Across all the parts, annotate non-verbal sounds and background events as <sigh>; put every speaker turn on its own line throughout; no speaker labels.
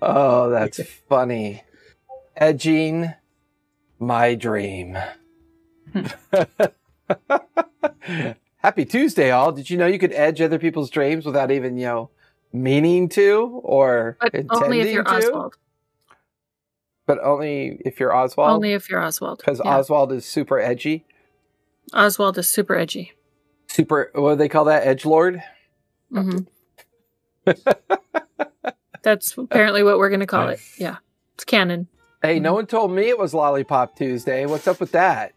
Oh, that's funny. Edging my dream. Happy Tuesday, all. Did you know you could edge other people's dreams without even, you know, meaning to or
But
intending
only if you're
to?
Oswald.
But only if you're Oswald?
only if you're Oswald.
Because
Yeah.
Oswald is super edgy.
Oswald is super edgy.
Super, what do they call that? Edge lord. Mm-hmm.
hmm <laughs> That's apparently what we're going to
<laughs>
call it. Yeah. It's canon.
Hey,
Mm-hmm.
no one told me it was Lollipop Tuesday. What's up with that?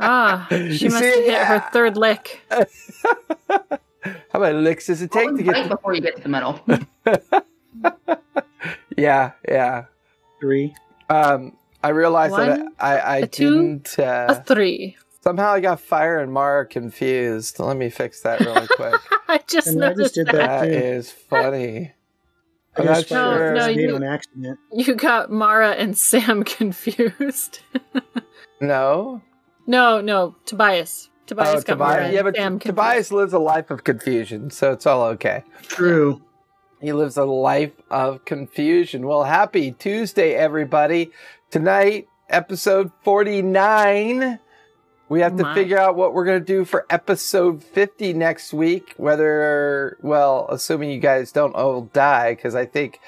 Ah,
You
she must
see?
have hit
Yeah.
her third lick.
How many licks does it take to get?
right before you get to the middle.
<laughs> yeah, yeah.
Three.
Um, I realized
One,
that I, I, I
a two,
didn't. Uh,
A three. <laughs>
Somehow I got Fire and Mara confused. Let me fix that really quick.
I just
And I
noticed
just did
<laughs> that.
that
too.
is funny.
I
I'm not
guess fire
sure.
was
No, no,
made
you-
on accident.
You got Mara and Sam <laughs> confused.
No?
no, no, Tobias. Tobias
Oh,
got Mara
Tobias.
and
Yeah, but
Sam confused.
Tobias lives a life of confusion, so it's all okay.
True.
He lives a life of confusion. Well, happy Tuesday, everybody. Tonight, episode 49. We have to
My.
figure out what we're going to do for episode 50 next week. Whether, well, assuming you guys don't all die, because I think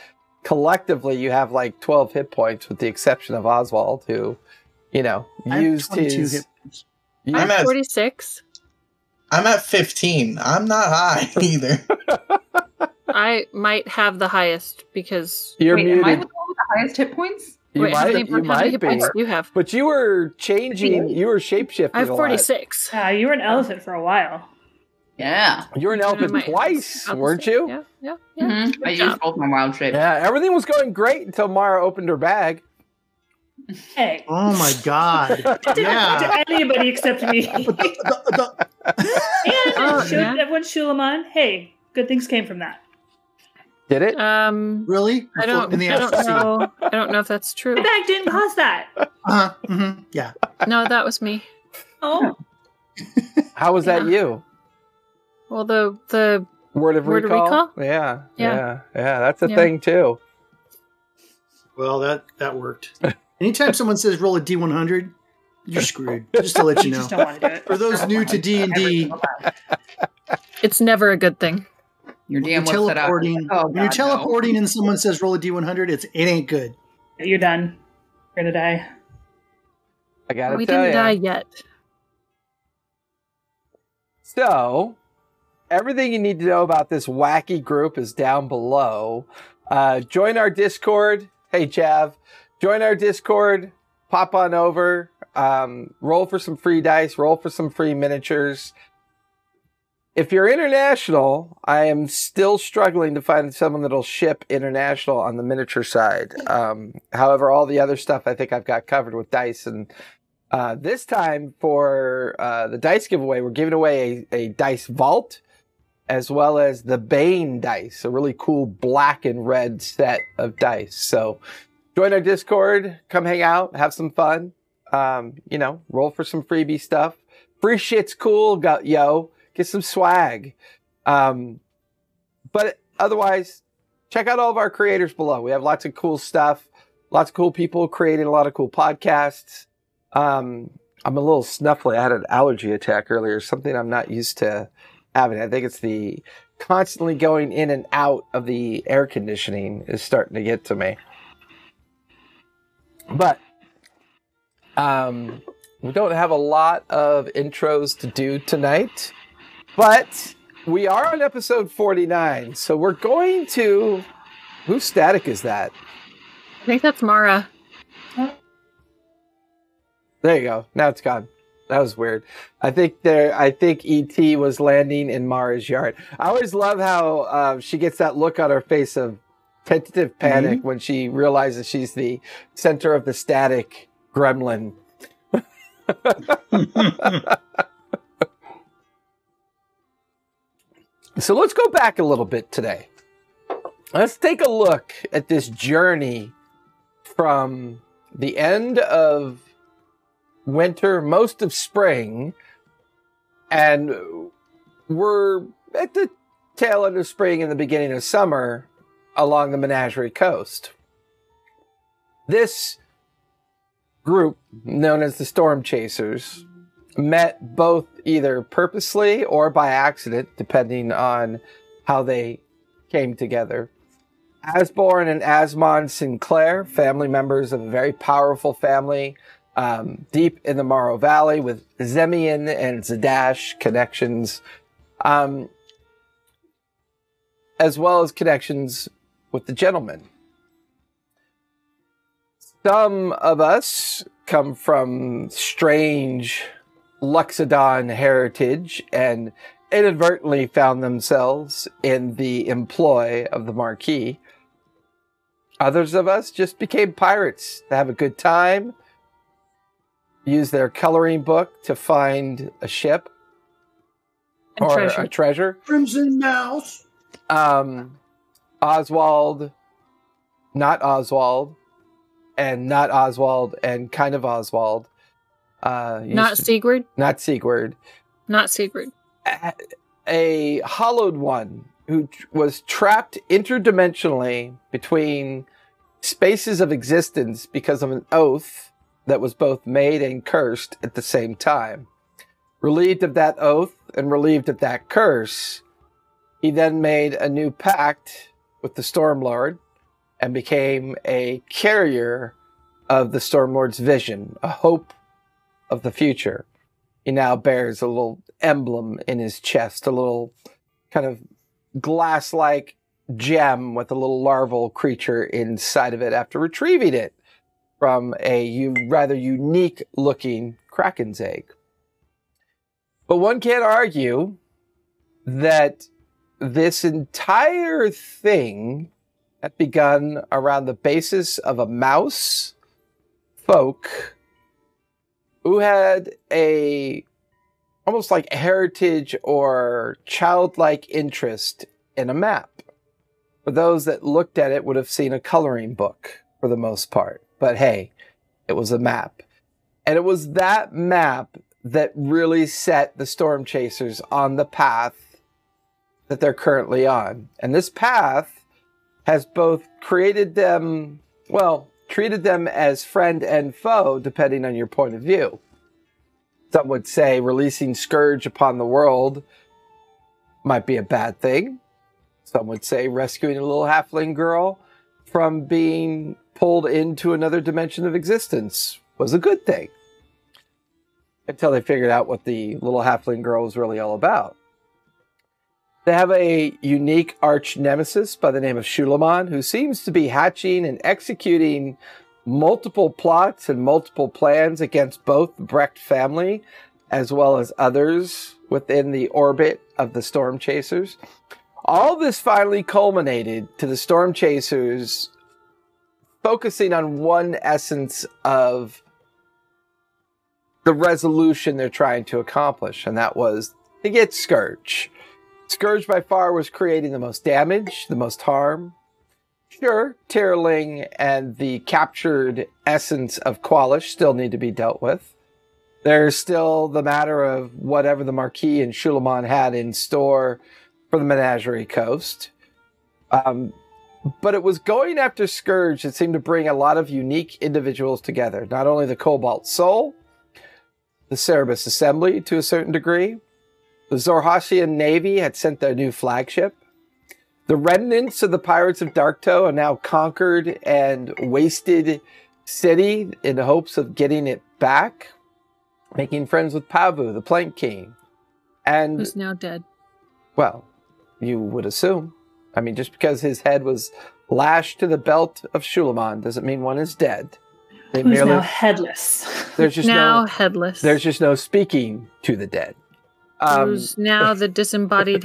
collectively you have like 12 hit points, with the exception of Oswald, who, you know,
I have
used
22
his.
hit points.
used-
I'm
I'm at-
<laughs>
46.
I'm at 15. I'm not high <laughs> either.
I might have the highest because
you're
Wait, am I
muted.
the one with the highest hit points?
you
Wait, how
might,
many-
you
how many hit
might be.
points do you have?
But you were changing, you were shapeshifting.
I have
a lot.
46.
Uh, you were an elephant for a while.
Yeah.
You were an
I
elephant
might-
twice,
Opposite.
weren't you?
Yeah, yeah, yeah.
Mhm. I
job.
used both my wild shapes.
Yeah, everything was going great until Mara opened her bag.
Hey.
Oh my <laughs> god.
That didn't
yeah.
affect anybody except me. and
Oh,
it showed
yeah.
everyone Shulamon, hey, good things came from that.
Did it?
Um,
Really?
I don't,
In the
I don't
FCC.
know. I don't know if that's true.
My bag didn't cause that.
Uh-huh. mhm, Yeah.
No, that was me.
Oh,
How was that
Yeah.
you?
Well, the the
Word of
Word of
recall?
recall?
Yeah, yeah,
Yeah.
yeah, That's a
Yeah.
thing too.
Well, that that worked. Anytime someone says roll a d100, you're <laughs> screwed. Just to let you
you
know.
just don't want to do it.
For those new to D and
Every
D,
single time.
it's never a good thing.
Your
you're
DM was set up.
teleporting.
Oh,
When you're
God, no.
teleporting and someone says roll a d100, it's it ain't good.
You're done. You're gonna die.
I gotta
we
tell
didn't die
you.
yet.
So, everything you need to know about this wacky group is down below. Uh, join our Discord. Hey, Chav. Join our Discord. Pop on over. Um, roll for some free dice. Roll for some free miniatures. If you're international, I am still struggling to find someone that'll ship international on the miniature side. Um, however, all the other stuff I think I've got covered with dice and uh, this time for uh, the dice giveaway, we're giving away a, a dice vault as well as the Bane dice, a really cool black and red set of dice. So join our Discord, come hang out, have some fun. Um, you know, roll for some freebie stuff. Free shit's cool, go, yo. Get some swag. Um, but otherwise, check out all of our creators below. We have lots of cool stuff, lots of cool people creating a lot of cool podcasts. Um, I'm a little snuffly. I had an allergy attack earlier, something I'm not used to having. I think it's the constantly going in and out of the air conditioning is starting to get to me. But um, we don't have a lot of intros to do tonight, but we are on episode 49. So we're going to. Whose static is that?
I think that's Mara.
There you go. Now it's gone. That was weird. I think there. I think ET was landing in Mara's yard. I always love how uh, she gets that look on her face of tentative panic when she realizes she's the center of the static gremlin. <laughs> So let's go back a little bit today. Let's take a look at this journey from the end of winter, most of spring, and we're at the tail end of spring and the beginning of summer along the menagerie coast. This group, known as the Storm Chasers, met both either purposely or by accident, depending on how they came together. Asborn and Asmon Sinclair, family members of a very powerful family um, deep in the Morrow Valley with Zemian and Zadash connections, um, as well as connections with the gentlemen. Some of us come from strange Luxodon heritage and inadvertently found themselves in the employ of the Marquis. Others of us just became pirates to have a good time, use their coloring book to find a ship
And
or
treasure.
a treasure.
Crimson Mouse.
Um, Oswald, not Oswald, and not Oswald, and kind of Oswald. Uh, used
Not
to-
Sigurd.
not Siegward.
Not Sigurd.
a- a hollowed one who tr- was trapped interdimensionally between spaces of existence because of an oath that was both made and cursed at the same time. Relieved of that oath and relieved of that curse, he then made a new pact with the Stormlord and became a carrier of the Stormlord's vision, a hope of the future he now bears a little emblem in his chest, a little kind of glass like gem with a little larval creature inside of it after retrieving it from a u- rather unique looking kraken's egg. But one can't argue that this entire thing had begun around the basis of a mouse folk who had a almost like heritage or childlike interest in a map. For those that looked at it would have seen a coloring book for the most part. But hey, it was a map. And it was that map that really set the storm chasers on the path that they're currently on. And this path has both created them, well, treated them as friend and foe, depending on your point of view. Some would say releasing scourge upon the world might be a bad thing. Some would say rescuing a little halfling girl from being pulled into another dimension of existence was a good thing. Until they figured out what the little halfling girl was really all about. They have a unique arch nemesis by the name of Shulamon, who seems to be hatching and executing multiple plots and multiple plans against both the Brecht family as well as others within the orbit of the Storm Chasers. All this finally culminated to the Storm Chasers focusing on one essence of the resolution they're trying to accomplish, and that was to get Scourge. Scourge by far was creating the most damage, the most harm. Sure, Tearling and the captured essence of Qualish still need to be dealt with. There's still the matter of whatever the Marquis and Shulamon had in store for the Menagerie Coast. Um, but it was going after Scourge that seemed to bring a lot of unique individuals together. Not only the Cobalt Soul, the Cerebus Assembly to a certain degree, the Zorhashian Navy had sent their new flagship. The remnants of the Pirates of Darktoe are now conquered and wasted city in hopes of getting it back, making friends with Pavu, the Plank King. And
Who's now dead?
well, you would assume. I mean, just because his head was lashed to the belt of Shulamon doesn't mean one is dead. They
Who's
merely
now headless?
there's just
now
no
headless.
there's just no speaking to the dead. Um,
Who's now the disembodied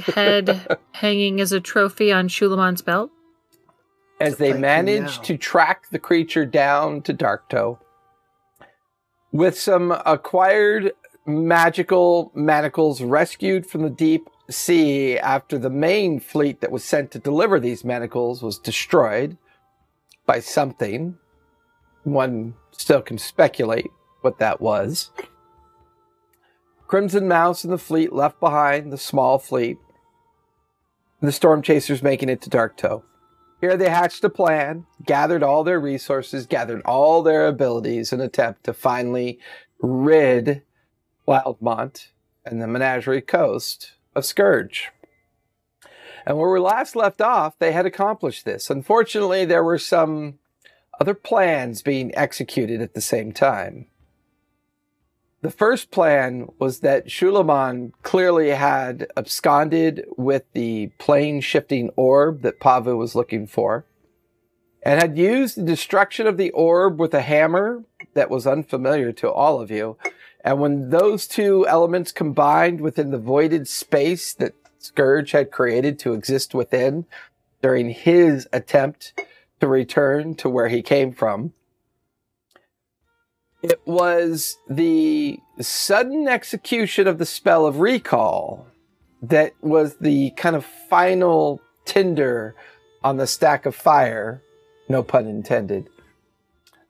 <laughs>
head hanging as a trophy on Shulamon's belt?
as they
Thank you now.
managed to track the creature down to Darktoe with some acquired magical manacles rescued from the deep sea after the main fleet that was sent to deliver these manacles was destroyed by something. One still can speculate what that was. Crimson Mouse and the fleet left behind the small fleet The storm chasers making it to Dark Toe. Here they hatched a plan, gathered all their resources, gathered all their abilities in attempt to finally rid Wildmont and the Menagerie Coast of Scourge. And where we last left off, they had accomplished this. Unfortunately, there were some other plans being executed at the same time. The first plan was that Shulaman clearly had absconded with the plane shifting orb that Pavu was looking for and had used the destruction of the orb with a hammer that was unfamiliar to all of you. And when those two elements combined within the voided space that Scourge had created to exist within during his attempt to return to where he came from, it was the sudden execution of the spell of recall that was the kind of final tinder on the stack of fire, no pun intended,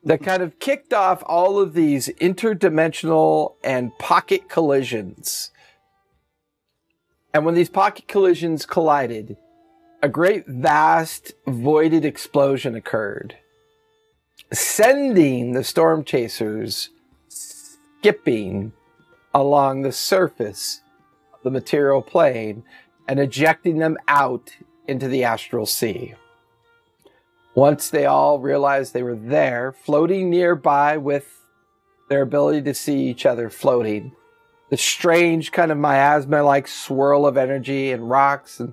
that kind of kicked off all of these interdimensional and pocket collisions. And when these pocket collisions collided, a great vast voided explosion occurred sending the storm chasers skipping along the surface of the material plane and ejecting them out into the astral sea. Once they all realized they were there, floating nearby with their ability to see each other floating, the strange kind of miasma like swirl of energy and rocks and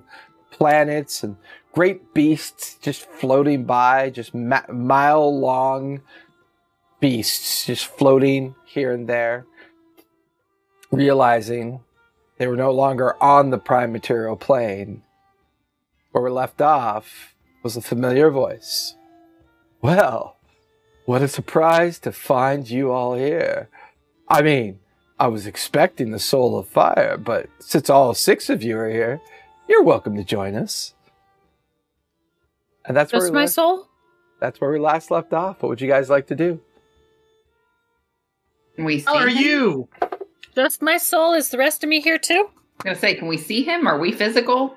planets and great beasts just floating by, just ma- mile long beasts just floating here and there, realizing they were no longer on the prime material plane. Where we left off was a familiar voice. Well, what a surprise to find you all here. I mean, I was expecting the soul of fire, but since all six of you are here, you're welcome to join us. And that's where
Just
we
my
left,
soul?
that's where we last left off. What would you guys like to do?
Can we see
How are
him?
you?
Just my soul? Is the rest of me here too?
I was gonna say, can we see him? Are we physical?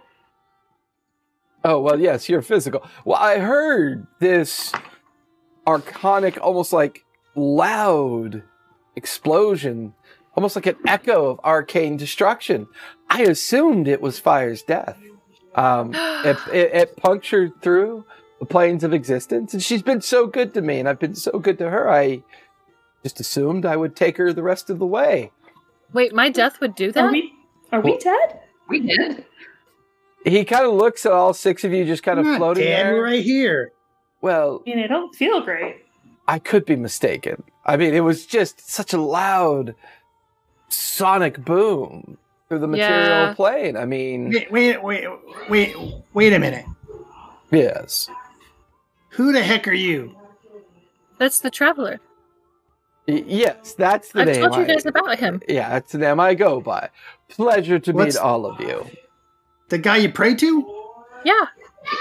Oh well, yes, you're physical. Well, I heard this arconic, almost like loud explosion, almost like an echo of arcane destruction. I assumed it was fire's death.
<gasps>
Um, it, it, it punctured through the planes of existence, and she's been so good to me, and I've been so good to her. I just assumed I would take her the rest of the way.
Wait, my death would do that?
Are we are we dead?
We did.
He kind of looks at all six of you, just kind of
I'm not
floating
dead,
there.
We're right here.
Well,
I mean, I don't feel great.
I could be mistaken. I mean, it was just such a loud sonic boom through the material
Yeah.
plane. I mean,
Wait, wait, wait, wait, wait a minute.
yes.
Who the heck are you?
That's the traveler.
Y- yes, that's the
I've
name.
told you
I-
guys about him.
yeah, that's the name I go by. Pleasure to
What's-
meet all of you.
The guy you pray to?
Yeah.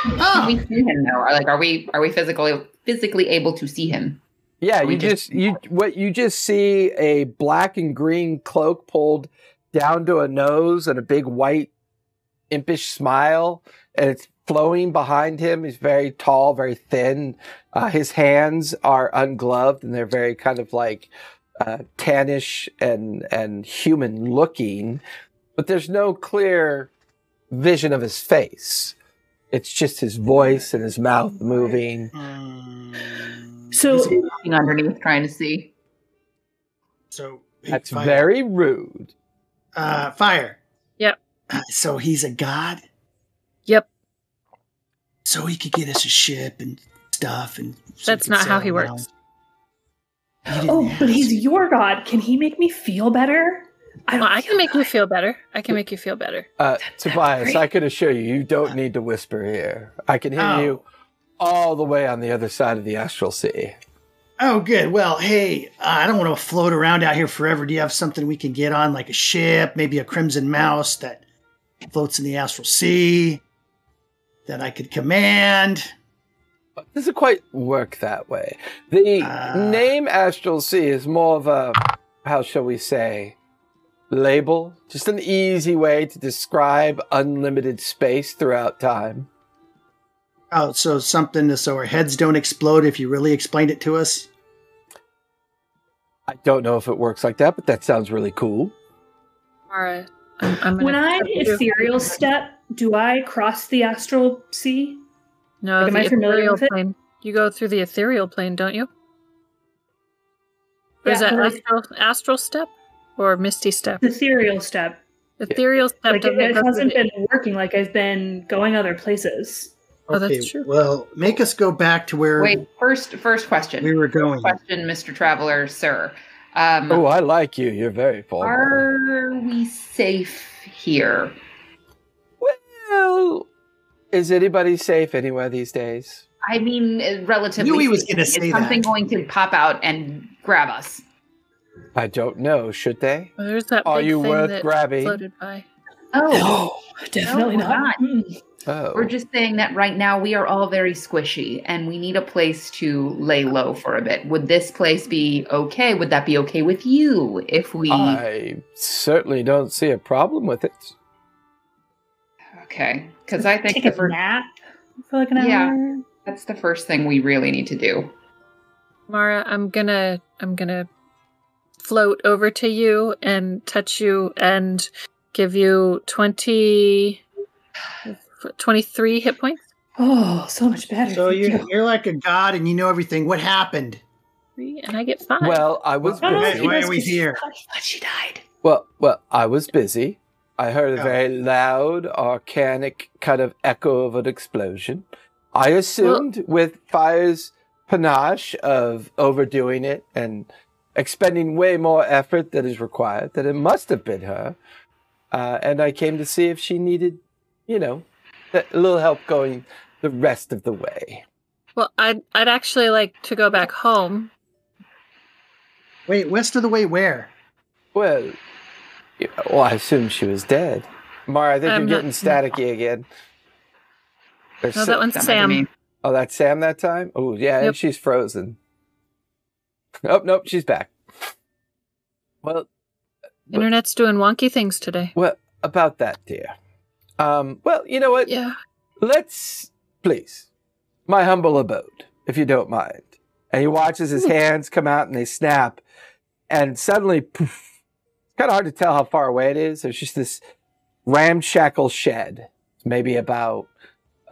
Can we
Oh,
see him though? Are like, are we are we physically physically able to see him?
Yeah,
We
you just you what you just see a black and green cloak pulled down to a nose and a big white impish smile, and it's flowing behind him. He's very tall, very thin. Uh, his hands are ungloved, and they're very kind of like uh, tannish and and human looking, but there's no clear vision of his face. It's just his voice and his mouth moving.
Um,
So
Looking underneath, trying to see.
so he-
That's
fire.
very rude.
uh, fire.
Yep.
Uh, so he's a god.
Yep.
So he could get us a ship and stuff, and so
That's
we could
not how
sail
he
around.
works.
You didn't
Oh, but
ask.
he's your god. Can he make me feel better? I
Well, I
feel
can make
good.
you feel better. I can make you feel better.
Uh,
that
Tobias,
great?
I can assure you, you don't need to whisper here. I can hear
Oh.
you all the way on the other side of the astral sea.
Oh, good. Well, hey, uh, I don't want to float around out here forever. Do you have something we can get on, like a ship, maybe a crimson mouse that floats in the astral sea that I could command?
But doesn't quite work that way. The
Ah.
name astral sea is more of a, how shall we say, label. Just an easy way to describe unlimited space throughout time.
Oh, so something to- so our heads don't explode if you really explained it to us.
I don't know if it works like that, but that sounds really cool.
All right. I'm, I'm gonna
When I
accept you.
ethereal step, do I cross the astral sea?
no,
like, am
the
I familiar
ethereal
with it?
plane. You go through the ethereal plane, don't you? Or Is
Yeah,
that
like-
astral, astral step or misty step?
The ethereal step.
Ethereal step
Like it,
doesn't
it
go through
hasn't
the-
been working. Like I've been going other places.
Oh, that's true.
Well, make us go back to where
Wait, first first question.
we were going.
question, Mr. Traveler, sir. Um,
Oh, I like you. You're very formal.
are we safe here?
Well, is anybody safe anywhere these days?
I mean, uh, relatively.
Knew he was gonna
speaking,
say
is something
that.
going to pop out and grab us?
I don't know. Should they?
Oh, There's that
Are
big
you
thing
worth
that
grabbing?
floated by.
<gasps>
Oh,
Definitely
we're
not.
not.
Mm.
Oh,
we're just saying that right now we are all very squishy and we need a place to lay low for a bit. Would this place be okay? Would that be okay with you if we?
I certainly don't see a problem with it.
okay, because I think
Take
the
a
first,
nap for like an hour.
Yeah. that's the first thing we really need to do.
Mara, I'm gonna I'm gonna float over to you and touch you and give you 20 23 hit points.
Oh, so much better.
So <laughs>
Thank
you're, you're like a god and you know everything. What happened?
Three, And I get five.
Well, I was
No, no,
Hey,
she
busy.
why
does
are we
because she
here?
thought- she thought she died.
Well, well, I was busy. I heard a
Yeah.
very loud, arcanic kind of echo of an explosion. I assumed, with Fire's panache of overdoing it and expending way more effort than is required, that it must have been her. Uh, and I came to see if she needed, you know, a little help going the rest of the way.
Well, I'd I'd actually like to go back home.
Wait, west of the way where?
Well, you know, well, I assume she was dead. Mara, I think
I'm
you're
not-
getting staticky again. There's
No,
so-
that one's
That might be
Sam.
me.
Oh, that's Sam that time? Oh, yeah,
Yep.
and she's frozen. Oh, nope, she's back. Well,
Internet's doing wonky things today.
well, about that, dear. Um, well, you know what?
Yeah.
Let's, please, my humble abode, if you don't mind. And he watches his hands come out and they snap, and suddenly, poof, it's kind of hard to tell how far away it is. There's just this ramshackle shed, maybe about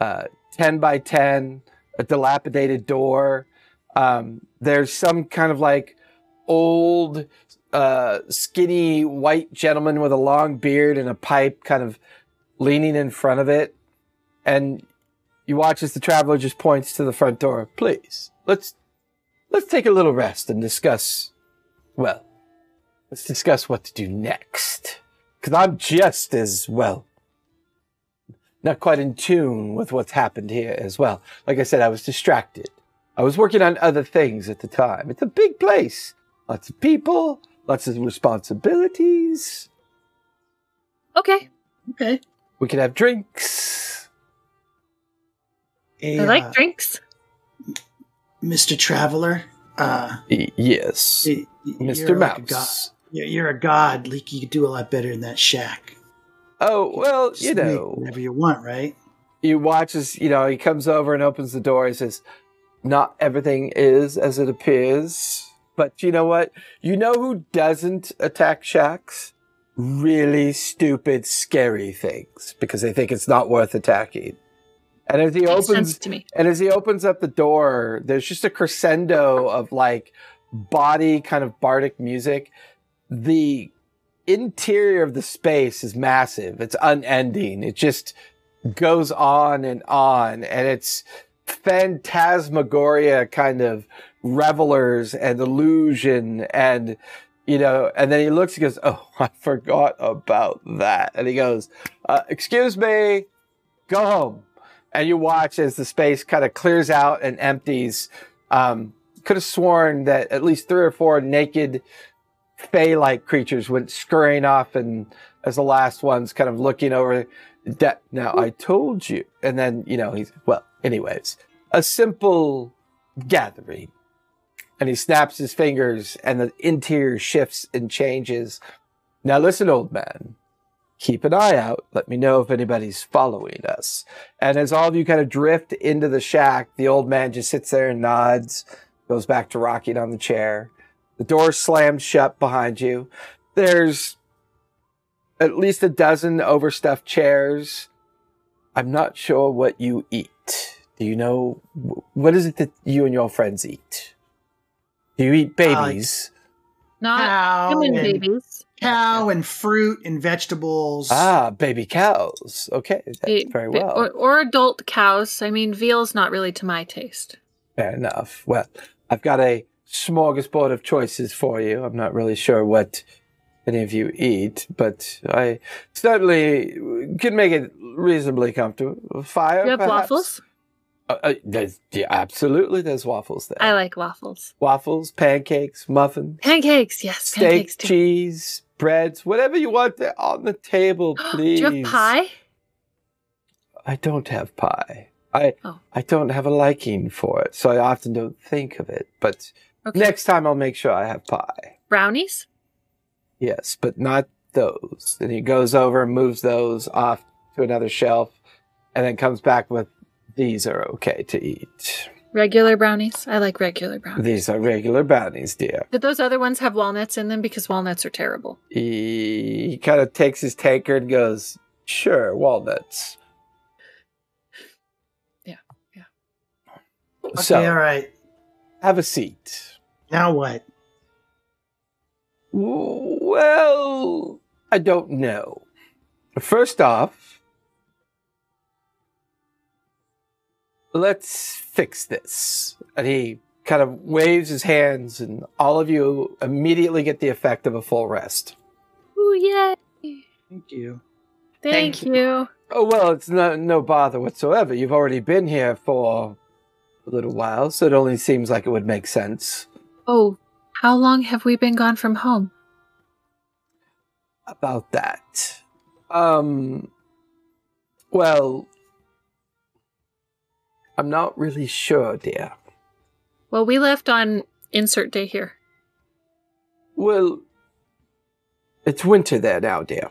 uh, 10 by 10, a dilapidated door. Um, there's some kind of like old, uh, skinny white gentleman with a long beard and a pipe kind of leaning in front of it and you watch as the traveler just points to the front door. Please, let's let's take a little rest and discuss. Well, let's discuss what to do next. Because I'm just as well, not quite in tune with what's happened here as well. Like I said, I was distracted. I was working on other things at the time. It's a big place, lots of people, lots of responsibilities.
Okay.
Okay.
We could have drinks.
Hey,
I
uh,
like drinks.
Mr. Traveler. Uh,
Y- yes,
y- y-
Mr.
you're like a
Mouse.
god. You're, you're a god, Leaky. You could do a lot better in that shack.
Oh well,
Just
you
make
know,
whatever you want, right?
you watch as you know he comes over and opens the door. He says, "Not everything is as it appears." But you know what? You know who doesn't attack shacks? Really stupid, scary things because they think it's not worth attacking. And as he
Makes sense
opens,
to me.
and as he opens up the door, there's just a crescendo of like body kind of bardic music. The interior of the space is massive. It's unending. It just goes on and on. And it's phantasmagoria kind of revelers and illusion and you know and then he looks and goes oh <laughs> i forgot about that and he goes uh, excuse me go home and you watch as the space kind of clears out and empties. Um, could have sworn that at least three or four naked fey-like creatures went scurrying off, and as the last one's kind of looking over, that now I told you. And then you know he's well. Anyways, a simple gathering, and he snaps his fingers, and the interior shifts and changes. Now listen, old man. Keep an eye out. Let me know if anybody's following us. And as all of you kind of drift into the shack, the old man just sits there and nods, goes back to rocking on the chair. The door slams shut behind you. There's at least a dozen overstuffed chairs. I'm not sure what you eat. Do you know wh- what is it that you and your friends eat? Do you eat babies?
Uh,
Not
Cow
human
and,
babies.
cow and fruit and vegetables.
ah, baby cows. Okay, that's
Ba-
very
ba-
well.
Or, or adult cows. I mean, veal's not really to my taste.
Fair enough. Well, I've got a smorgasbord of choices for you. I'm not really sure what any of you eat, but I certainly can make it reasonably comfortable. Fire.
you have
perhaps?
waffles?
Uh, uh, there's, yeah, absolutely, there's waffles there.
I like waffles.
waffles, pancakes, muffins,
Pancakes, yes.
steak,
pancakes too.
cheese, breads, whatever you want they're on the table, please.
<gasps> Do you have pie?
I don't have pie. I
Oh.
I don't have a liking for it, so I often don't think of it. But
Okay.
next time I'll make sure I have pie.
Brownies?
Yes, but not those. And he goes over and moves those off to another shelf, and then comes back with these are okay to eat.
Regular brownies? I like regular brownies.
These are regular brownies, dear.
Did those other ones have walnuts in them? Because walnuts are terrible.
He, he kind of takes his tankard and goes, "Sure, walnuts."
Yeah, yeah.
okay,
So
all right.
have a seat.
Now what?
Well, I don't know. First off, let's fix this. And he kind of waves his hands, and all of you immediately get the effect of a full rest.
Ooh, yay.
Thank you.
Thank,
Thank
you.
you.
Oh, well, it's no, no bother whatsoever. You've already been here for a little while, so it only seems like it would make sense.
Oh, how long have we been gone from home?
about that. Um, well, I'm not really sure, dear.
Well, we left on insert day here.
Well, it's winter there now, dear.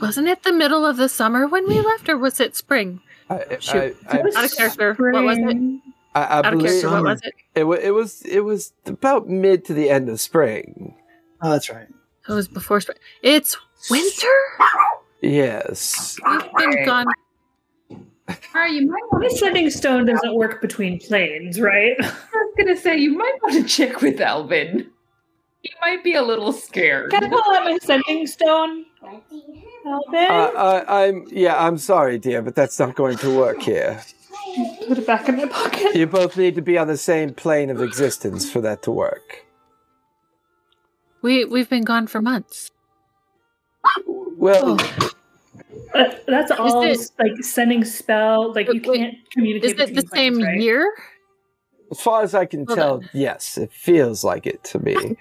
Wasn't it the middle of the summer when we left, or was it spring?
I, I,
Shoot.
I,
What
Out of character. What was it?
spring.
I, I
Out of
believe it,
character. What
Summer.
was it?
wa- it was it was about mid to the end of spring.
Oh, that's right.
It was before spring. It's winter.
Yes,
We've been gone.
All right, you might want to check.
Ascending stone doesn't work between planes, right?
<laughs> I was gonna say you might want to check with Alvin. He might be a little scared.
<laughs> Can I pull out my ascending stone? Alvin?
I,
Uh,
I, I'm. Yeah, I'm sorry, dear, but that's not going to work here.
Put it back in my <laughs> pocket.
You both need to be on the same plane of existence for that to work.
We we've been gone for months. Oh.
Well,
Uh, that's all
it-
like sending spell. Like you
Wait, wait.
can't communicate.
Is it the
between
same
planes, right?
year?
As far as I can
Hold
tell,
on.
yes, it feels like it to
<laughs>
me.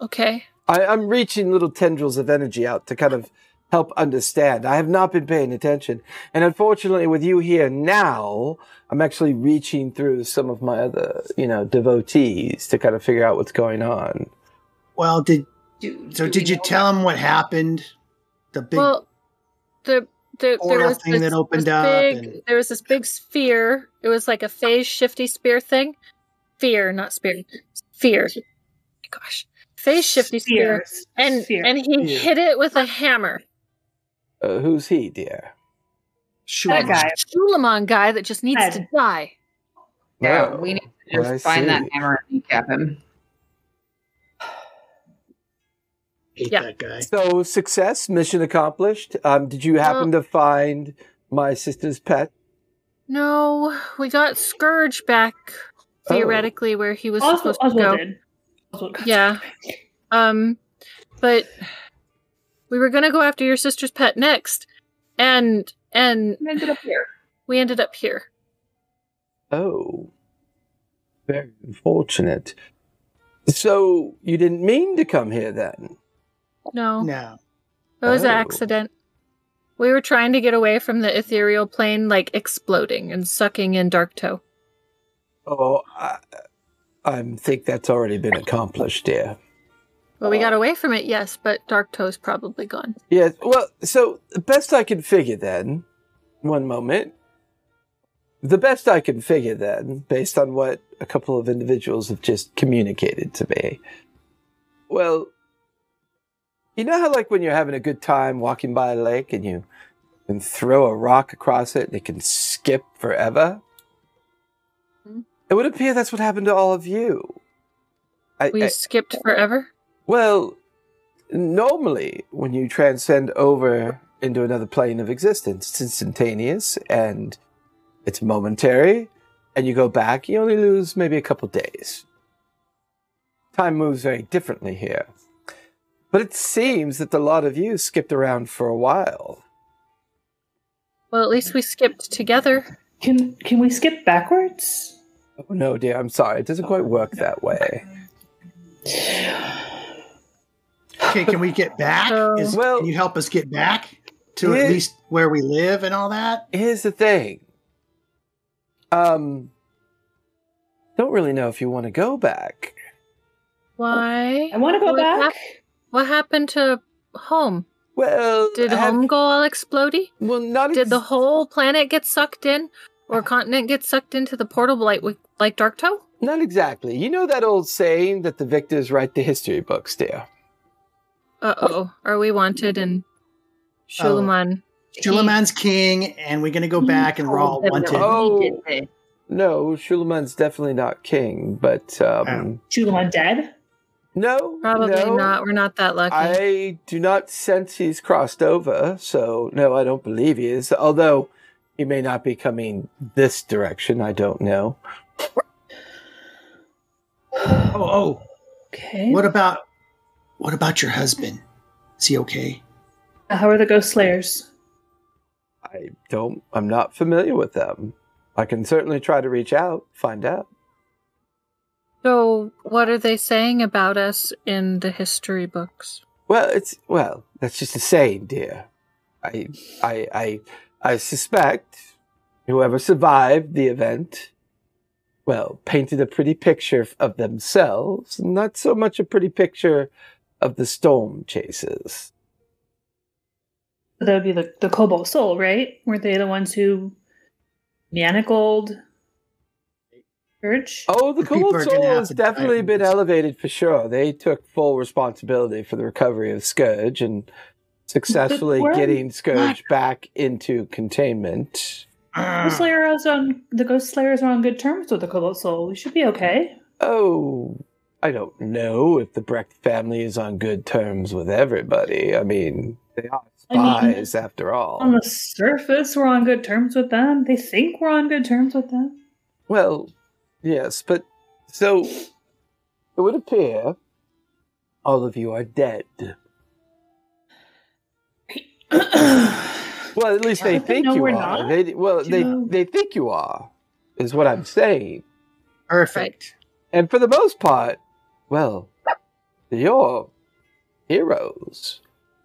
Okay.
I, I'm reaching little tendrils of energy out to kind of help understand. I have not been paying attention. And unfortunately, with you here now, I'm actually reaching through some of my other, you know, devotees to kind of figure out what's going on.
Well, did
Do-
so?
do
Did
we
you
know
tell him what happened? The big
well, the the there
portal
was
thing
this,
that opened
this
up
Big,
and-
There was this big sphere. It was like a phase shifty spear thing. Fear, not spear. Fear. Gosh, phase shifty spear.
Spheres.
And
Sphere.
and he
Sphere.
hit it with a hammer.
Uh, who's he, dear?
shoe
that guy.
Shulamon guy that just needs to
Ed.
die.
Yeah,
Oh,
we need to
well,
just
I
find that
see.
hammer and kneecap him.
Hate
Yeah.
that guy.
So, success, mission accomplished. Um, did you happen to find my sister's pet?
No, we got Scourge back
Oh.
theoretically where he was
Oswald,
supposed to
Oswald
go.
did. Oswald got
Yeah. Um, but we were gonna go after your sister's pet next, and and
And ended up here.
we ended up here.
Oh, very unfortunate. So you didn't mean to come here then?
No,
No.
it was an
Oh.
accident. We were trying to get away from the ethereal plane, like exploding and sucking in Dark Toe.
Oh, I, I think that's already been accomplished, dear.
Well, we got away from it, yes, but Dark Toe's probably gone.
Yeah, well, so the best I can figure then, one moment. The best I can figure then, based on what a couple of individuals have just communicated to me. Well, you know how, like, when you're having a good time walking by a lake and you can throw a rock across it and it can skip forever?
Hmm.
It would appear that's what happened to all of you. I-
We
I-
skipped forever.
well, normally when you transcend over into another plane of existence, it's instantaneous and it's momentary, and you go back, you only lose maybe a couple days. Time moves very differently here. But it seems that the lot of you skipped around for a while.
Well, at least we skipped together.
Can can we skip backwards?
Oh no, dear, I'm sorry. It doesn't quite work that way.
Okay, can we get back?
So-
Is,
Well-
can you help us get back to
Yeah.
at least where we live and all that?
here's the thing. Um, don't really know if you want to go back.
Why?
I want to go
What
back.
hap- what happened to home?
Well,
Did
have-
home go all explodey?
Well, not
Did the
ex-
whole planet get sucked in, or continent get sucked into the portal like with like Dark Toe?
not exactly. You know that old saying that the victors write the history books, dear.
Uh oh, are we wanted in Shulaman?
Suleiman's king, and we're gonna go back, and we're all
He told
wanted.
them that
wanted.
Oh.
he did this.
No, Suleiman's definitely not king, but um,
Chulamon dead.
no,
Probably
no.
not. We're not that lucky.
I do not sense he's crossed over, so no, I don't believe he is. Although he may not be coming this direction, I don't know.
Oh, oh,
Okay.
what about what about your husband? Is he okay?
How are the ghost slayers?
I don't. I'm not familiar with them. I can certainly try to reach out, find out.
So, what are they saying about us in the history books?
Well, it's well, that's just a saying, dear. I I I I suspect whoever survived the event well, painted a pretty picture of themselves, not so much a pretty picture of the storm chasers.
That would be the the Cobalt Soul, right? Were they the ones who manacled Church?
Oh, the
The people
Cold
are gonna
Soul
have
has
to die
definitely
from
been
this.
elevated for sure. They took full responsibility for the recovery of Scourge and successfully
weren't
getting Scourge back into containment.
Ghost Slayer is on the Ghost Slayers are on good terms with the Cobalt Soul. We should be okay.
Oh, I don't know if the Brecht family is on good terms with everybody. I mean, they are
I mean-
spies after all.
On the surface, we're on good terms with them. They think we're on good terms with them.
well, yes, but so it would appear all of you are dead.
<coughs>
Well, at least they
Don't they
think
know
you
Uh, we're
are.
not?
They, well,
Do
they,
you know?
they think you are, is what I'm saying.
Perfect.
And for the most part, well, you're heroes.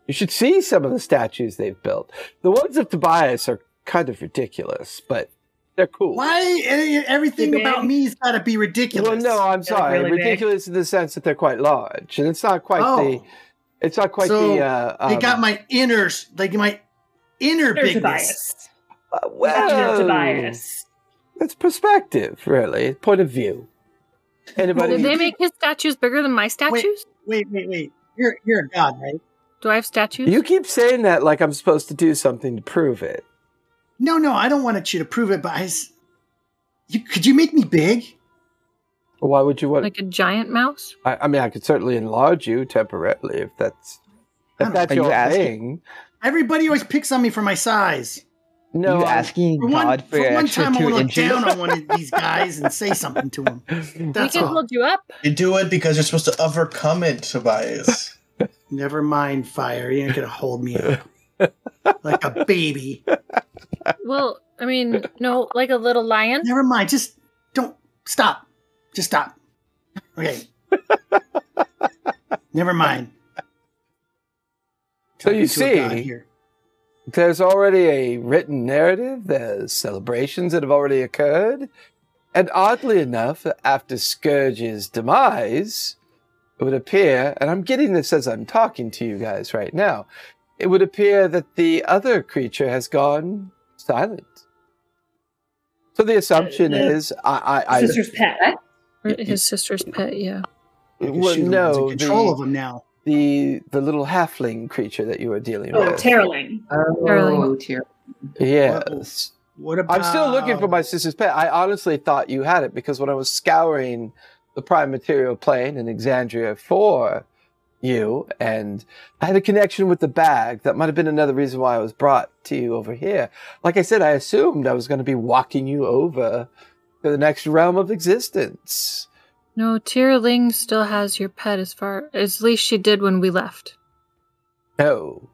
You should see some of the statues they've built. The ones of Tobias are kind of ridiculous, but they're cool.
Why eh, everything
Big.
about me's got to be
Well,
ridiculous?
no, I'm
They're, like,
sorry.
really big.
ridiculous in the sense that they're quite large, and it's not quite the.
oh,
It's not quite
So,
the. Uh,
they
um,
got my inners, like my inner
There's
bigness.
Tobias.
uh,
There's
well,
Tobias.
It's perspective, really. Point of view. Anybody?
Did they make his statues bigger than my statues?
Wait, wait, wait. You're you're a god, right?
Do I have statues?
you keep saying that like I'm supposed to do something to prove it.
No, no, I don't want you to prove it, but I s- you could you make me big?
Why would you want?
like a giant mouse?
I, I mean, I could certainly enlarge you temporarily if that's
I
if
don't
that's
know. Are
your
you asking-
thing.
Everybody always picks on me for my size.
No,
you
I'm-
asking
um, For one,
God for,
for
an
one
extra
time, I
two
want to look
inches?
down on one of these guys and say something
<laughs>
to him. That's
we can
all.
hold you up.
You do it because you're supposed to overcome it, <laughs> Tobias.
Never mind, fire. You ain't gonna hold me
<laughs>
up like a baby.
Well, I mean, no, like a little
<laughs>
lion.
Never mind. Just don't stop. Just stop. Okay. Never mind.
So you
Talking to a god
see-
here.
there's already a written narrative. There's celebrations that have already occurred, and oddly enough, after Scourge's demise, It would appear, and I'm getting this as I'm talking to you guys right now, it would appear that the other creature has gone silent. So the assumption
Uh, uh,
is, I, I, I
Sister's pet.
His sister's pet, yeah.
well,
She's the one's
no,
in control
the-
of him now.
the the little halfling creature that you were dealing
Oh,
with.
Terling.
Oh, dear.
Yes.
What about?
I'm still looking for my sister's pet. I honestly thought you had it because when I was scouring the prime material plane in Exandria for you, and I had a connection with the bag, that might have been another reason why I was brought to you over here. Like I said, I assumed I was going to be walking you over to the next realm of existence.
No, Tierling still has your pet as far as least she did when we left.
No.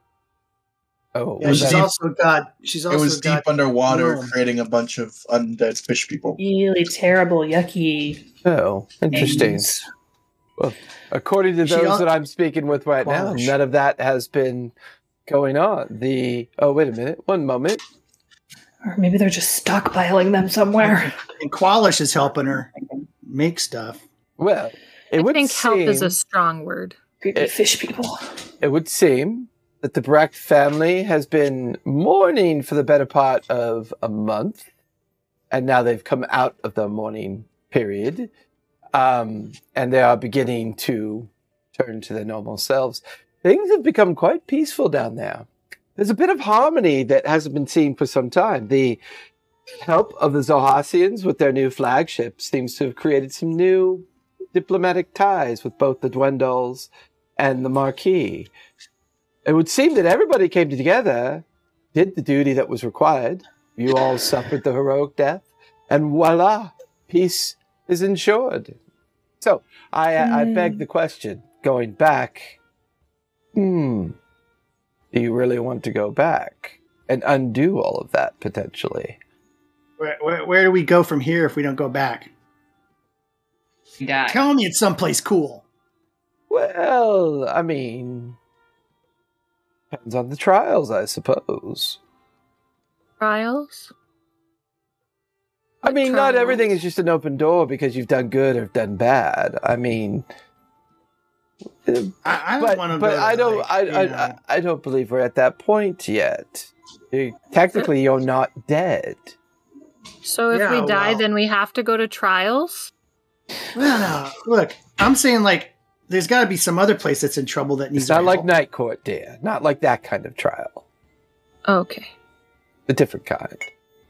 Oh,
Yeah,
was
she's
that-
also got. She's
It
also
was
got.
deep underwater,
room.
creating a bunch of undead fish people.
Really terrible, yucky.
oh, interesting.
things.
According to
She
those
al-
that I'm speaking with right now,
Quash.
none of that has been going on. The oh, wait a minute, one moment.
Or maybe they're just stockpiling them somewhere.
And Qualish is helping her make stuff.
Well, it
I
would
think
seem
help is a strong word.
Creepy
It-
fish people.
it would seem that the Brecht family has been mourning for the better part of a month, and now they've come out of the mourning period, um, and they are beginning to turn to their normal selves. Things have become quite peaceful down there. There's a bit of harmony that hasn't been seen for some time. The help of the Zohasians with their new flagship seems to have created some new diplomatic ties with both the Dwendals and the Marquis. It would seem that everybody came together, did the duty that was required. You all suffered the heroic death, and voila, peace is ensured. So I, uh, I beg the question, going back, hmm, do you really want to go back and undo all of that potentially?
Where, where, where do we go from here if we don't go back?
She died.
Tell me it's someplace cool.
Well, I mean, depends on the trials, I suppose.
Trials?
I
Like
mean, not
trials.
everything is just an open door because you've done good or done bad. I mean, uh,
I, I don't want
but
to.
but
go
I
to,
don't
like,
I,
you
I,
know,
I I don't believe we're at that point yet. You- Technically, you're not dead.
So if
Yeah,
we die,
well.
then we have to go to trials?
Well, no, look, I'm saying like there's got to be some other place that's in trouble that needs.
It's not
our
like
help.
night court, dear. Not like that kind of trial.
Okay.
A different kind,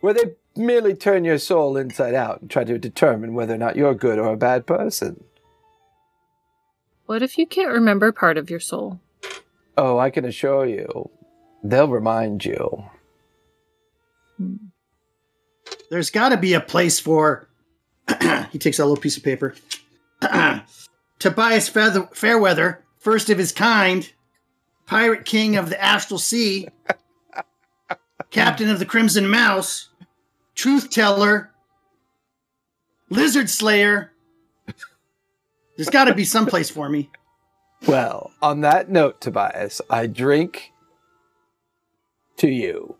where they merely turn your soul inside out and try to determine whether or not you're a good or a bad person.
What if you can't remember part of your soul?
Oh, I can assure you, they'll remind you.
There's got to be a place for. <clears throat> he takes out a little piece of paper. <clears throat> Tobias Feather- Fairweather, first of his kind, pirate king of the
<laughs>
Astral Sea, captain of the Crimson Mouse, truth teller, lizard slayer. There's got to be some place for me.
Well, on that note, Tobias, I drink to you.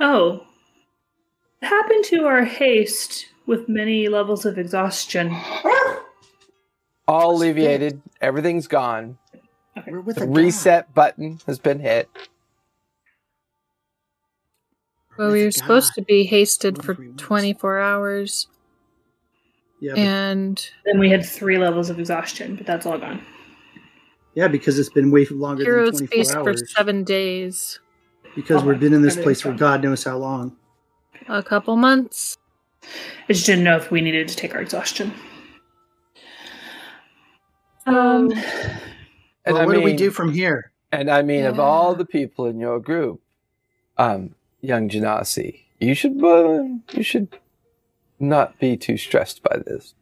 Oh. What happened to our haste with many levels of exhaustion?
All alleviated, everything's gone.
We're with
The
a guy.
reset button has been hit.
Well, we
With
were
a
supposed to
guy.
be hasted
What
for
if we lose?
24 hours,
Yeah, but-
and
Then we had three levels of exhaustion, but that's all gone.
yeah, because it's been way longer
Heroes
than
feast
24
for
hours.
seven days,
because
Oh,
we've been in this
everything's
place for
gone.
God knows how long.
a couple months.
I just didn't know if we needed to take our exhaustion. Um,
Um,
And
well,
I
what do we
mean-
do from here?
And I mean, of
Yeah.
all the people in your group, um, young Janasi, you should uh, you should not be too stressed by this.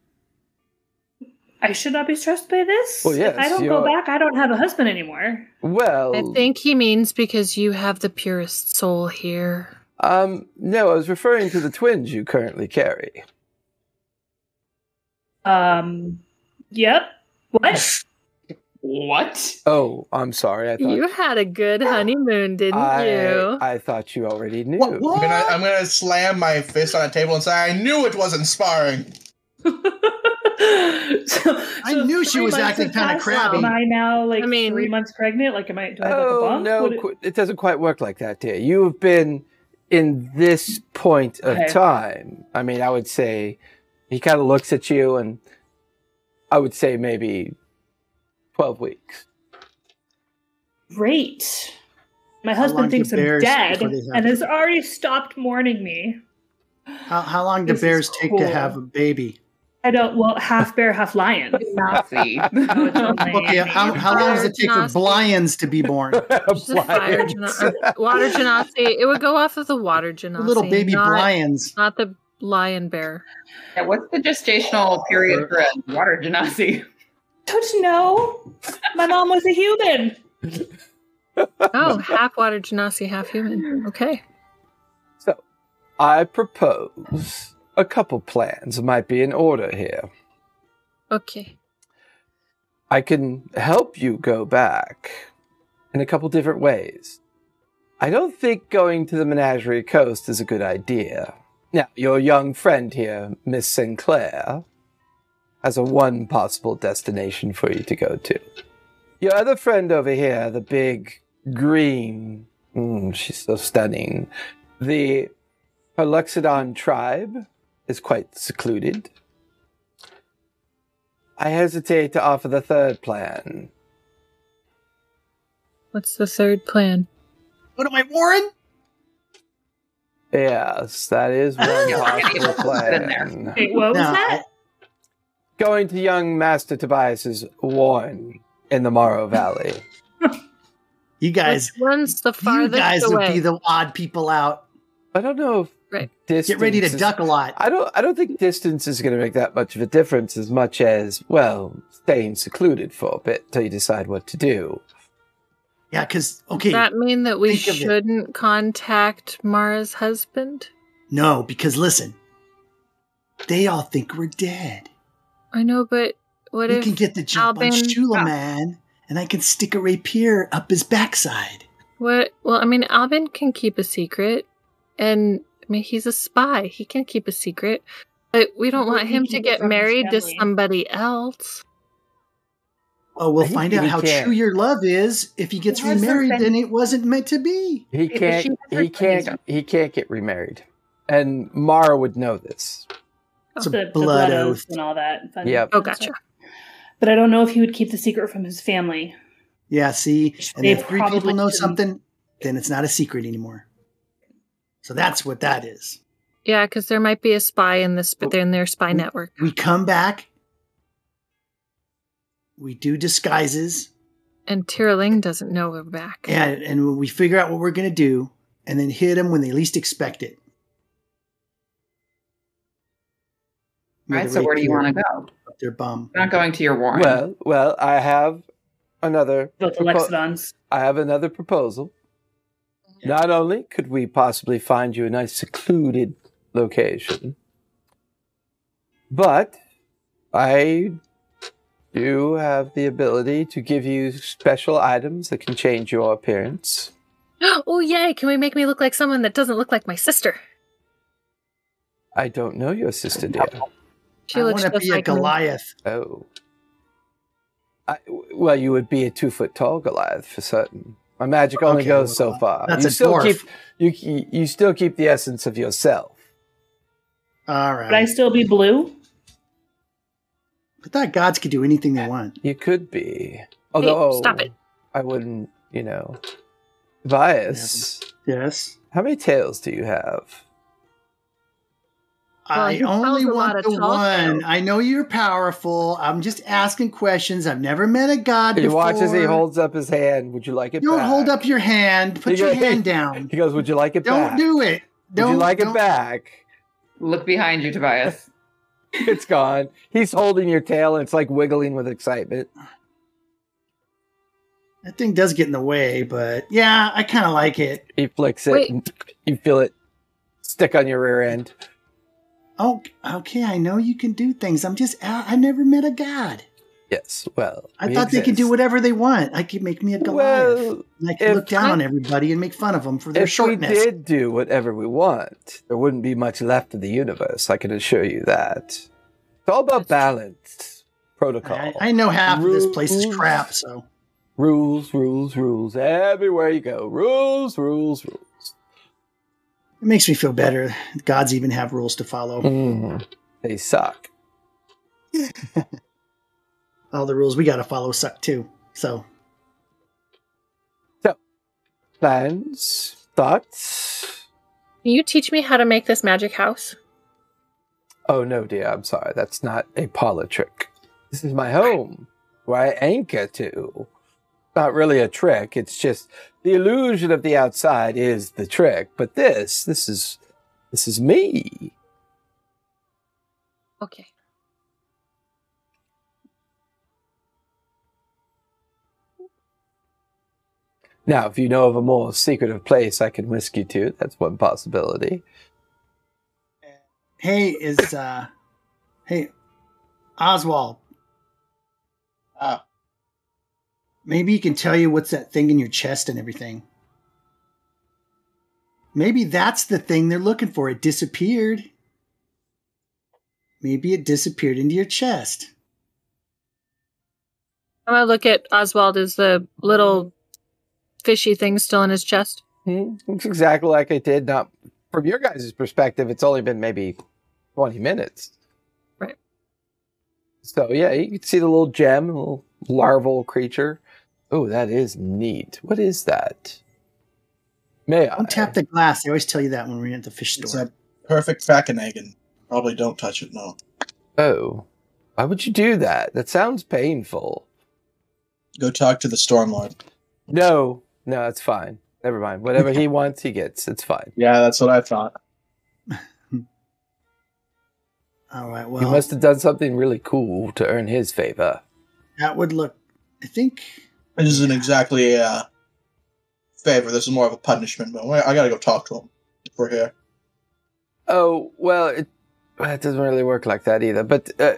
I should not be stressed by this.
Well, yes,
if I don't go
you're-
back, I don't have a husband anymore.
Well,
Oh.
I think he means because you have the purest soul here.
um, no, I was referring to the twins you currently carry.
Um, yep.
<laughs>
What?
What?
Oh, I'm sorry. I thought
You had a good honeymoon, didn't
I,
you?
I thought you already knew.
What- what?
I'm gonna, I'm gonna slam my fist on a table and say, "I knew it wasn't sparring."
<laughs> so,
I
so
knew she
three
was
months
acting
have
kinda
passed,
crabby.
Am I now like
I mean-
three months pregnant? Like, am I? Do I have like, a
Oh
bump?
no,
Would it-
qu- it doesn't quite work like that, dear. You have been in this point of
Okay.
time. I mean, I would say he kind of looks at you, and I would say maybe twelve weeks.
Great. My
How long
husband
do
thinks I'm
bears
dead
before they have-
and has already stopped mourning me.
How, how long do
This is
bears take
cool.
to have a baby?
I don't. Well, half bear,
<laughs>
half lion.
Nazi.
No, it's <laughs> only-
Okay, how, how long does it take for
Diagnostic.
Blyans to
<laughs>
be born?
<laughs> Just a fire geno- or
<laughs>
water genasi. It would go off of the water genasi.
Little baby
not,
Blyans.
Not the lion
<laughs>
bear.
<laughs> Yeah, what's the gestational period for a water genasi?
Don't you know? My mom was a human.
Oh, half water genasi, half human. Okay.
So, <laughs> I propose a couple plans might be in order here.
Okay.
I can help you go back in a couple different ways. I don't think going to the Menagerie Coast is a good idea. Now, your young friend here, Miss Sinclair, has a one possible destination for you to go to. Your other friend over here, the big green, mm, she's so stunning. The Perluxidon tribe is quite secluded. I hesitate to offer the third plan.
What's the third plan?
What am I, Warren?
Yes, that is one
<laughs> Yeah, we're getting
possible
interested in there.
plan.
Wait, what was
No.
that?
Going to young Master Tobias's warren in the Morrow Valley.
You guys,
Which one's the
you
farthest
guys
away?
would be the odd people out.
I don't know if
Right.
distance
Get ready to
is-
duck a lot.
I don't. I don't think distance is going to make that much of a difference as much as well staying secluded for a bit till you decide what to do.
Yeah, because okay,
Does that mean that we
Think of it.
shouldn't contact Mara's husband?
no, because listen, they all think we're dead.
I know, but what
we
if
can get the jump
Albin-
on Shula Man, and I can stick a rapier up his backside.
What? Well, I mean, Albin can keep a secret, and I mean, he's a spy. He can keep a secret, but we don't
Well,
want
he
him
can
to
get
get
from his
married to
family.
somebody else.
Oh, we'll
He-
find out
he
how
can't.
true your love is. If he gets
He hasn't
remarried,
been-
then it wasn't meant to be.
He
If she
can't.
has her
He can't.
twenties.
He can't get remarried, and Mara would know this.
It's a
The, the
blood,
blood
oath.
oath and all that. fun
Yep.
Oh,
stuff.
gotcha.
But I don't know if he would keep the secret from his family.
Yeah, see, and
They
if three people
probably
know
shouldn't.
something, then it's not a secret anymore. So that's what that is.
Yeah, because there might be a spy in this,
Oh.
but they're in their
Mm.
spy network.
We come back. We do disguises,
And Tiraling doesn't know we're back.
and and we figure out what we're gonna do, and then hit them when they least expect it.
All right,
With a
so where do you
rapier
want to go?
Up their bum.
You're not going to your warren.
Well, well, I have another.
About the
propo-
Lexidons.
I have another proposal.
Yeah.
Not only could we possibly find you a nice secluded location, but I do have the ability to give you special items that can change your appearance.
<gasps> oh yay! Can we make me look like someone that doesn't look like my sister?
I don't know your sister, dear.
She
I
looks
wanna
just
be a
like me.
Goliath.
Oh. I, well, you would be a two foot tall Goliath for certain. My magic only
Okay,
goes
well,
so far.
That's
Uh, you
a
still
dwarf.
keep you you still keep the essence of yourself.
All right,
Would I still be blue?
I thought gods could do anything they want.
You could be. Although
stop it.
I wouldn't, you know. Bias.
Yes.
How many tails do you have?
Well,
I
he tells
only
a lot
want
of
the
tall
one.
tales.
I know you're powerful. I'm just asking questions. I've never met a
Uh,
god
He
before.
watches, he holds up his hand. Would you like it
Don't
back?
hold up your hand. Put
You
your
go-
hand down.
He goes, <laughs> Would you like it
Don't
back?
do it. Don't
Would you like
don't-
it back? <laughs>
Look behind you, Tobias.
It's gone. He's holding your tail and it's like wiggling with excitement.
That thing does get in the way, but yeah, I kind of like it.
He flicks it
Wait.
and you feel it stick on your rear end.
Oh, okay. I know you can do things. I'm just I I never met a god.
Yes, well.
I
we
thought they could do
exist.
whatever they want. I could make me a Goliath.
Well,
and I could
if
look down
I-
on everybody and make fun of them for their
if
shortness.
we did do whatever we want, there wouldn't be much left of the universe. I can assure you that. It's all about balance, protocol,
I, I know half of this place is
Rules.
crap, so
rules, rules, rules. Everywhere you go, rules, rules, rules.
it makes me feel better. Gods even have rules to follow.
Mm, They suck.
All the rules we got to follow suck too. So
Plans, thoughts.
Can you teach me how to make this magic house?
Oh no, dear. I'm sorry. That's not a parlor trick. This is my home, where I anchor to. Not really a trick. It's just the illusion of the outside is the trick. But this, this is, this is me.
Okay.
Now, if you know of a more secretive place I can whisk you to, that's one possibility.
hey, is uh, hey, Oswald.
Uh.
maybe he can tell you what's that thing in your chest and everything. Maybe that's the thing they're looking for. It disappeared. Maybe it disappeared into your chest.
I'm gonna look at Oswald. Is the little fishy thing still in his chest?
Hmm, Looks exactly like I did. Not from your guys' perspective, it's only been maybe 20 minutes.
Right.
So, yeah, you can see the little gem, little larval creature. Oh, that is neat. What is that? May I?
Don't tap the glass. They always tell you that when we're at the fish
It's
store.
a perfect Krakenagan. Probably don't touch it, no.
Oh, why would you do that? That sounds painful.
Go talk to the Stormlord.
No, no, it's fine. Never mind. Whatever
<laughs>
he wants, he gets. It's fine.
Yeah, that's what I thought.
All right.
He
Well,
must have done something really cool to earn his favor.
that would look. I think.
This isn't exactly a uh, favor. This is more of a punishment, but I I gotta go talk to him. If we're here.
Oh well, it, well, it doesn't really work like that either. But uh,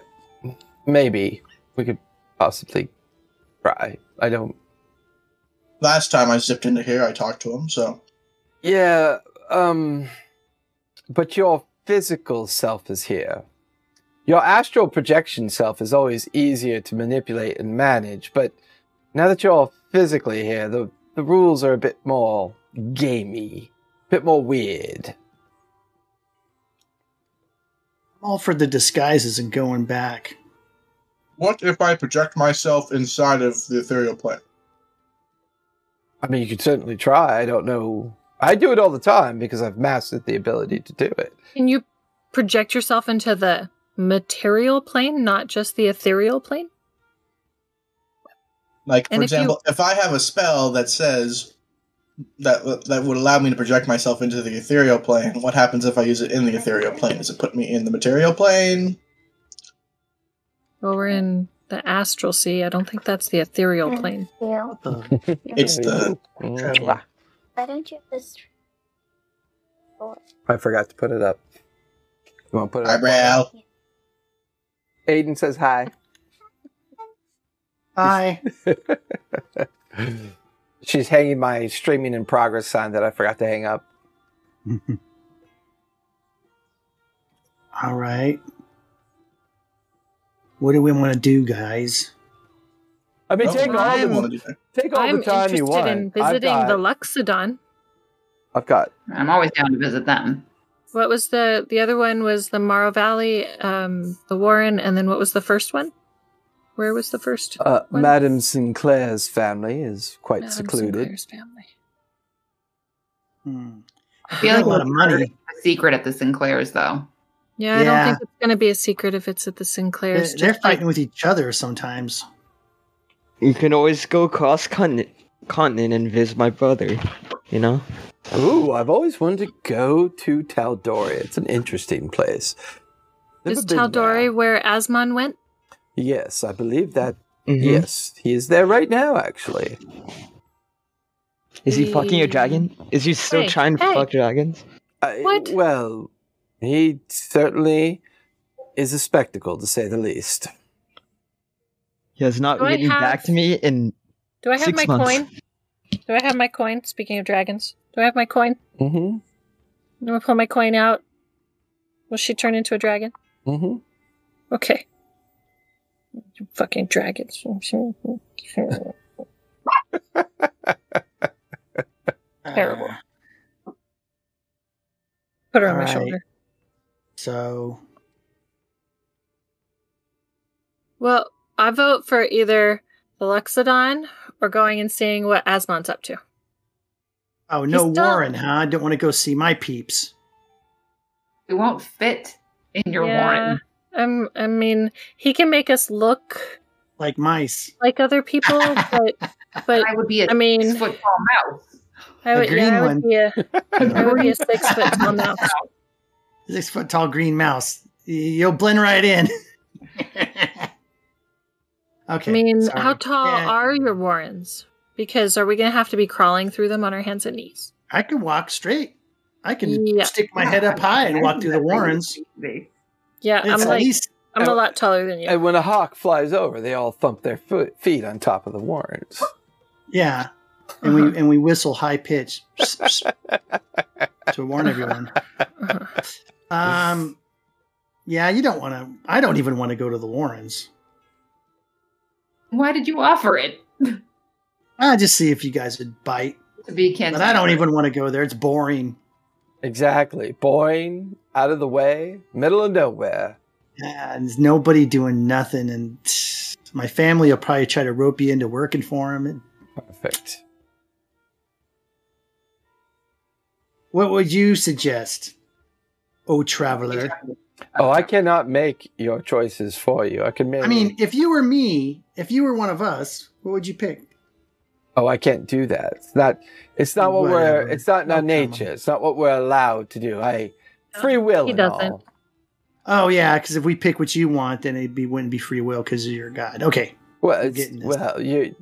maybe we could possibly try. I don't.
Last time I zipped into here, I talked to him, so.
Yeah. Um. But your physical self is here. Your astral projection self is always easier to manipulate and manage. But now that you're all physically here, the the rules are a bit more gamey, a bit more weird.
I'm all for the disguises and going back.
What if I project myself inside of the ethereal plane?
I mean, you could certainly try. I don't know. I do it all the time because I've mastered the ability to do it.
Can you project yourself into the material plane, not just the ethereal plane?
Like, for
And if you-
example, if I have a spell that says that that would allow me to project myself into the ethereal plane, what happens if I use it in the ethereal plane? Does it put me in the material plane?
Well, we're in the astral sea. I don't think that's the
Hmm.
ethereal plane.
What the-
It's the-
Mm-hmm. Mwah.
Why don't you have this?
I forgot to put it up. You want to put it up?
Eyebrow.
Aiden says hi.
Hi.
<laughs> She's hanging my streaming in progress sign that I forgot to hang up.
<laughs> All right. What do we want to do, guys?
I mean,
Oh,
take all
I
I'm-
the
wanna do that.
take all
I'm
the time
interested
you want.
in
I've
visiting
got,
the Luxodon.
I've got.
I'm always down to visit them.
What was the the other one? Was the Morrow Valley, um, the Warren, and then what was the first one? Where was the first?
Uh,
What?
Madame Sinclair's family is quite
Madame
secluded.
Sinclair's family.
Hmm.
I
We
feel
got
like
a lot of money.
a secret at the Sinclairs, though.
Yeah, I
Yeah.
don't think it's going to be a secret if it's at the
They're,
Sinclair's.
they're
just like-
fighting with each other sometimes.
You can always go across continent, continent and visit my brother. You know?
Ooh, I've always wanted to go to Taldoria. It's an interesting place. Never
is
been
Taldori
there.
where Asmon went?
Yes, I believe that.
Mhm.
Mm-hmm.
Yes, he is there right now, actually.
Is he fucking a dragon? Mm. Is he still
Hey,
trying to
hey.
fuck dragons?
I-
What?
Well, he certainly is a spectacle, to say the least.
He has not
Do I
written back
have-
to me in
Do I have
Six
my
months.
coin? Do I have my coin? Speaking of dragons, do I have my coin?
Mm
I'm gonna pull my coin out. Will she turn into a dragon?
<laughs>
hmm. Mm hmm.
Okay. Fucking dragons. <laughs> Terrible.
Uh,
Put her on my
Alright.
shoulder.
so
Well, I vote for either the Luxodon or going and seeing what Asmon's up to.
Oh, no
He's done.
Warren, huh? I don't want to go see my peeps.
It won't fit in your
Yeah.
warrant.
Um, I mean, he can make us look
Like mice.
like other
<laughs>
people, but but
I would be a
I mean-
six foot tall mouse.
I would,
green
yeah, I
one.
would be
<laughs>
a, I would be a six
<laughs>
foot tall mouse.
Six foot tall green mouse. Y- You'll blend right in. <laughs> okay.
I mean,
sorry.
how tall
Yeah,
are your Warrens? Because are we gonna have to be crawling through them on our hands and knees?
I can walk straight. I can
Yeah.
stick my head up high and walk through <laughs> the Warrens.
Yeah,
It's
I'm
at
like
least
I'm a lot taller than you.
And when a hawk flies over, they all thump their foot, feet on top of the warrens.
yeah.
Uh-huh,
And we and we whistle high pitch to warn everyone.
Uh-huh.
Um yeah, you don't want to I don't even want to go to the Warrens.
Why did you offer it
I just see if you guys would bite.
to be cancer?
But I don't even want to go there. It's boring.
exactly. Boing, out of the way, middle of nowhere.
Yeah, and there's nobody doing nothing, and my family will probably try to rope you into working for them. And
Perfect.
what would you suggest, oh traveler?
Oh, I cannot make your choices for you. I can make.
I mean, if you were me, if you were one of us, what would you pick?
oh, I can't do that. It's not. It's not what
Whatever.
we're. It's not in our
Oh, come on.
nature. It's not what we're allowed to do. I free will.
He
and
doesn't.
all.
Oh yeah, because if we pick what you want, then it be wouldn't be free will because you're God. Okay,
Well,
I'm
it's,
getting this.
well, you.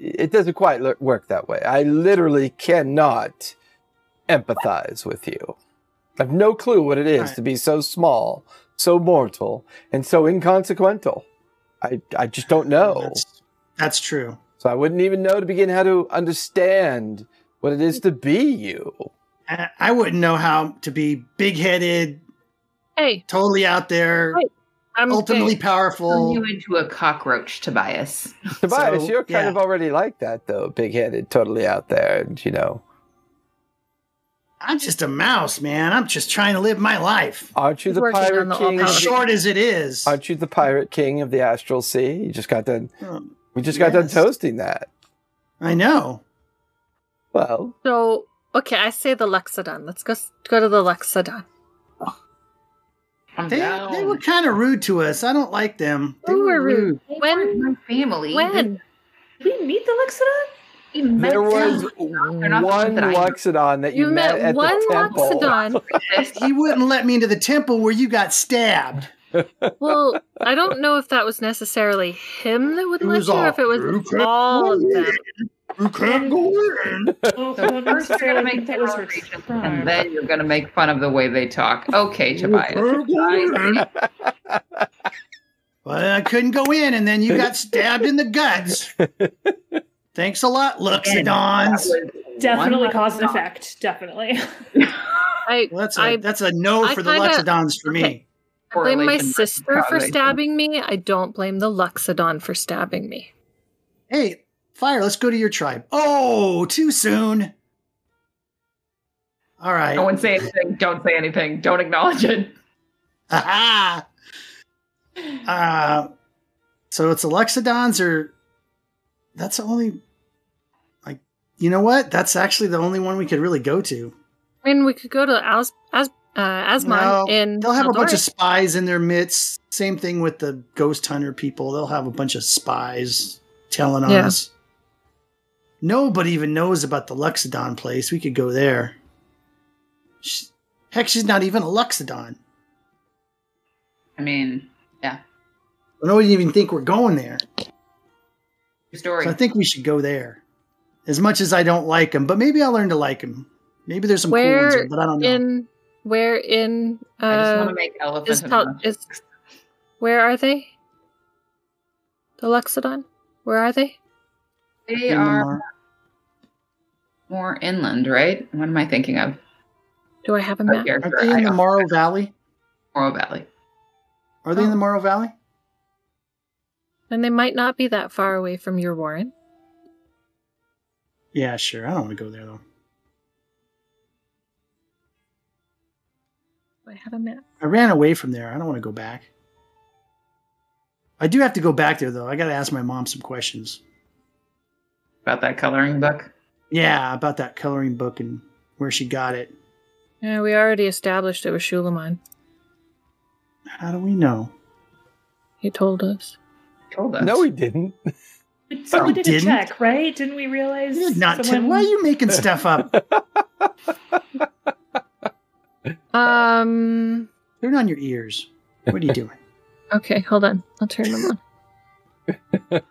It doesn't quite lo- work that way. I literally cannot empathize with you. I've no clue what it is
Alright.
to be so small, so mortal, and so inconsequential. I I just don't know.
that's, that's true.
So I wouldn't even know to begin how to understand what it is to be you.
I, I wouldn't know how to be big-headed,
Hey,
totally out there,
Right. I'm
ultimately
turn
powerful.
you into a cockroach, Tobias.
Tobias,
So,
you're kind
yeah.
of already like that though, big headed, totally out there, and you know.
I'm just a mouse, man. I'm just trying to live my life,
Aren't you
He's
the
working on
pirate
the
king?
as
all-powerful-
Of
short as it is.
the, aren't you the pirate king of the astral sea? You just got done
Um,
we just got
Yes.
done toasting that.
I know.
Well,
So okay, I say the Luxodon. Let's go s- go to the Luxodon.
I'm
They,
down.
they were kind of rude to us. I don't like them. They
Who
were
were rude?
rude.
When
my family.
when
Did we meet the Lexodon?
<laughs>
They- they
there
met
was
them. They're not the
one
ones that I know.
Luxodon that you,
you met,
at
one
the temple.
Luxodon.
<laughs>
He wouldn't let me into the temple where you got stabbed.
well, I don't know if that was necessarily him that would
It
let
was
you, or
all-
if it was all of them.
You can't go in.
Well, I
So first you're
don't
gonna
necessarily
make
think
that
that was her crime.
and then you're gonna make fun of the way they talk. Okay, Tobias. I
Well, I couldn't go in, and then you got stabbed in the guts. Thanks a lot,
That
Luxodons.
was
Definitely
one
cause and
Luxodon.
effect. Definitely. <laughs>
I
Well, that's a
I-
that's a no
I
for the
kinda-
Luxodons for me.
okay. blame my
Correlation
sister for
causation.
stabbing me. I don't blame the Luxodon for stabbing me.
Hey, fire! Let's go to your tribe. Oh, too soon. All right. <laughs>
No one say anything. Don't say anything. Don't acknowledge it.
Ha Ah. Uh, so it's Alexodons or that's the only like you know what? That's actually the only one we could really go to.
I mean, we could go to As As uh, Asmon
No,
in.
They'll have a bunch of
Eldora.
spies in their midst. Same thing with the ghost hunter people. They'll have a bunch of spies telling on
Yeah.
us. Nobody even knows about the Luxodon place. We could go there. Sh heck, she's not even a Luxodon.
I mean,
Nobody even think we're going there.
true story.
So I think we should go there. As much as I don't like him, but maybe I'll learn to like him. Maybe there's some cool ones,
Where
there, but I don't know.
in where in
I just want
uh,
to make
is,
elephant. and
Pel- is where are they? The Luxodon. Where are they?
they
In the
are
mar-
more inland, right? What am I thinking of?
Do I have a
Up
map?
here,
Aren't
sure.
they
I
in the
don't-
Morrow Valley?
Morro Valley.
Are they in the
Oh.
Morrow Valley?
Then they might not be that far away from your warren.
Yeah, sure. I don't want to go there though.
Do I have a map.
I ran away from there. I don't want to go back. I do have to go back there though. I got to ask my mom some questions.
about that coloring book.
Yeah, about that coloring book and where she got it.
Yeah, we already established it was Shulamon.
How do we know?
He told us.
Told us.
No, he didn't. <laughs>
But Someone did a
Oh, didn't.
check, right? Didn't we realize?
This is not. Tim.
someone-
Why are you making stuff up?
Um.
Turn on your ears. What are you doing?
Okay, hold on. I'll turn them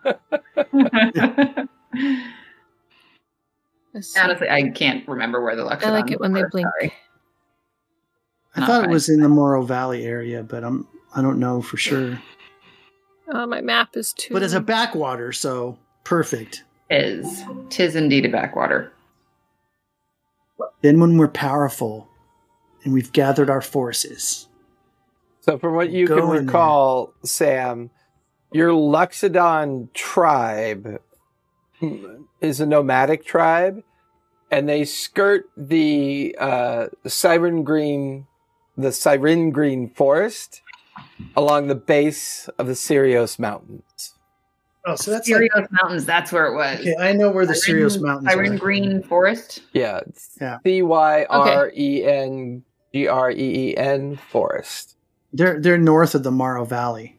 on. <laughs> Let's see.
Honestly, I can't remember where the Luxodon.
I like it when they
were,
blink.
sorry.
I
Not
thought it
right.
was in the Morrow Valley area, but I'm I don't know for sure.
Oh, my map is too.
But it's a backwater, so perfect.
Tis, tis indeed a backwater.
Then when we're powerful and we've gathered our forces,
So, from what you
Go
can
in there.
recall, Sam, your Luxodon tribe is a nomadic tribe, and they skirt the uh, Siren Green, the Siren Green Forest along the base of the Sirios Mountains.
Oh, so that's like,
Sirius Mountains. That's where it was.
okay. I know where the
Siren-
Sirius
Mountains
Siren
are.
Green Forest.
Yeah,
Yeah.
C Y R E N G R E E N Forest.
they're they're north of the Morrow Valley.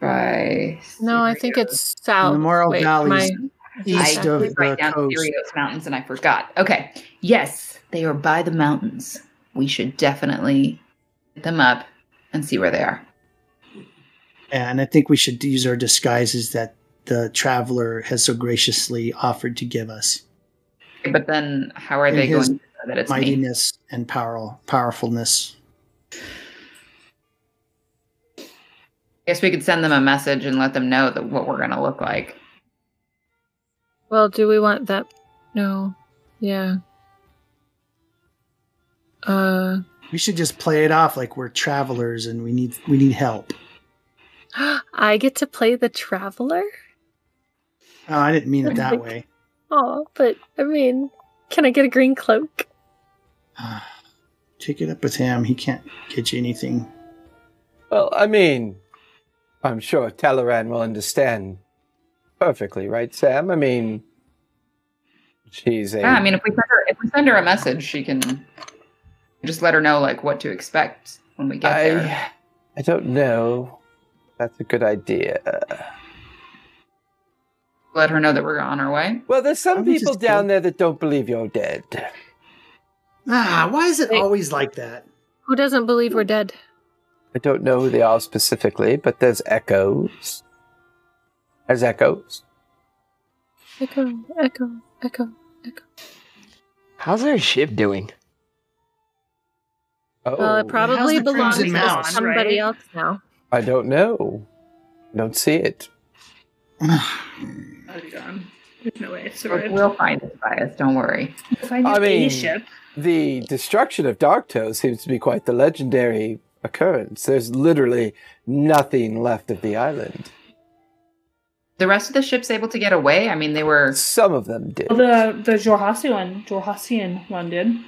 By
No, I think
Sirius.
it's south.
And the Morrow
Wait,
Valley
my-
is east
I
of
did write
the
down
coast.
Sirius Mountains, and I forgot. Okay, yes, they are by the mountains. We should definitely hit them up and see where they are.
And I think we should use our disguises that the traveler has so graciously offered to give us.
But then, how are
In
they going
his
to know that it's me?
Mightiness and power powerfulness.
I guess we could send them a message and let them know that what we're going to look like.
Well, do we want that? No. Yeah. Uh. <gasps>
We should just play it off like we're travelers and we need we need help.
I get to play the traveler.
Oh, I didn't mean it that way.
Oh, but I mean, can I get a green cloak?
Uh, Take it up with him. He can't get you anything.
Well, I mean, I'm sure Talaran will understand perfectly, right, Sam? I mean, she's a
Yeah, Ah, I mean, if we send her, if we send her a message, she can just let her know like what to expect when we get there.
I, I don't know. That's a good idea.
Let her know that we're on our way.
Well, there's some
Why don't we
people
just
down
go-
there that don't believe you're dead.
Ah, why is it
Wait.
always like that? <sighs>
Who doesn't believe we're dead?
I don't know who they are specifically, but there's echoes. There's echoes.
Echo, echo, echo.
How's our ship doing?
Oh,
well, it probably
how's the
belongs
Crimson
to
Mouse,
somebody
right?
else now.
I don't know. I don't see it.
Oh, God. There's no way. So
We'll,
we'll
we'll find it, Bias. Don't worry.
find
I
I
mean-
ship.
The destruction of Darktoe seems to be quite the legendary occurrence. There's literally nothing left of the island.
The rest of the ship's able to get away. I mean, they were.
Some of them did.
Well, the the Jorhasian, Jorhasian one did.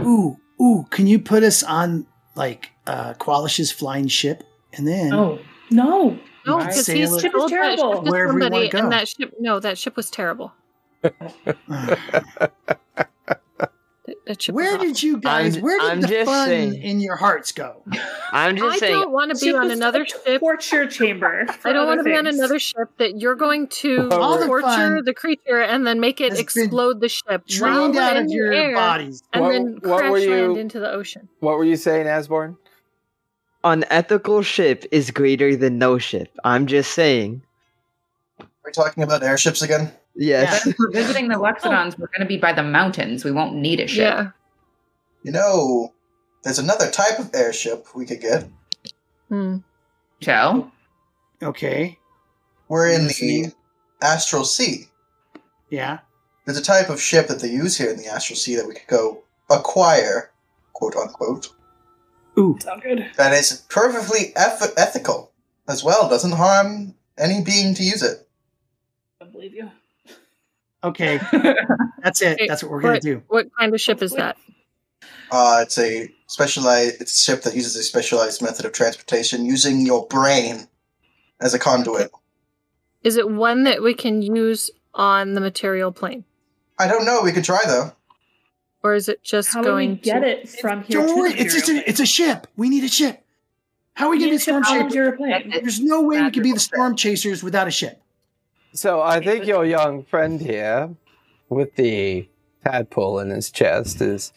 Ooh, ooh, can you put us on like uh Qualish's flying ship? And then
Oh no!
No,
Right.
because
Sailor-
he's
Ship
is
told that
terrible.
ship to
Wherever you wanna
somebody,
go.
and that ship. No, that ship was terrible.
uh,
That, that ship.
where
was awful.
did you guys
I'm-
where did
I'm
the
just
fun
saying.
in your hearts
<laughs>
go?
I'm just
I
saying.
don't want to be
Ship
on
was
another
a
ship.
torture chamber.
I don't want to be on
things.
another ship that you're going to
All the
torture
fun
the creature and then make it
has been
explode the ship while
Drained
we're
out
in
of
the
your
air
bodies.
and
What-
then
what were
crash land
you-
into the ocean.
What were you saying, Asborn?
Unethical ship is greater than no ship. I'm just saying.
We're talking about airships again.
Yes.
But if we're visiting the Luxodons, we're going to be by the mountains. We won't need a ship.
Yeah.
You know, there's another type of airship we could get.
Hmm.
Shall?
Okay.
We're in
Mhm.
the Astral Sea.
Yeah.
There's a type of ship that they use here in the Astral Sea that we could go acquire, quote unquote,
Ooh.
It's all good.
That is perfectly eth- ethical as well. Doesn't harm any being to use it.
I believe you.
Okay, that's it. That's what we're gonna do.
What kind of <laughs> ship is that?
Uh, it's a specialized it's a ship that uses a specialized method of transportation using your brain as a conduit.
Is it one that we can use on the material plane,
I don't know. We could try though.
or is it just
How do
going
we get
to?
it from here?
Don't
to
worry.
the
It's just
material
a, it's a ship. We need a ship. How are we
plane?
gonna be
It's
storm
a
chasers?
passenger plane.
There's no way we could be the storm chasers without a ship.
So I think your young friend here, with the tadpole in his chest, is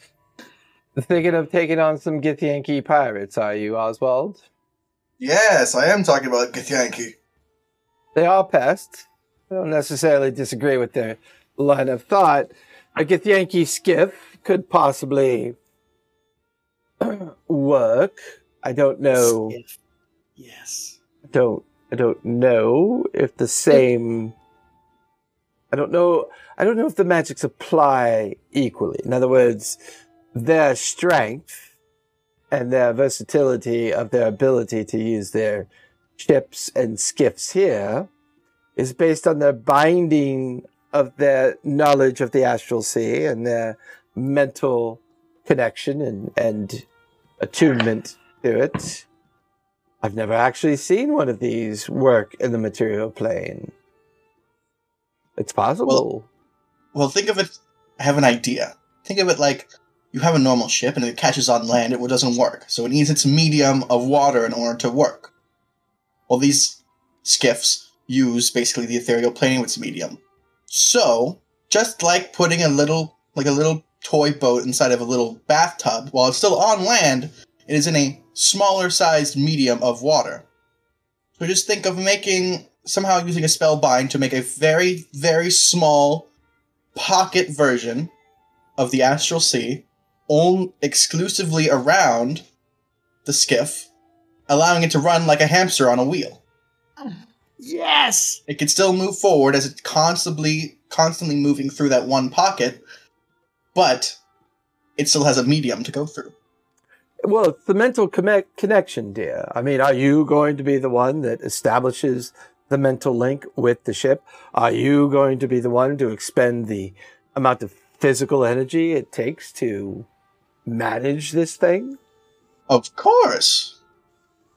thinking of taking on some Githyanki pirates. Are you, Oswald?
Yes, I am talking about Githyanki.
They are pests. I don't necessarily disagree with their line of thought. A Githyanki skiff could possibly <clears throat> work. I don't know.
Skiff. Yes.
don't I don't know if the same I don't know I don't know if the magics apply equally. In other words, their strength and their versatility of their ability to use their ships and skiffs here is based on their binding of their knowledge of the astral sea and their mental connection and, and attunement to it. I've never actually seen one of these work in the material plane. It's possible.
Well, think of it. I have an idea. Think of it like you have a normal ship, and if it catches on land, it doesn't work. So it needs its medium of water in order to work. Well, these skiffs use basically the ethereal plane with its medium. So just like putting a little, like a little toy boat inside of a little bathtub, while it's still on land, it is in a smaller sized medium of water. So just think of making somehow using a spell bind to make a very, very small pocket version of the Astral Sea, own exclusively around the skiff, allowing it to run like a hamster on a wheel.
Yes.
It can still move forward as it's constantly, constantly moving through that one pocket, but it still has a medium to go through.
Well, it's the mental connect- connection, dear. I mean, are you going to be the one that establishes the mental link with the ship? Are you going to be the one to expend the amount of physical energy it takes to manage this thing?
Of course,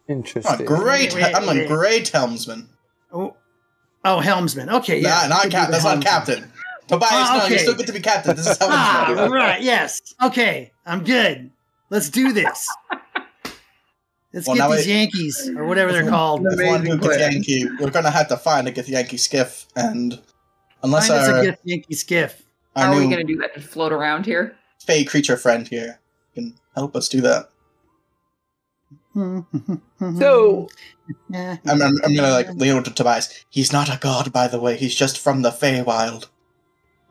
I'm a
Interesting.
great,
Wait, wait,
I'm a
wait.
great helmsman.
Oh, oh, helmsman. Okay, yeah.
Nah, not
Could be
cap,
the
that's not
helmsman.
captain. Tobias,
Ah,
no, you
okay.
still get to be captain. This is how it's
Ah,
done.
right. Yes. Okay, I'm good. Let's do this. Let's
Well,
get
now
these
it-
Yankees or whatever they're called.
If one
Amazing
who gets
plan.
Yankee, we're gonna have to find a Yankee skiff, and unless
Find us a
our,
gift Yankee skiff. <laughs>
our
How are we
new
going to do that? Just float around here?
fey creature friend here can help us do that,
So,
Yeah.
I'm, I'm, I'm gonna like lean over to Tobias. He's not a god, by the way. He's just from the Feywild.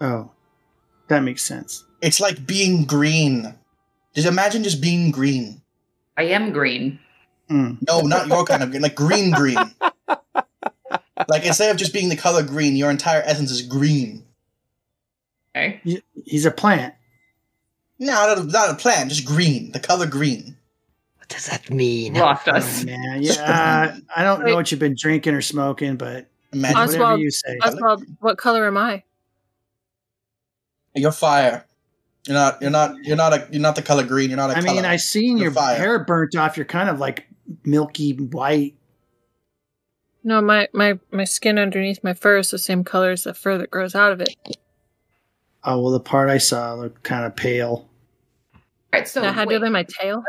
Oh, that makes sense.
It's like being green. Just imagine just being green.
I am green.
Mm.
No, not your kind of green. Like green, green. like instead of just being the color green, your entire essence is green.
Okay.
He- He's a plant.
No, not a, not a plant. Just green. The color green.
What does that mean?
Lost
Oh,
us.
man. Yeah. uh, I don't know
Wait.
what you've been drinking or smoking, but
Imagine
whatever
Oswald-
you say.
Oswald, what color am I?
You're fire. You're not. You're not. You're not a. You're not the color green. You're not a
I
color.
mean,
<laughs>
I seen
You're
your
fire.
hair burnt off. You're kind of like milky white.
No, my my my skin underneath my fur is the same color as the fur that grows out of it.
Oh well, the part I saw looked kind of pale.
All right, so
now, how
wait,
do they my tail?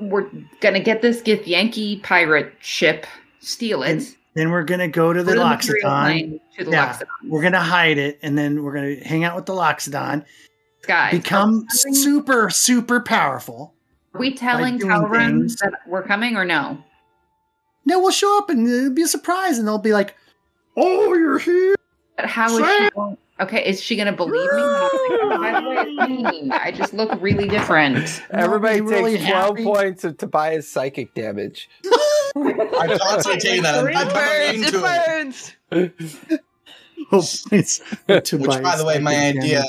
we're going to get this Gith Yankee pirate ship, steal it.
Then we're gonna go to the
put it on material
Loxodon.
plane To the
Yeah.
Loxodon
We're gonna hide it, and then we're gonna hang out with the Loxodon.
sky.
Become
Are we-
super, super powerful.
Are we telling
like doing
Talron
things.
that we're coming or no?
No, we'll show up and it'll be a surprise, and they'll be like, "Oh, you're here!"
But how is she going? Okay, is she going to believe me? when I'm like, "Oh, by the way, it's me. I just look really different.
everybody
Nobody
takes
really
12
happy.
points of Tobias psychic damage.
I'm
<laughs>
constantly taking that. I'm, I'm
burns!
into
It
it.
burns!
It's
Which, by the way, my idea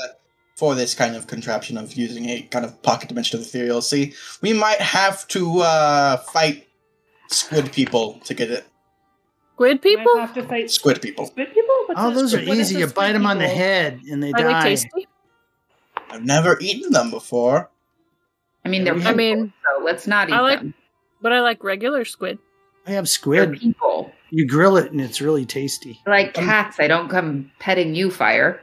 for this kind of contraption of using a kind of pocket dimension of ethereal sea, we might have to uh, fight squid people to get it.
Squid
Do I
people?
have to fight
Squid people.
squid people? What's
Oh,
a
those are
squid- what is
easy.
a
You
squid
bite them on the
people?
head and they
Are they
die.
tasty?
I've never eaten them before.
I mean, they're
I
people,
I mean,
so let's not eat
I like-
them.
but I like regular squid.
I have
They're
squid.
people.
You grill it and it's really tasty.
Like
Um,
cats, I don't come petting you, fire.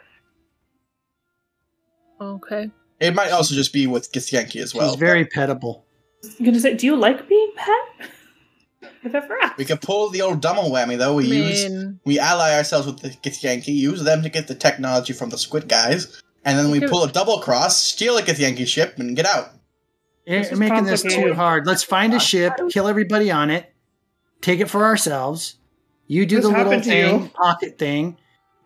Okay.
It might also just be with Githyanki as well.
It's very pettable.
I'm gonna say, do you like being pet? <laughs> I've ever asked.
We could pull the old double whammy though. We
I
use
mean,
we ally ourselves with the Githyanki, use them to get the technology from the squid guys, and then we
Okay.
pull a double cross, steal a Githyanki ship, and get out.
You're
This is
Eh, making this too
complicated. Uh,
hard. Let's find a ship, kill everybody on it, take it for ourselves. You do
This
the little
happened to
thing,
you.
pocket thing,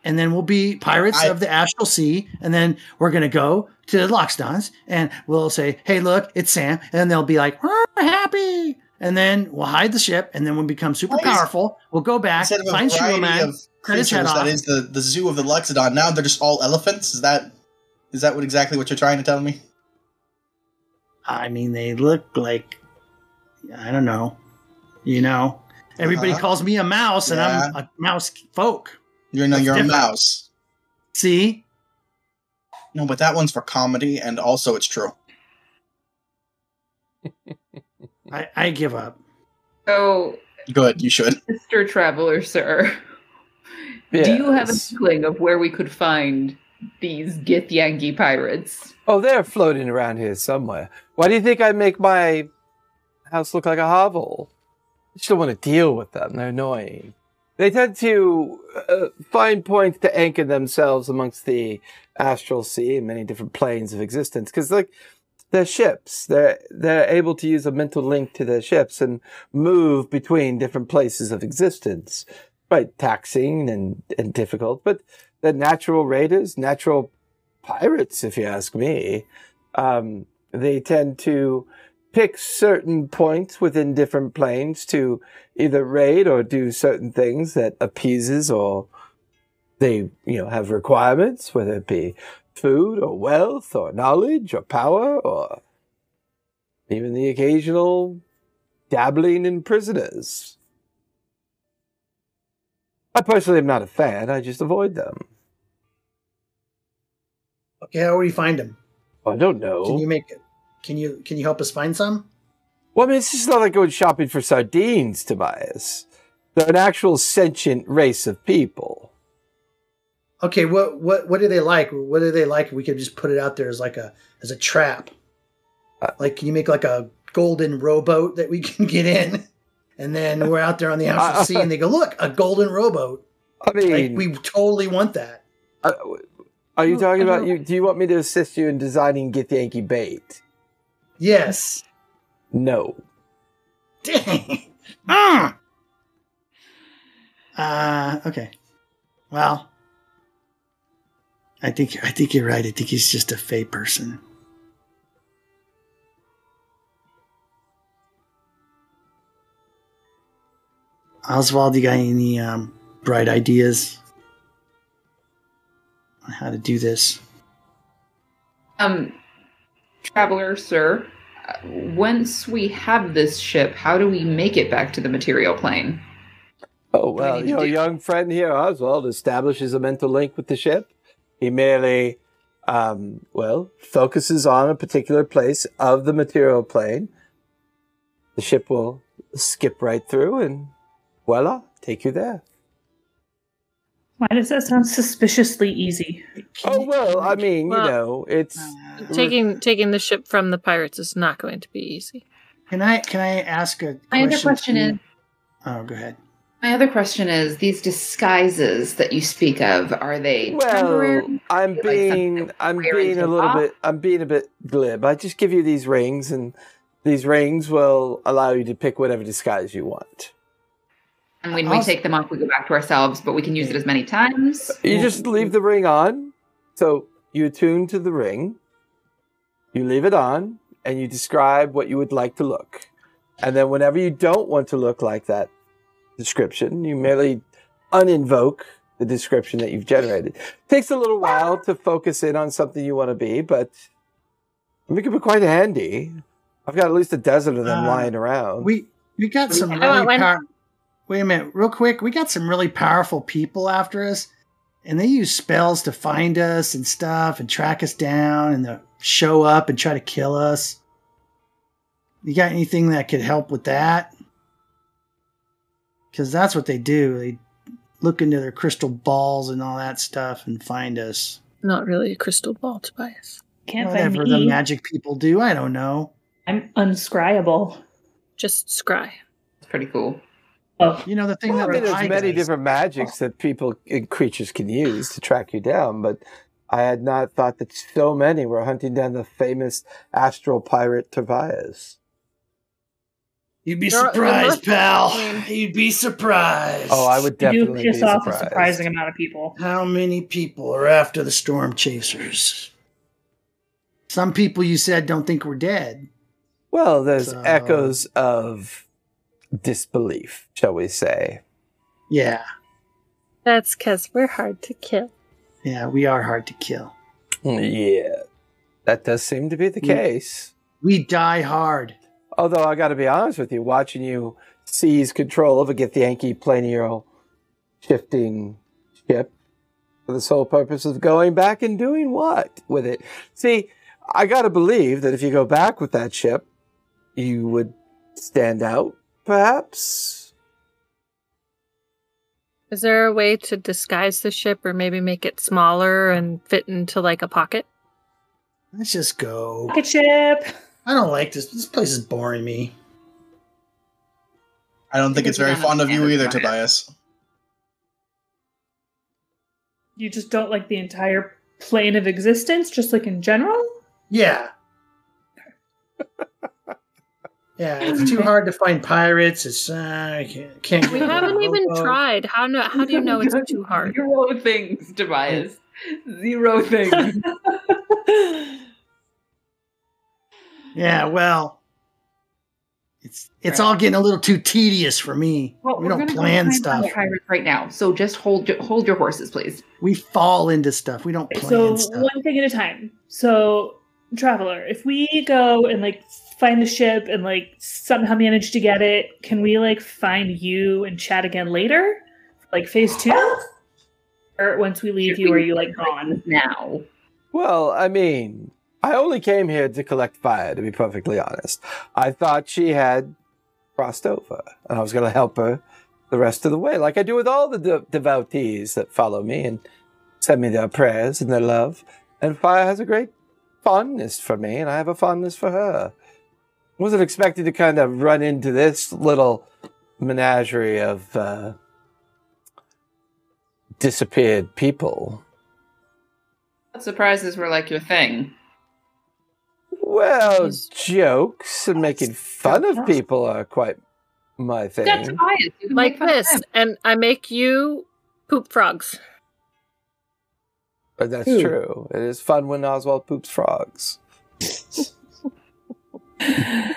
and then we'll be pirates
I-
of the Astral Sea. And then we're gonna go to the Lockstons, and we'll say, "Hey, look, it's Sam," and they'll be like, "We're happy." And then we'll hide the ship, and then we'll become super
Why is-
powerful. We'll go back,
Instead of a
find
variety
Shulaman.
of
cut his
creatures
head off.
that is the, the zoo of the Luxodon, now they're just all elephants. Is that is that what exactly what you're trying to tell me?
I mean, they look like I don't know, you know. Everybody
Uh-huh.
calls me a mouse, and I'm a mouse folk.
You're no,
That's
you're a
different.
mouse.
See,
No, but that one's for comedy, and also it's true.
I, I give up.
So,
Good, you should.
Mr. Traveler, sir, do you have a
Yes.
inkling of where we could find these Githyanki pirates?
Oh, they're floating around here somewhere. Why do you think I make my house look like a hovel? I just don't want to deal with them. They're annoying. They tend to uh, find points to anchor themselves amongst the astral sea and many different planes of existence because, like, their ships, they're they're able to use a mental link to their ships and move between different places of existence. Quite taxing and and difficult, but they're natural raiders, natural pirates, if you ask me. Um, they tend to pick certain points within different planes to either raid or do certain things that appeases or they you know have requirements, whether it be food or wealth or knowledge or power or even the occasional dabbling in prisoners. I personally am not a fan. I just avoid them.
Okay, how do we find them?
I don't know.
Can you make it? Can you can you help us find some?
Well, I mean, it's just not like going shopping for sardines, Tobias. They're an actual sentient race of people.
Okay, what what what do they like? What do they like? We could just put it out there as like a as a trap.
Uh,
like, can you make like a golden rowboat that we <laughs> can get in? And then we're out there on the
Uh,
ocean sea, and they go, "Look, a golden rowboat!
I mean,
Like, we totally want that."
uh, are you
Oh,
talking
I
about
don't-
you? Do you want me to assist you in designing Get Yankee bait?
Yes.
No.
Dang. Mm. Uh, okay. Well, I think I think you're right. I think he's just a fey person. Oswald, you got any um, bright ideas on how to do this?
Um, Traveler, sir, uh, once we have this ship, how do we make it back to the material plane?
Oh
What do you
well,
need to
your
do?
young friend here, Oswald, establishes a mental link with the ship. He merely, um, well, focuses on a particular place of the material plane. The ship will skip right through, and voila, take you there.
Why does that sound suspiciously easy?
Oh well, I mean,
Well-
you know, it's
Uh,
Taking taking the ship from the pirates is not going to be easy.
Can I can I ask a
My other question
to-
is-
Oh, go ahead.
My other question is these disguises that you speak of, are they
well.
temporary?
I'm
Like
being
something
I'm
wear and
being a
take
little
off?
bit I'm being a bit glib. I just give you these rings, and these rings will allow you to pick whatever disguise you want.
And when we
I'll-
take them off, we go back to ourselves, but we can use it as many times.
You
Yeah.
just leave the ring on. So you attune to the ring. You leave it on, and you describe what you would like to look. And then, whenever you don't want to look like that description, you merely uninvoke the description that you've generated. Takes a little while to focus in on something you want to be, but I mean, it could be quite handy. I've got at least a dozen of them
Uh,
lying around.
We we got some
I
really
want one.
power- Wait a minute, real quick. We got some really powerful people after us, and they use spells to find us and stuff, and track us down, and they show up and try to kill us. You got anything that could help with that? Because that's what they do. They look into their crystal balls and all that stuff and find us.
Not really a crystal ball, Tobias.
Can't find
Whatever the
me.
magic people do, I don't know.
I'm unscryable.
Just scry.
It's pretty cool.
Oh,
You know the thing
Well, I
that
mean,
the
there's many
Tigers-
different magics that people and creatures can use to track you down, but I had not thought that so many were hunting down the famous astral pirate Tobias.
You'd be
There are- there
surprised,
must-
pal.
I
<laughs> You'd be surprised.
Oh, I would
you do
definitely
piss
be
off
surprised.
a surprising amount of people.
How many people are after the storm chasers? Some people you said don't think we're dead.
Well, there's
So-
echoes of disbelief, shall we say.
Yeah,
That's because we're hard to kill.
yeah, we are hard to kill.
Hmm. Yeah. That does seem to be the
Mm.
case.
We die hard.
Although I got to be honest with you, watching you seize control of a get the Yankee Planial shifting ship for the sole purpose of going back and doing what with it? See, I got to believe that if you go back with that ship, you would stand out, perhaps.
Is there a way to disguise the ship or maybe make it smaller and fit into like a pocket?
Let's just go.
Rocket ship.
I don't like this. This place is boring me.
I don't think it's very fond of you either, Tobias.
You just don't like the entire plane of existence, just like in general.
Yeah. Yeah,
<laughs>
it's too hard to find pirates. It's uh, I can't. can't <laughs>
We
get a
haven't even
rowboat.
tried. How no, how do you know it's too hard?
<laughs> Zero things, Tobias. Zero things.
Yeah, well, it's it's all getting a little too tedious for me.
Well,
we
we're
don't
gonna go
plan
find
stuff.
some pirates right now. So just hold your, hold your horses, please.
We fall into stuff. We don't plan
so
stuff.
one thing at a time. So traveler, if we go and like find the ship and like somehow manage to get it, can we like find you and chat again later, like phase two, or once we leave you, are you like gone?
now?
Well, I mean, I only came here to collect fire, to be perfectly honest. I thought she had crossed over, and I was going to help her the rest of the way, like I do with all the de- devotees that follow me and send me their prayers and their love. And fire has a great fondness for me, and I have a fondness for her. I wasn't expecting to kind of run into this little menagerie of uh, disappeared people.
Surprises were like your thing.
Well,
He's-
jokes and making fun of people are quite my
That's
thing.
Tobias. You can
Like
make fun of
this,
him.
and I make you poop frogs.
But that's
Ooh.
true. It is fun when Oswald poops frogs. I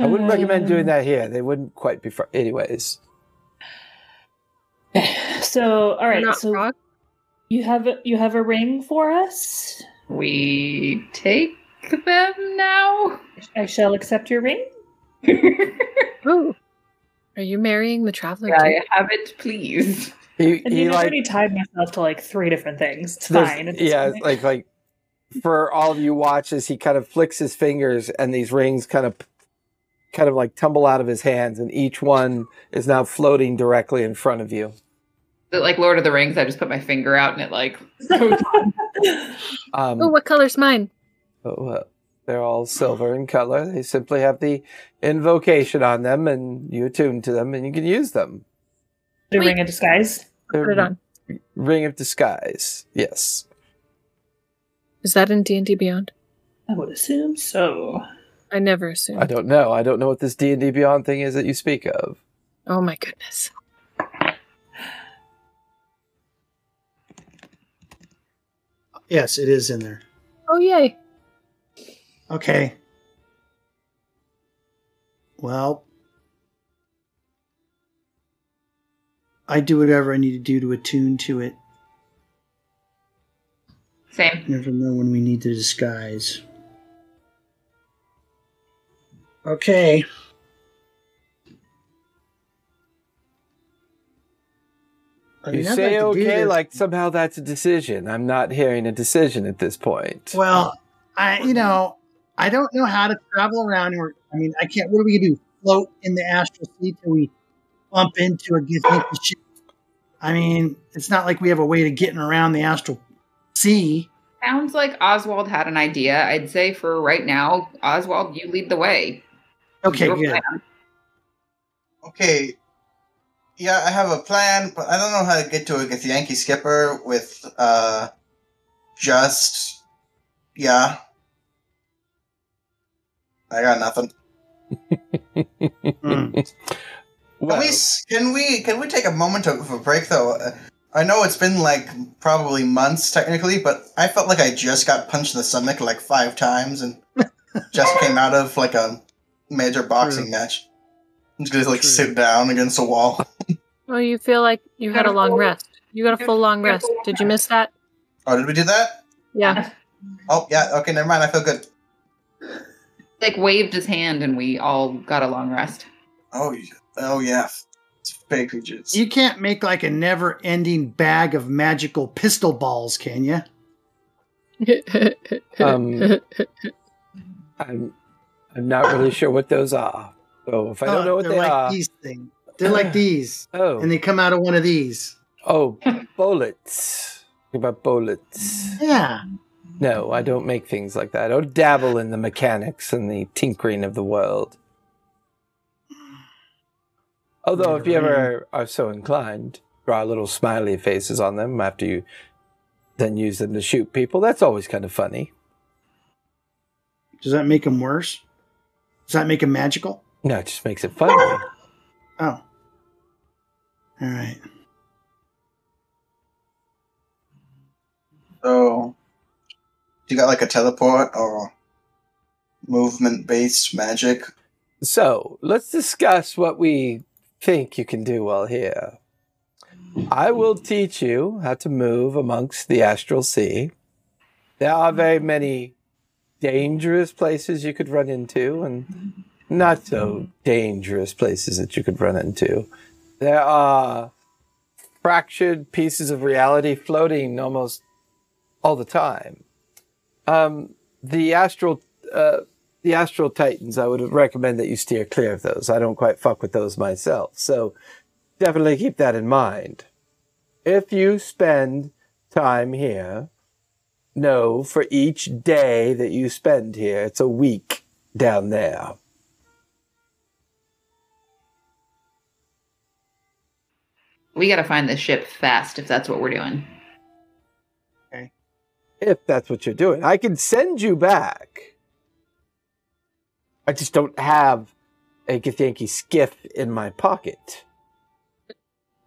wouldn't recommend doing that here. They wouldn't quite be fr- anyways.
<laughs> So all right,
Not
so
frog.
you have you have a ring for us.
We take them now.
I shall accept your ring.
Ooh. Are you marrying the traveler? too?
I have it, please.
He,
I
he,
mean, I've
like-
already tied myself to like three different things. It's
There's-
fine. It's
yeah,
fine.
like like for all of you watches, he kind of flicks his fingers, and these rings kind of kind of like tumble out of his hands, and each one is now floating directly in front of you.
But like Lord of the Rings, I just put my finger out and it like
<laughs>
goes on.
Um,
Ooh, Oh, what color's mine?
But what? They're all silver in color. They simply have the invocation on them, and you attune to them, and you can use them.
the
Wait.
ring of disguise.
Put it on.
Ring of disguise. Yes.
Is that in D and D Beyond?
I would assume so.
I never assumed.
I don't know. I don't know what this D and D Beyond thing is that you speak of.
Oh my goodness.
yes, it is in there.
Oh yay!
Okay. Well, I do whatever I need to do to attune to it.
Same.
Never know when we need to disguise. Okay. I
You
mean, I'd
say
like to do
okay,
this.
like somehow that's a decision. I'm not hearing a decision at this point. <laughs>
Well, I you know I don't know how to travel around. Or I mean, I can't. What do we do? Float in the astral sea till we bump into a gigantic ship. I mean, it's not like we have a way to getting around the astral sea.
Sounds like Oswald had an idea. I'd say for right now, Oswald, you lead the way.
Okay,
Your
good.
plan.
Okay. Yeah, I have a plan, but I don't know how to get to a get Yankee skipper with uh just yeah. I got nothing.
Hmm.
Can
Well,
<laughs>
we s- can we can we take a moment of a break though? Uh, I know it's been like probably months technically, but I felt like I just got punched in the stomach like five
<laughs>
times and just came out of like a major boxing
True.
match. I'm just gonna like
True.
sit down against a wall.
Well, Oh, you feel like you had a long rest. You got a full long rest. Did you miss that?
Oh, did we do that?
Yeah. <laughs>
Oh yeah. Okay, never mind. I feel good.
Like waved his hand, and we all got a long rest.
Oh, y- oh yeah. It's bakery juice.
You can't make like a never-ending bag of magical pistol balls, can you?
Um, I'm, I'm not really sure what those are. So if I don't know what
they're
they
like
are,
these things. They're like these,
oh,
and they come out of one of these.
oh, bullets. Think about bullets.
Yeah.
No, I don't make things like that. I don't dabble in the mechanics and the tinkering of the world. Although, if you ever are so inclined, draw little smiley faces on them after you then use them to shoot people. That's always kind of funny.
Does that make them worse? Does that make them magical?
No, it just makes it funny.
Oh. All right.
So, you got like a teleport or movement based magic?
So let's discuss what we think you can do while here. I will teach you how to move amongst the astral sea. There are very many dangerous places you could run into, and not so dangerous places that you could run into. There are fractured pieces of reality floating almost all the time. Um, the astral. Uh, the Astral Titans, I would recommend that you steer clear of those. I don't quite fuck with those myself. So definitely keep that in mind. If you spend time here, know for each day that you spend here, it's a week down there.
We got to find this ship fast if that's what we're doing.
If that's what you're doing, I can send you back. I just don't have a Githyanki skiff in my pocket.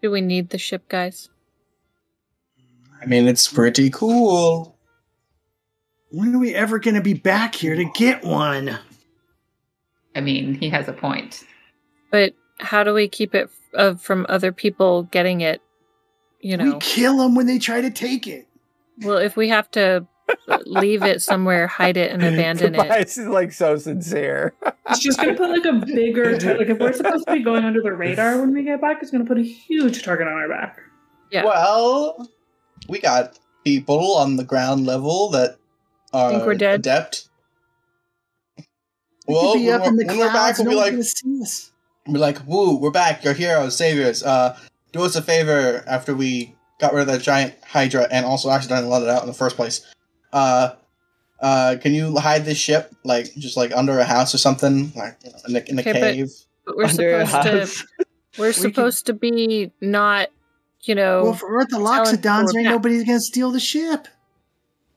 Do we need the ship, guys?
I mean, it's pretty cool.
When are we ever going to be back here to get one?
I mean, he has a point.
But how do we keep it f- uh, from other people getting it? You
We
know,
kill them when they try to take it.
well, if we have to leave it somewhere, hide
<laughs>
it, and abandon it.
Tobias is like so sincere.
It's just gonna put like a
<laughs>
bigger tar- like if we're supposed to be going under the radar when we get back, it's gonna put a huge target on our back.
Yeah.
Well, we got people on the ground level that are
Think we're dead?
adept.
We could
Well,
be
when,
up in
we're,
the
when
clouds.
we're back, we'll
no
be
one's
like,
gonna see us.
we're like, woo, we're back, your heroes, saviors. Uh, do us a favor after we got rid of that giant Hydra and also accidentally let it out in the first place. Uh, uh, can you hide this ship, like, just like under a house or something, like you know, in a, in a
Okay, but-
cave?
But we're
under a
supposed to
house. <laughs>
we're supposed to be not, you know,
well, if we're at the
Oh, tell us
Loxodons,
we're
ain't
back.
nobody's going to steal the ship.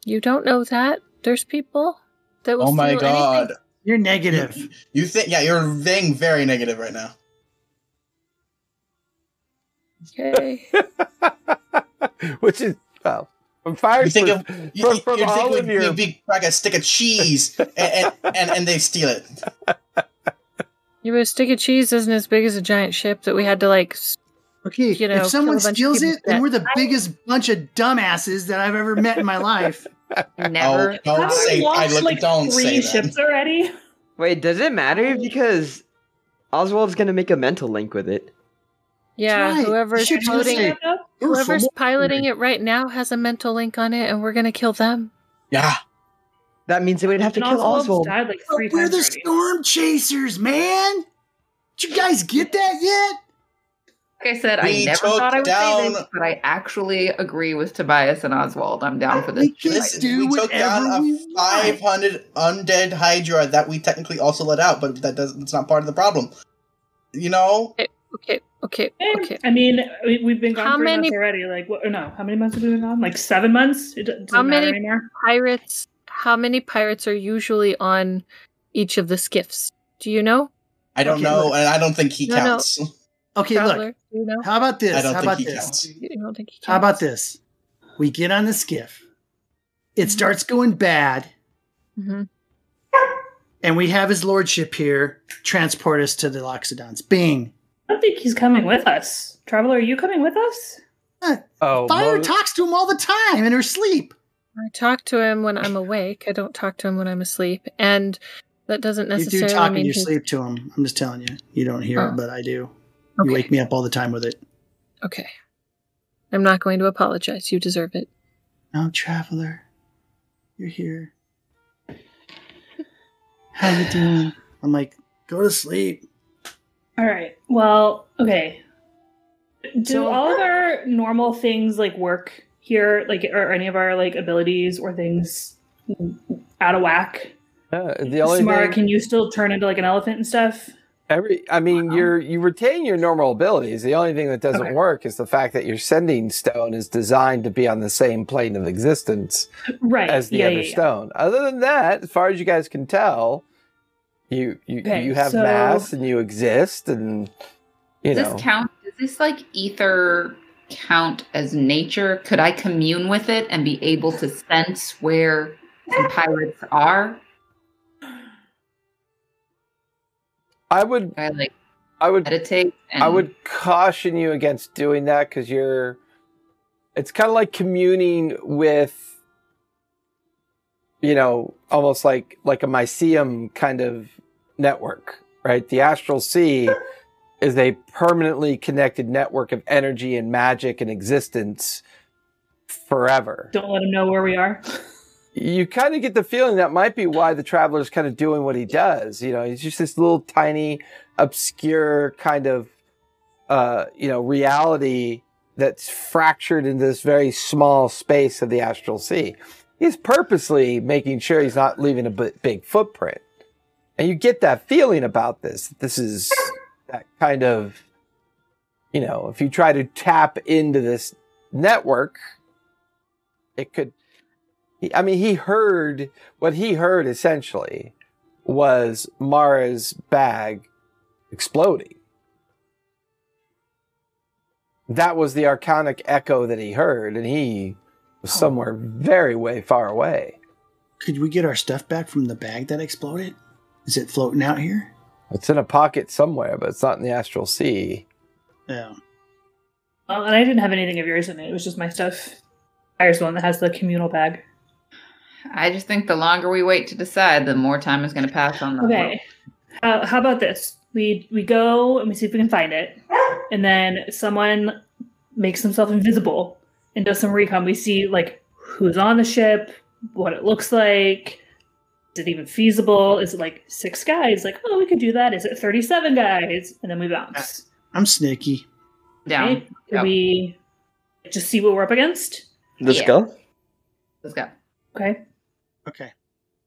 you don't know that. There's people that will
Oh my
steal
god.
anything.
You're negative.
You think, yeah, you're being very negative right now.
Okay.
<laughs> Which is well, from fire
You think
from,
of- You,
from, from
you'd think
all
we'd
of your
be big like a stick of cheese, and and, and, and they steal it.
Yeah, but a stick of cheese isn't as big as a giant ship that we had to like s-
Okay,
You know,
if someone
kill a bunch of
steals
people's
it, then
debt.
we're the biggest bunch of dumbasses that I've ever met in
<laughs>
my life.
Never.
Oh, don't
Haven't we
say. I
launched,
look,
like
don't say
three
that.
ships already.
Wait, does it matter? Because Oswald's gonna make a mental link with it.
Yeah,
right. You
whoever's
should just
piloting,
say,
Stand up.
"You're from
whoever's
Wal-"
piloting it right now has a mental link on it, and we're gonna kill them.
Yeah.
That means they would have to
And
kill
Oswald's
Oswald.
died like
But
three
we're
times
the
already.
storm chasers, man. Did you guys get that yet?
Like I said,
We
I never
took
thought I would say
down-
this, but I actually agree with Tobias and Oswald. I'm down for this.
We can
This-
do
we took down
whatever
a
we want.
500 undead Hydra that we technically also let out, but that doesn't. It's not part of the problem. You know,
Okay, okay,
Eh,
okay.
I mean, we, we've been gone
How
three
many-
months already. Like, what, or no, how many months have we been gone? Like seven months? It do- doesn't
How
matter
many-
anymore.
Pirates. How many pirates are usually on each of the skiffs? Do you know,
I don't
Okay,
know,
look.
and I don't think he
No, no.
counts. <laughs>
Okay,
traveler?
look.
Do you know?
How about this?
I don't
How
think
about
he
this?
counts.
You don't think you can?
How about this? We get on the skiff.
Mm-hmm.
It starts going bad,
hmm
and we have his lordship here transport us to the Loxodons. Bing.
I don't think he's coming with us. Traveler, are you coming with us?
Oh,
Fire
Mo-
talks to him all the time in her sleep.
I talk to him when I'm awake. I don't talk to him when I'm asleep, and that doesn't
You
necessarily
do talk in
mean
your
he's-
sleep to him. I'm just telling you. You don't hear
Oh.
it, but I do.
Okay.
You wake me up all the time with it.
okay. I'm not going to apologize. You deserve it.
No, traveler, you're here. How you doing? I'm like, go to sleep.
All right. Well, okay. Do
So-
all of our normal things like work here? Like, are any of our like abilities or things out of whack?
Uh, the only
Smart,
thing,
can you still turn into like an elephant and stuff?
every, I mean,
Wow.
you're you retain your normal abilities. The only thing that doesn't
Okay.
work is the fact that your sending stone is designed to be on the same plane of existence
Right.
as the
yeah,
other
yeah, yeah.
stone. Other than that, as far as you guys can tell, you you
Okay,
you have
so-
mass and you exist and you
Does
know
this count? Does this like ether count as nature? Could I commune with it and be able to sense where the pirates are?
I would
Could I like
I would
meditate. And
I would caution you against doing that because you're. It's kind of like communing with, you know, almost like like a mycelium kind of network, right? The astral sea is a permanently connected network of energy and magic and existence forever.
Don't let him know where we are.
You kind of get the feeling that might be why the traveler's kind of doing what he does. You know, he's just this little tiny, obscure kind of, uh, you know, reality that's fractured into this very small space of the astral sea. He's purposely making sure he's not leaving a b- big footprint. And you get that feeling about this. This is that kind of, you know, if you try to tap into this network, it could he- I mean, he heard what he heard essentially was Mara's bag exploding. That was the arcanic echo that he heard, and he was somewhere very way far away.
Could we get our stuff back from the bag that exploded? Is it floating out here?
It's in a pocket somewhere, but it's not in the astral sea.
No.
Well, and I didn't have anything of yours in it. It was just my stuff. Fire's the one that has the communal bag.
I just think the longer we wait to decide, the more time is going to pass on the.
Okay. Uh, how about this? We we go and we see if we can find it, and then someone makes himself invisible and does some recon. We see like who's on the ship, what it looks like. Is it even feasible? Is it like six guys? Like, oh, we could do that. Is it thirty-seven guys? And then we bounce.
I'm sneaky.
Down.
Right?
Yeah.
We just see what we're up against.
Let's
Yeah.
go.
Let's go.
Okay.
Okay.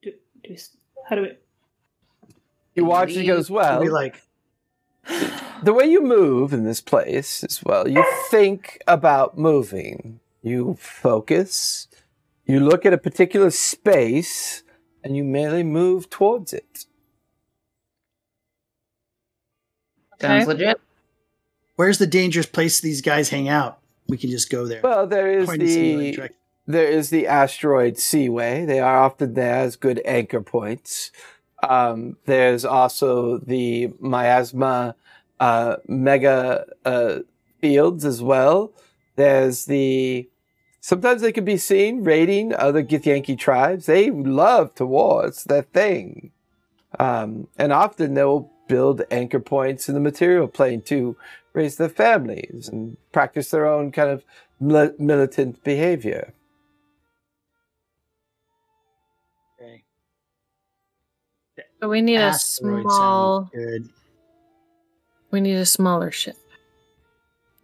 Do, do we, s- how do we?
He watches, he goes, Well,
we like,
the way you move in this place is well, you think about moving, you focus, you look at a particular space, and you merely move towards it.
Sounds legit.
where's the dangerous place these guys hang out? We can just go there.
Well, there is
Point and see where it
the
direct-
there is the asteroid seaway. They are often there as good anchor points. Um, there's also the miasma uh, mega uh, fields as well. There's the sometimes they can be seen raiding other Githyanki tribes. They love to war; it's their thing. Um, and often they will build anchor points in the material plane to raise their families and practice their own kind of mil- militant behavior.
Okay.
So we need
Asteroid
a small.
sounds good.
We need a smaller ship.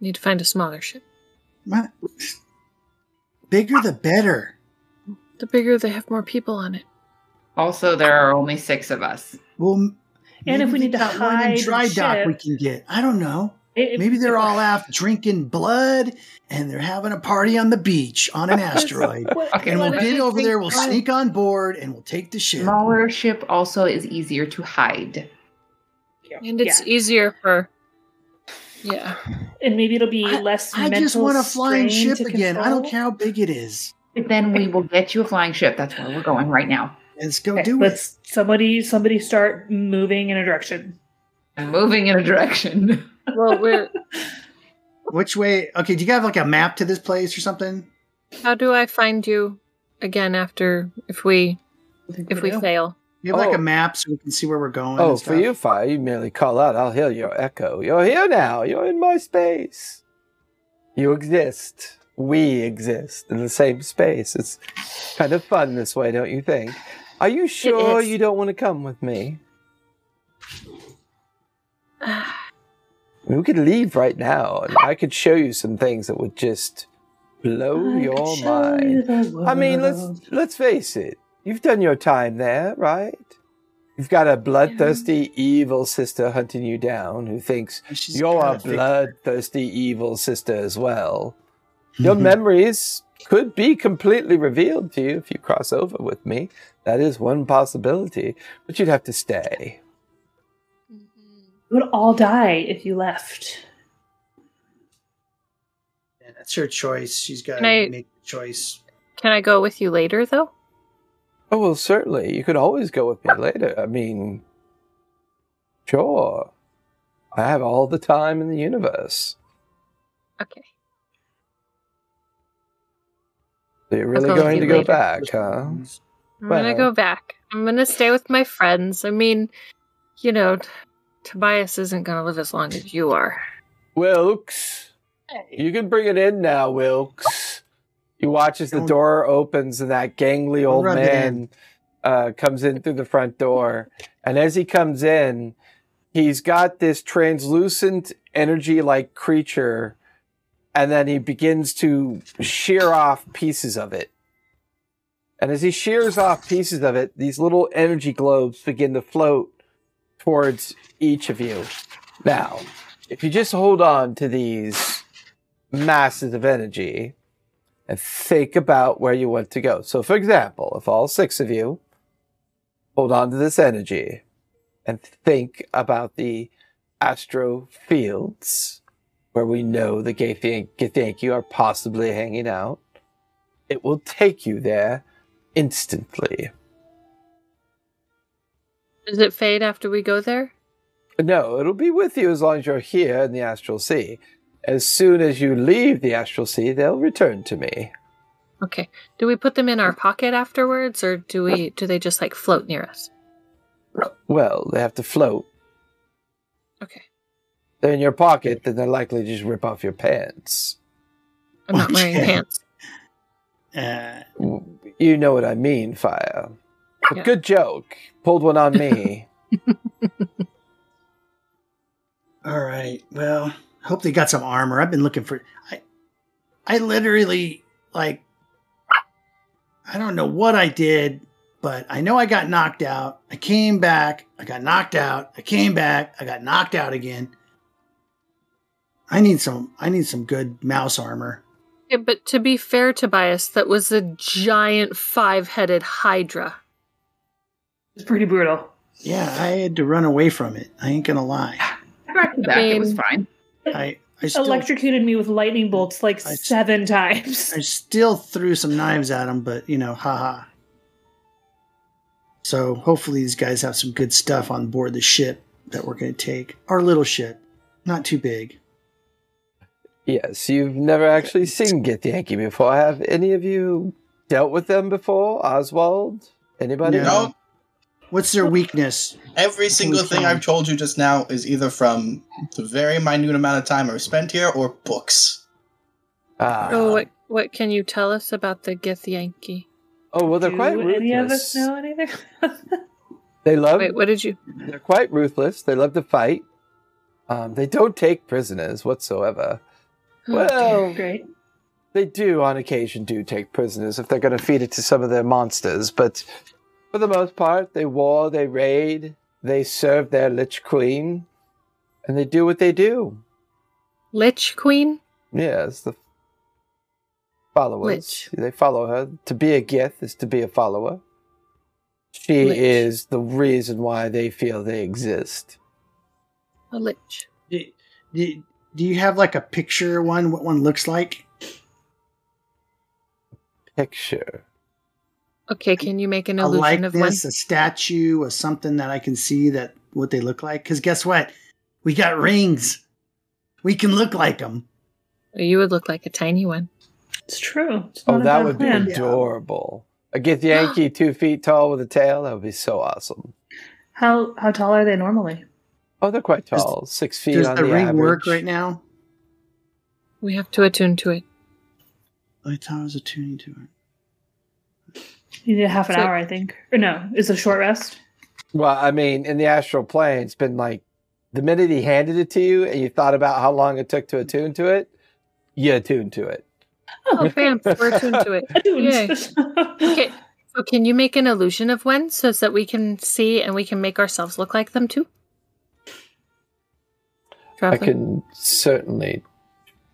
Need to find a smaller ship.
My- bigger the better.
The bigger they have, more people on it.
Also, there are only six of us.
Well, m-
And if
maybe
we need to
that one in
hide the
dry dock,
ship-
we can get. I don't know.
It-
Maybe they're
it-
all out drinking blood and they're having a party on the beach on
<laughs>
an asteroid.
What-
Okay,
And we'll
what
get
if
over
we
there. We'll
find-
sneak on board and we'll take the ship.
Smaller ship also is easier to hide.
And it's
Yeah.
easier for. Yeah.
and maybe it'll be less.
I just
want
want
to
a flying ship
control.
again. I don't care how big it is.
But then we will get you a flying ship. That's where we're going right now.
Let's go
Okay,
do it.
let's somebody somebody start moving in a direction.
I'm moving in a
<laughs>
direction.
Well, we're.
Which way? Okay, do you have like a map to this place or something?
How do I find you again after if we if we
do.
fail?
You have like
Oh.
a map so we can see where we're going.
Oh,
and
for
stuff?
you, Fire, you merely call out. I'll hear your echo. You're here now. You're in my space. You exist. We exist in the same space. It's kind of fun this way, don't you think? Are you sure
is.
you don't want to come with me? We could leave right now, and I could show you some things that would just blow
I
your
could show you
mind.
the
I mean,
world.
let's let's face it. You've done your time there, right? You've got a bloodthirsty, evil sister hunting you down who thinks
She's
you're
got
a
fig-
bloodthirsty, evil sister as well. Your memories could be completely revealed to you if you cross over with me. That is one possibility, but you'd have to stay.
We would all die if you left.
Yeah, That's her choice. She's got
Can I-
to make the choice.
Can I go with you later though?
Oh, well, certainly. You could always go with me later. I mean, sure. I have all the time in the universe.
Okay.
So you're really
go with
going
you
to go
later.
back, huh?
I'm
Well-
gonna go back. I'm gonna stay with my friends. I mean, you know, T- Tobias isn't gonna live as long as you are.
Wilkes. You can bring it in now, Wilkes. He watches the door opens and that gangly old
Rub it
man uh, comes in through the front door. And as he comes in, he's got this translucent energy like creature. And then he begins to shear off pieces of it. And as he shears off pieces of it, these little energy globes begin to float towards each of you. Now, if you just hold on to these masses of energy and think about where you want to go. So, for example, if all six of you hold on to this energy and think about the astro fields where we know the Gaithian- Githyanki are possibly hanging out, it will take you there instantly.
Does it fade after we go there?
No, it'll be with you as long as you're here in the astral sea. As soon as you leave the astral sea, they'll return to me.
Okay. Do we put them in our pocket afterwards or do we do they just like float near us?
Well, they have to float.
Okay.
They're in your pocket, then they're likely to just rip off your pants.
I'm not wearing
Okay.
pants.
Uh,
You know what I mean, Fire.
Yeah.
Good joke. Pulled one on
<laughs>
me.
all right. Well, I hope they got some armor. I've been looking for. I, I literally like. I don't know what I did, but I know I got knocked out. I came back. I got knocked out. I came back. I got knocked out again. I need some. I need some good mouse armor.
Yeah, but to be fair, Tobias, that was a giant five headed hydra.
It's pretty brutal.
Yeah, I had to run away from it. I ain't gonna lie.
I brought you back. it was
mean-
fine.
I I still
Electrocuted me with lightning bolts like
I-
seven times.
I still threw some knives at him, but you know, haha. So hopefully these guys have some good stuff on board the ship that we're going to take. Our little ship, not too big.
Yes, you've never actually seen Get Yankee before. Have any of you dealt with them before? Oswald? Anybody?
No.
No,
What's their weakness?
every single thing
fine.
I've told you just now is either from the very minute amount of time I've spent here or books.
Ah.
Oh, what what can you tell us about the Gith Yankee?
Oh, well, they're
Do
quite ruthless.
any of us know anything? <laughs>
They love.
Wait, what did you?
They're quite ruthless. They love to fight. Um, they don't take prisoners whatsoever.
Oh,
well,
Great.
they do on occasion do take prisoners if they're going to feed it to some of their monsters. But for the most part, they war, they raid, they serve their lich queen, and they do what they do.
Lich Queen.
Yes, the followers.
Lich.
They follow her. To be a Gith is to be a follower. She
Lich.
is the reason why they feel they exist.
A lich.
Do, do, do you have like a picture of one? What one looks like?
Picture.
Okay, can you make an
a
illusion of one?
likeness, a statue, or something that I can see that what they look like? Because guess what? We got rings. We can look like them.
You would look like a tiny one.
It's true. It's
Oh,
not a
that
bad
would be
plan.
Yeah.
adorable. A Gith Yankee two feet tall with a tail. That would be so awesome.
How how tall are they normally?
Oh, they're quite
Does-
tall. Six feet
Does
on
the, ring
average.
work right now?
We have to attune to it.
I thought it was attuning to it.
You need half an
So-
hour, I think. Or no, is a short <laughs> rest.
Well, I mean, in the astral plane, it's been like the minute he handed it to you and you thought about how long it took to attune to it, you attuned to it.
Oh, bam! We're attuned to <laughs> it. Yay.
okay.
Okay. So, can you make an illusion of one so that we can see and we can make ourselves look like them too?
I
Traveler.
can certainly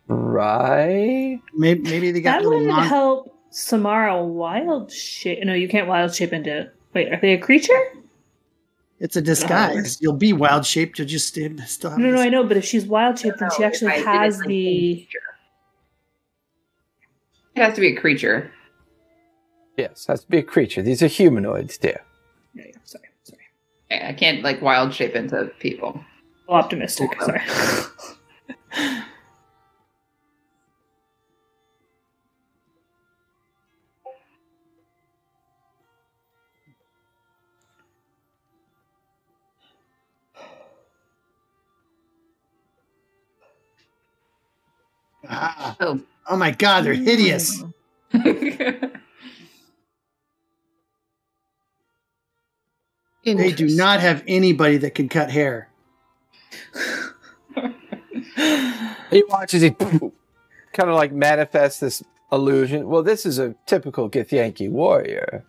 try.
Maybe, maybe they got
That
little
wouldn't
non.
help Samara wild shape. No, you can't wild shape into. Wait, are they a creature?
It's a disguise. You'll be wild shaped. You'll just uh, still have.
No, no,
this-
I know, but if she's wild shaped, then she
No,
actually
if I did it,
has
like,
the.
creature. It has to be a creature.
Yes, has to be a creature. These are humanoids, dear.
Yeah, yeah, sorry, sorry.
I I can't like wild shape into people.
A little optimistic. Sorry. <laughs>
Ah,
Oh.
oh my god, they're
<laughs>
hideous. They do
Interesting.
not have anybody that can cut hair.
He watches it kind of like manifest this illusion. Well, this is a typical Githyanki warrior.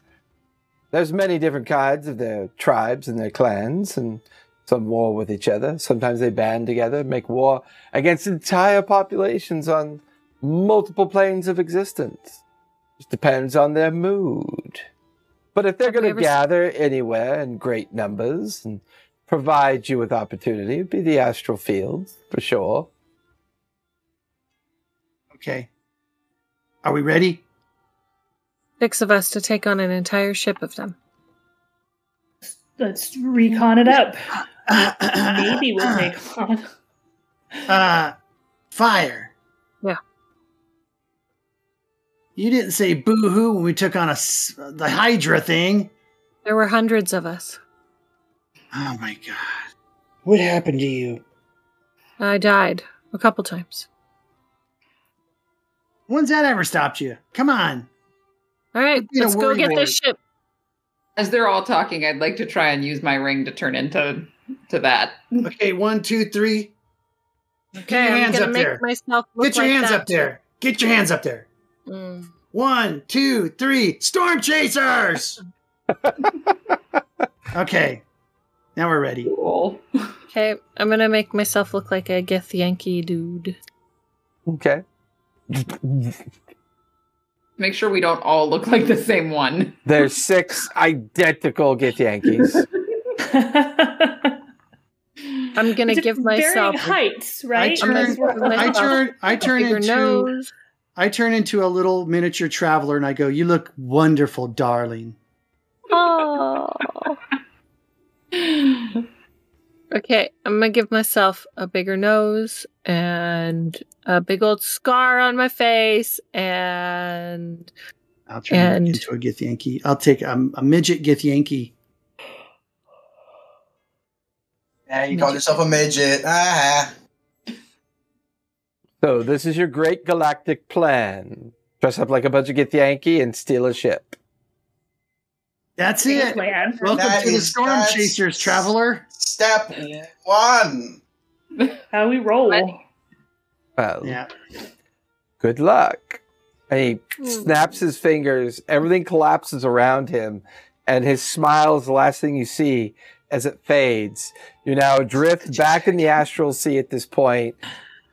There's many different kinds of their tribes and their clans, and some war with each other. Sometimes they band together, make war against entire populations on multiple planes of existence. It depends on their mood. But if they're
Have we
going to
ever-
gather anywhere in great numbers and provide you with opportunity, it'd be the astral fields for sure.
Okay. Are we ready?
Six of us to take on an entire ship of them.
Let's recon it up.
<laughs> <coughs>
Maybe we'll take on. <laughs>
Uh, fire.
Yeah.
You didn't say boo hoo when we took on a s- the Hydra thing.
There were hundreds of us.
Oh my god. What happened to you?
I died a couple times.
When's that ever stopped you? Come on.
All right,
You know,
let's go
worry
get
more.
this ship.
<gasps> As they're all talking, I'd like to try and use my ring to turn into to that.
Hmm.
Okay, one, two, three.
Okay,
your
I'm
hands
gonna
up
make
there.
myself look
Get your
like
hands
that.
up there. Get your hands up there.
Mm.
One, two, three. Storm
<laughs>
chasers. okay. Now we're ready.
Cool.
Okay, I'm gonna make myself look like a Gith Yankee dude.
Okay.
Make sure we don't all look like the same one. <laughs>
There's six identical Gith Yankees.
I'm gonna
It's
give
varying
myself
heights, right?
I turn. I turn. I
a
turn
bigger
into.
nose.
I turn into a little miniature traveler and I go, You look wonderful, darling.
Oh, Okay, I'm gonna give myself a bigger nose and a big old scar on my face and
I'll turn
And-
into a Gith Yankee. I'll take um, a midget Gith Yankee.
Yeah, you called yourself a midget. Ah.
So this is your great galactic plan: dress up like a bunch of Gith Yankee and steal a ship.
That's
Good
it.
plan.
Welcome
That
to the
is-
Storm
that's-
Chasers, traveler.
Step one.
How we roll.
Ready.
Well,
Yeah.
good luck. And
Hmm.
he snaps his fingers, everything collapses around him, and his smile is the last thing you see as it fades. You now drift back in the astral sea at this point.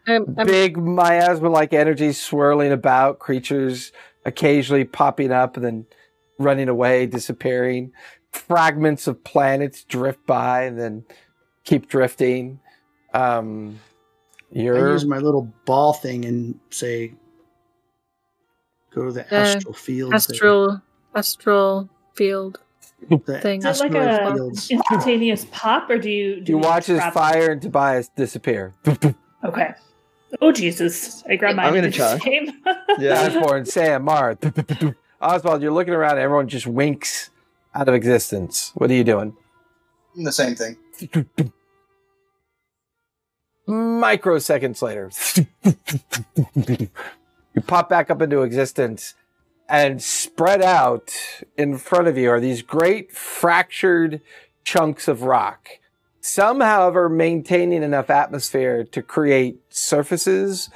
I'm, I'm,
Big miasma like energy swirling about, creatures occasionally popping up and then running away, disappearing. Fragments of planets drift by and then keep drifting. Um,
I
you're
use my little ball thing and say, "Go to the
The
astral fields."
Uh, astral astral field.
the
thing.
Is it like
asteroid
a-
fields.
Instantaneous pop, or do you? Do
You
we
watch his
grab-
fire and Tobias disappear.
Okay. Oh Jesus! I grabbed mine.
I'm gonna
and did the
try.
same. <laughs>
Yeah.
Osborne, Sam, Mara. <laughs> Oswald, you're looking around and everyone just winks out of existence. What are you doing?
The same thing.
Microseconds later, <laughs> you pop back up into existence and spread out in front of you are these great fractured chunks of rock. Some, however, maintaining enough atmosphere to create surfaces,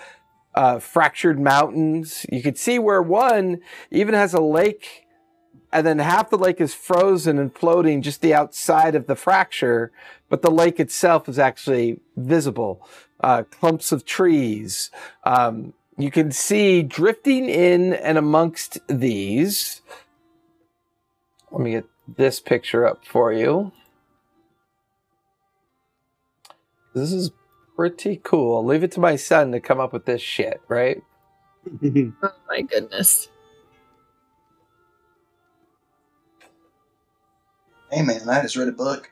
uh, fractured mountains. You could see where one even has a lake, and then half the lake is frozen and floating just the outside of the fracture, but the lake itself is actually visible. Uh, clumps of trees. Um, you can see drifting in and amongst these. Let me get this picture up for you. This is pretty cool. I'll leave it to my son to come up with this shit, right?
Oh my goodness.
Hey man, I just read a book.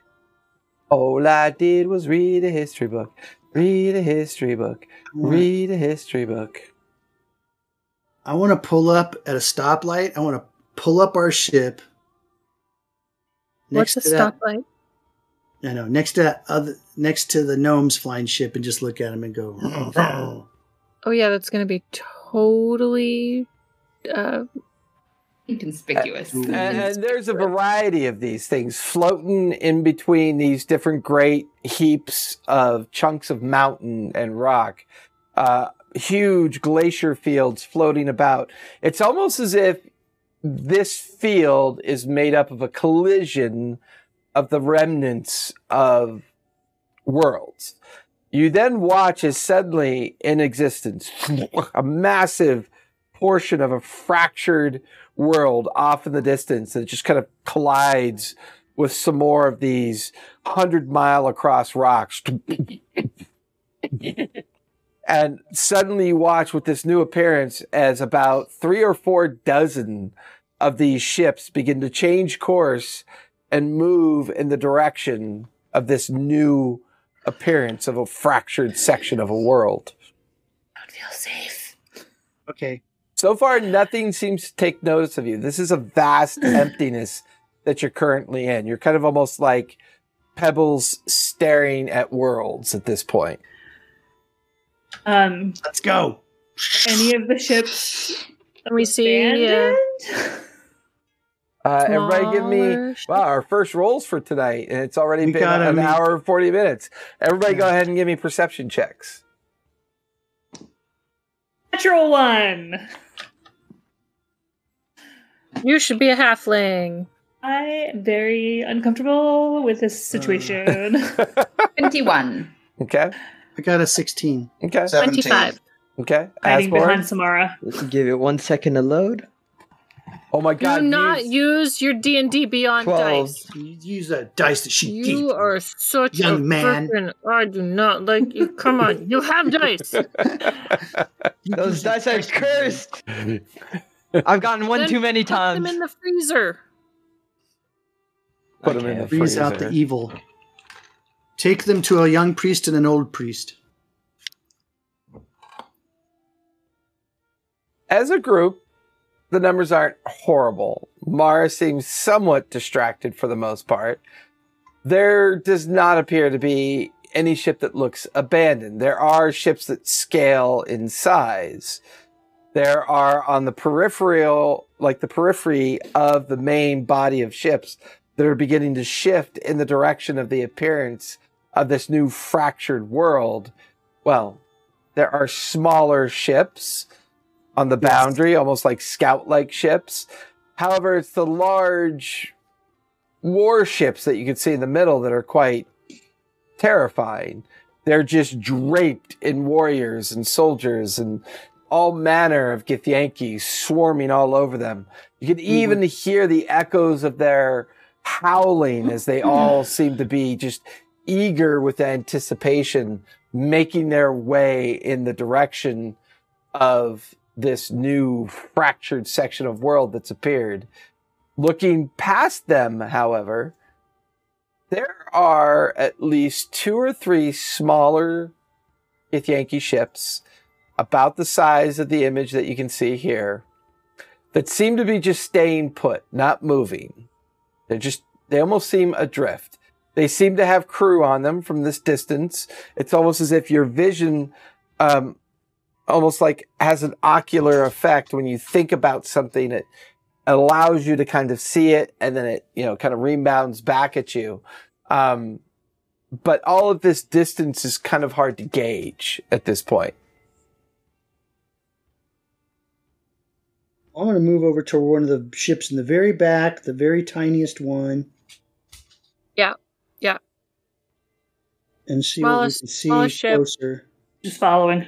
All I did was read a history book. Read a history book.
<laughs>
Read a history book.
I want to pull up at a stoplight. I want to pull up our ship.
What's
Next
a
to that,
stoplight?
I know. Next to that other, next to the gnomes flying ship, and just look at them and go.
Oh yeah, that's gonna be totally uh
Inconspicuous.
Uh,
And, and there's a variety of these things floating in between these different great heaps of chunks of mountain and rock. Uh, huge glacier fields floating about. It's almost as if this field is made up of a collision of the remnants of worlds. You then watch as suddenly in existence, <laughs> a massive portion of a fractured world off in the distance that just kind of collides with some more of these hundred mile across rocks. <laughs> and suddenly you watch with this new appearance as about three or four dozen of these ships begin to change course and move in the direction of this new appearance of a fractured section of a world.
Don't feel safe.
okay.
So far, nothing seems to take notice of you. This is a vast emptiness that you're currently in. You're kind of almost like pebbles staring at worlds at this point.
Um,
Let's go.
any of the ships
let me see uh,
abandoned?
Uh, everybody, give me
smaller sh-
wow our first rolls for tonight, and it's already
We
been
gotta
an
make-
hour and forty minutes. Everybody, go
Yeah.
ahead and give me perception checks. <laughs>
Natural one.
You should be a halfling.
I am very uncomfortable with this
Uh, <laughs>
situation.
Twenty-one.
Okay,
I got a sixteen.
okay,
Seventeen.
25.
okay.
Hiding
Asborn.
behind Samara.
Give it one second to load.
Oh my god!
Do not
use-
use <laughs> your D and D Beyond
Twelve.
dice.
You use that dice that she gave.
You are such a
young man.
frickin' I do not like you. Come on, you have dice.
You
Those
used the
dice are
you
<laughs>
gave.
cursed. I've gotten one
Then
too many
Put them
times.
in the freezer.
<laughs> Put 'em in the
Okay.
freezer.
Freeze out the evil. Take them to a young priest and an old priest.
As a group, the numbers aren't horrible. Mara seems somewhat distracted for the most part. There does not appear to be any ship that looks abandoned. There are ships that scale in size. There are on the peripheral, like the periphery of the main body of ships that are beginning to shift in the direction of the appearance of this new fractured world. Well, there are smaller ships on the boundary, almost like scout like ships. However, it's the large warships that you can see in the middle that are quite terrifying. They're just draped in warriors and soldiers and all manner of Githyanki swarming all over them. You can even hear the echoes of their howling as they all seem to be just eager with anticipation, making their way in the direction of this new fractured section of world that's appeared. Looking past them, however, there are at least two or three smaller Ithyanki ships about the size of the image that you can see here that seem to be just staying put, not moving. They're just, they almost seem adrift. They seem to have crew on them from this distance. It's almost as if your vision, um, almost like has an ocular effect when you think about something. It allows you to kind of see it and then it, you know, kind of rebounds back at you. Um, but all of this distance is kind of hard to gauge at this point.
I'm going to move over to one of the ships in the very back, the very tiniest one.
Yeah, yeah.
And see
Smallest-
what we can
smallest
see
ship.
closer.
Just following.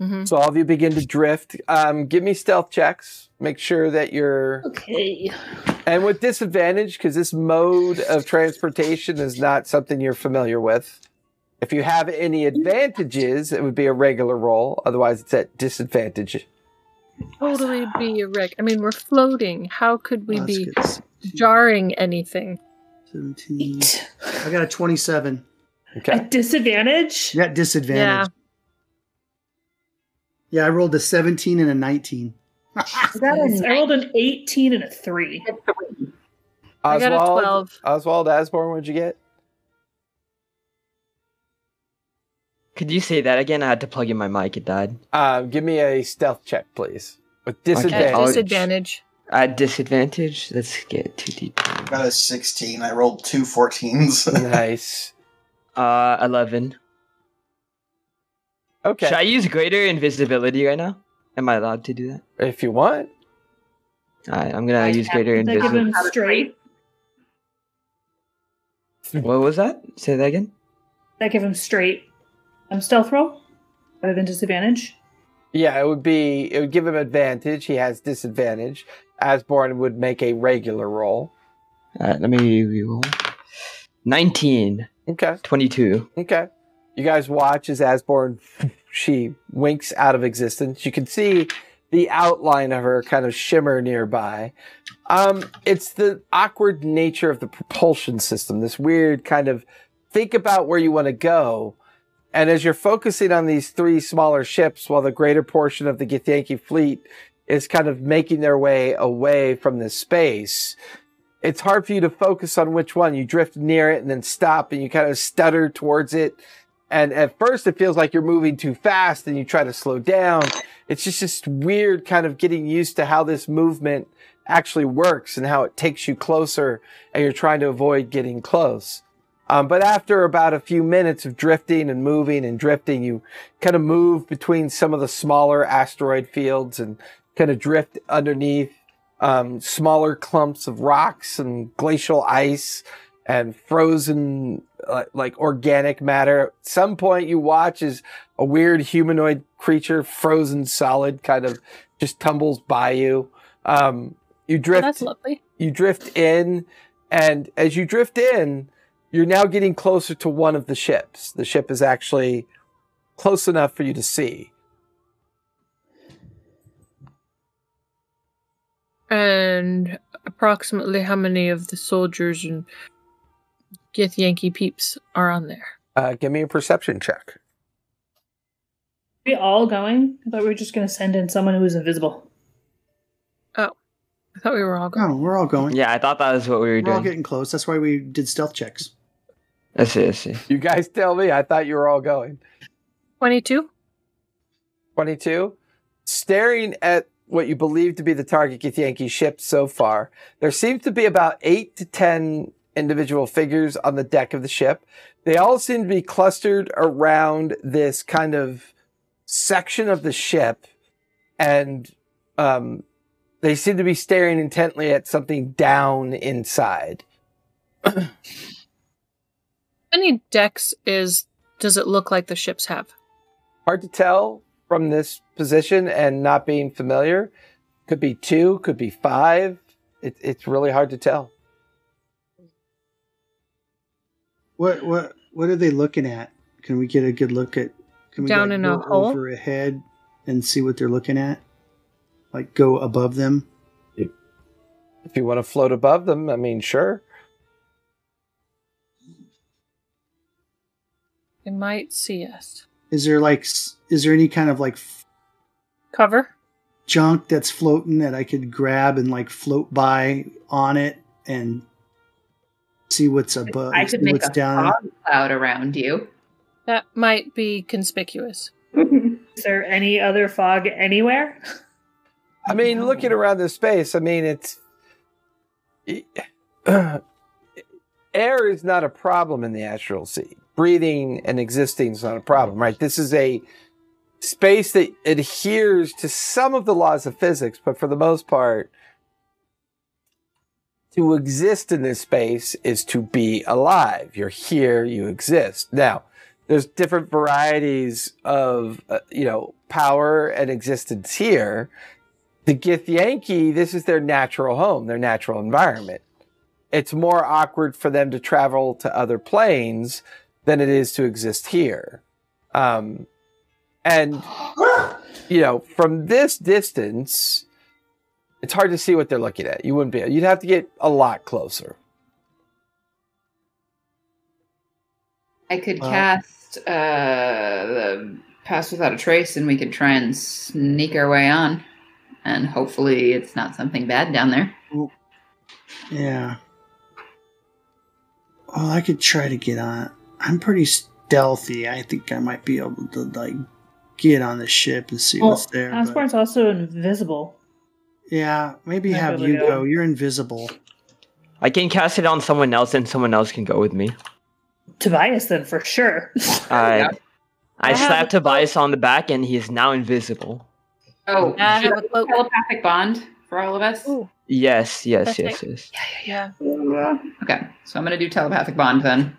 Mm-hmm.
hmm
So all of you begin to drift. Um, give me stealth checks. Make sure that you're
Okay.
and with disadvantage because this mode of transportation is not something you're familiar with. If you have any advantages, it would be a regular roll. Otherwise, it's at disadvantage.
Totally be a wreck. I mean, we're floating. How could we
Oh, that's
be
good. 16,
jarring anything?
17. I got a 27.
Okay.
At disadvantage?
That disadvantage. Yeah. I rolled a 17 and a 19.
Is that a
I
nine?
rolled an 18 and a 3.
I got a 12.
Oswald Asborn, what'd you get?
Could you say that again? I had to plug in my mic. It died.
Um, give me a stealth check, please. With
Okay,
disadvantage.
At
I'll-
disadvantage.
At disadvantage. Let's get too deep.
Got a 16. I rolled two <laughs> 14s.
nice.
Uh, eleven.
Okay.
Should I use greater invisibility right now? Am I allowed to do that?
if you want.
Alright, I'm gonna
I
use
have-
greater
Did I give
invisibility.
him straight?
What was that? Say that again.
Did I give him straight? Um, stealth roll? Other than disadvantage?
Yeah, it would be, it would give him advantage. He has disadvantage. Asborn would make a regular roll.
Alright, let me re-roll. 19.
Okay.
22.
Okay. You guys watch as Asborn, she winks out of existence. You can see the outline of her kind of shimmer nearby. Um, it's the awkward nature of the propulsion system, this weird kind of think about where you want to go. And as you're focusing on these three smaller ships, while the greater portion of the Githyanki fleet is kind of making their way away from this space, it's hard for you to focus on which one. You drift near it and then stop and you kind of stutter towards it. And at first it feels like you're moving too fast and you try to slow down. It's just this weird kind of getting used to how this movement actually works and how it takes you closer and you're trying to avoid getting close. Um, but after about a few minutes of drifting and moving and drifting, you kind of move between some of the smaller asteroid fields and kind of drift underneath um, smaller clumps of rocks and glacial ice and frozen uh, like organic matter. At some point, you watch as a weird humanoid creature, frozen solid, kind of just tumbles by you. Um, you
Oh,
drift
that's lovely.
you drift in, and as you drift in, you're now getting closer to one of the ships. The ship is actually close enough for you to see.
And approximately how many of the soldiers and 50th Yankee peeps are on there.
Uh, give me a perception check.
we all going? I thought we were just going to send in someone who was invisible.
I thought we were all going.
Oh, we're all going.
Yeah, I thought that was what we were
We're all
doing.
getting close. That's why we did stealth checks.
I see, I see.
You guys tell me. I thought you were all going.
22?
22. Staring at what you believe to be the target Githyanki ship so far, there seems to be about eight to 10 individual figures on the deck of the ship. They all seem to be clustered around this kind of section of the ship, and um, they seem to be staring intently at something down inside.
How many decks is does it look like the ships have?
hard to tell from this position and not being familiar. Could be two, could be five. It, it's really hard to tell.
What what what are they looking at? Can we get a good look at? Can we
Down in a
go
hole?
over ahead and see what they're looking at? Like go above them.
If you want to float above them, I mean, sure.
They might see us.
Is there like s- is there any kind of like f-
Cover?
junk that's floating that I could grab and like float by on it and see what's above?
I
see
could make
what's
a
down.
fog cloud around you.
That might be conspicuous.
Is there any other fog anywhere?
I mean, looking around this space, I mean, it's. e-, <clears throat> Air is not a problem in the astral sea. Breathing and existing is not a problem, right? This is a space that adheres to some of the laws of physics, but for the most part, to exist in this space is to be alive. You're here, you exist. Now, there's different varieties of, uh, you know, power and existence here the Githyanki, this is their natural home, their natural environment. It's more awkward for them to travel to other planes than it is to exist here. Um, and, you know, from this distance, it's hard to see what they're looking at. You wouldn't be, you'd have to get a lot closer.
I could
Well-
cast uh, the Pass Without a Trace, and we could try and sneak our way on. And hopefully, it's not something bad down there.
Yeah. Well, I could try to get on. I'm pretty stealthy. I think I might be able to like get on the ship and see
Well,
what's there. but-
Osborne's also invisible.
yeah, maybe
I
have
really
you
don't.
go. You're invisible.
I can cast it on someone else, and someone else can go with me.
Tobias, then for sure.
I, I
I have
slapped
a-
Tobias on the back, and he is now invisible.
Oh,
Yeah, I
Uh,
should
have
I
a
do
cloak.
telepathic bond for all of us.
Ooh.
Yes, yes,
Perfect.
yes, yes.
Yeah.
Okay, so I'm gonna do telepathic bond then.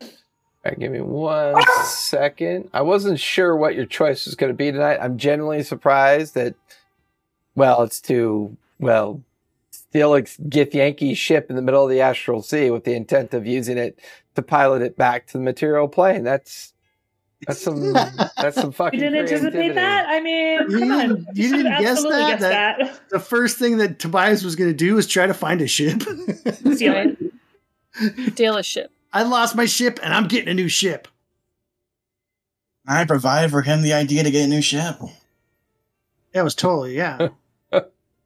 All right, give me one second. I wasn't sure what your choice was going to be tonight. I'm generally surprised that, well, it's to, well, steal a Githyanki ship in the middle of the astral sea with the intent of using it to pilot it back to the material plane. That's that's some
<laughs>
that's some
<laughs> You
fucking.
didn't anticipate
creativity.
that? I mean,
You
come on.
didn't- you
should've
didn't guess
absolutely
that?
guessed
That- The first thing that Tobias was going to do was try to find a ship. <laughs>
<laughs> Steal it.
Dealership.
I lost my ship and I'm getting a new ship.
I provided for him the idea to get a new ship.
That was
<laughs>
totally, yeah. I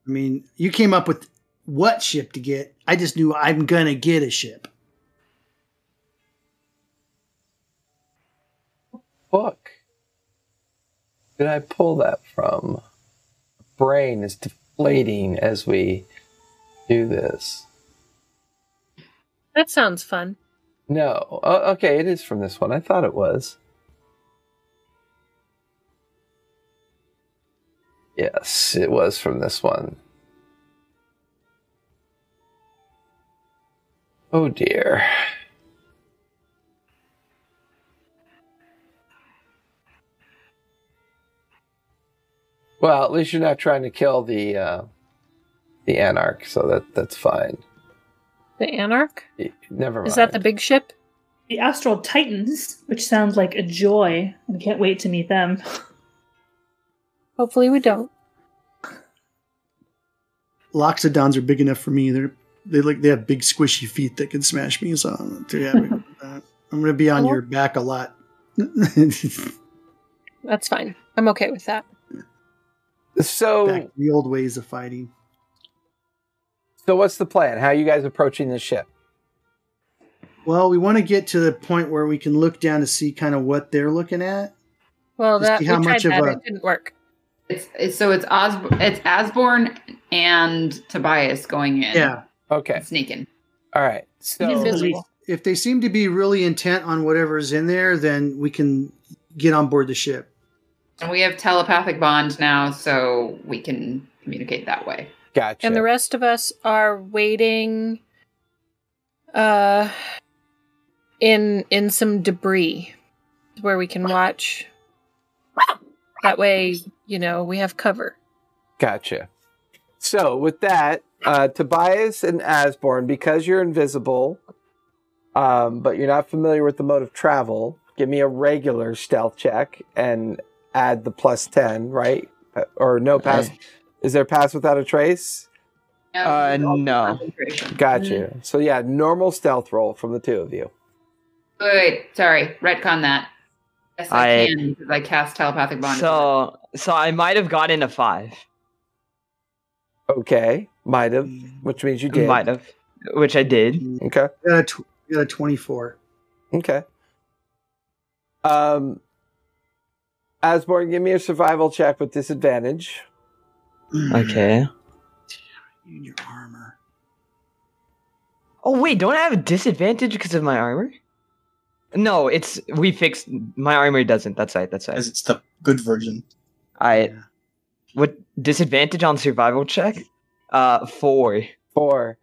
mean, you came up with what ship to get. I just knew I'm going to get a ship.
book did I pull that from? Brain is deflating as we do this.
That sounds fun.
No. Oh, okay, it is from this one. I thought it was. Yes, it was from this one. Oh dear. Well, at least you're not trying to kill the uh, the anarch, so that that's fine.
The Anarch?
Y- Never mind.
Is that the big ship?
The Astral Titans, which sounds like a joy. I can't wait to meet them.
Hopefully we don't.
Loxodons are big enough for me. They're they like they have big squishy feet that can smash me. So I'm too
<laughs>
happy with that. I'm gonna be on your back a lot. <laughs> back
That's fine. I'm okay with that.
So,
to the old ways of fighting.
so what's the plan? How are you guys approaching the ship?
Well, we want to get to the point where we can look down to see kind of what they're looking at.
Well,
Just
that
see
we
how
tried
much of
that.
a-
It didn't work.
It's, it's so it's Os it's Asborn and Tobias going in.
Yeah.
Okay.
sneaking.
All right. So,
Invisible.
If they seem to be really intent on whatever's in there, then we can get on board the ship.
And we have telepathic bond now, so we can communicate that way.
gotcha.
And the rest of us are waiting uh in in some debris where we can watch. That way, you know, we have cover.
Gotcha. So with that, uh, Tobias and Asborn, because you're invisible, um, but you're not familiar with the mode of travel, give me a regular stealth check and add the plus ten, right? Uh, Or no pass? Is there pass without a trace?
No,
Uh,
it's all
no.
concentration.
Gotcha.
Mm.
So yeah, normal stealth roll from the two of you.
Wait, wait, sorry, retcon that. Yes, I,
I-
can because I cast telepathic bond.
So, so I might have gotten a five.
Okay, might have, which means you did.
Mm. Might have, which I did.
Okay.
We got a, tw- we got a 24.
Okay. Um, Asborn, give me a survival check with disadvantage.
Okay.
Mm-hmm. In your armor.
Oh wait, don't I have a disadvantage because of my armor? No, it's we fixed my armor doesn't. That's right. That's right.
As it's the good version.
I
Yeah.
what disadvantage on survival check? Uh, four.
Four.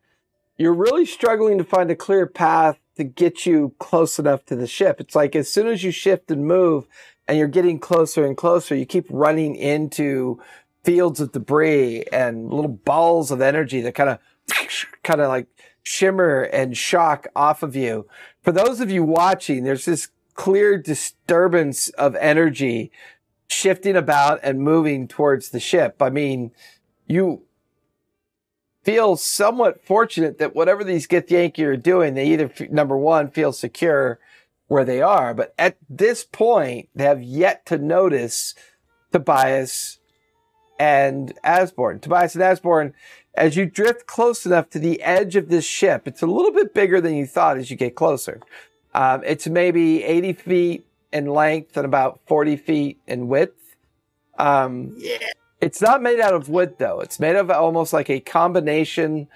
You're really struggling to find a clear path to get you close enough to the ship. It's like as soon as you shift and move and you're getting closer and closer, you keep running into fields of debris and little balls of energy that kind of kind of like shimmer and shock off of you. For those of you watching, there's this clear disturbance of energy shifting about and moving towards the ship. I mean, you feel somewhat fortunate that whatever these Gith Yankee are doing, they either, f- number one, feel secure where they are, but at this point, they have yet to notice Tobias and Asborn. Tobias and Asborn, as you drift close enough to the edge of this ship, it's a little bit bigger than you thought as you get closer. Um, it's maybe 80 feet in length and about 40 feet in width. Um, it's not made out of wood though. It's made of almost like a combination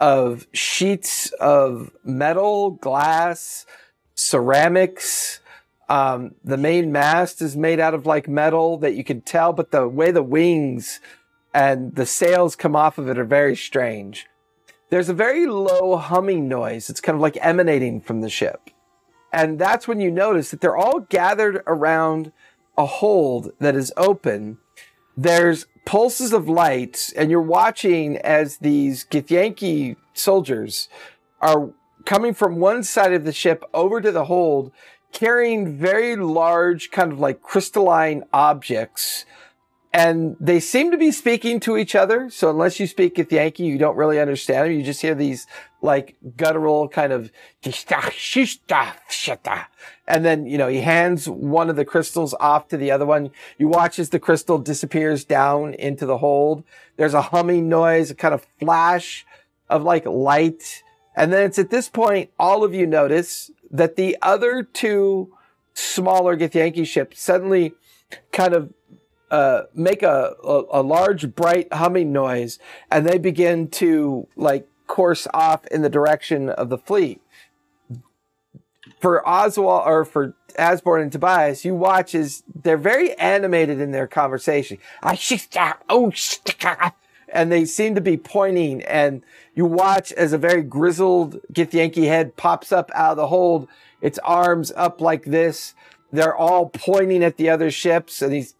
of sheets of metal, glass, ceramics. Um, the main mast is made out of like metal that you can tell, but the way the wings and the sails come off of it are very strange. There's a very low humming noise. It's kind of like emanating from the ship. And that's when you notice that they're all gathered around a hold that is open there's pulses of light, and you're watching as these Githyanki soldiers are coming from one side of the ship over to the hold, carrying very large, kind of like crystalline objects. And they seem to be speaking to each other. So unless you speak Githyanki, you don't really understand them. You just hear these like guttural kind of "Gishta, shishta, shita." and then you know he hands one of the crystals off to the other one. You watch as the crystal disappears down into the hold. There's a humming noise, a kind of flash of like light. And then it's at this point, all of you notice that the other two smaller Githyanki ships suddenly kind of uh, make a, a, a large, bright humming noise and they begin to like course off in the direction of the fleet. For Oswald or for Asborn and Tobias, you watch as they're very animated in their conversation. I shit, ah, oh, shit, ah. and they seem to be pointing, and you watch as a very grizzled Githyanki head pops up out of the hold, its arms up like this. They're all pointing at the other ships, and these,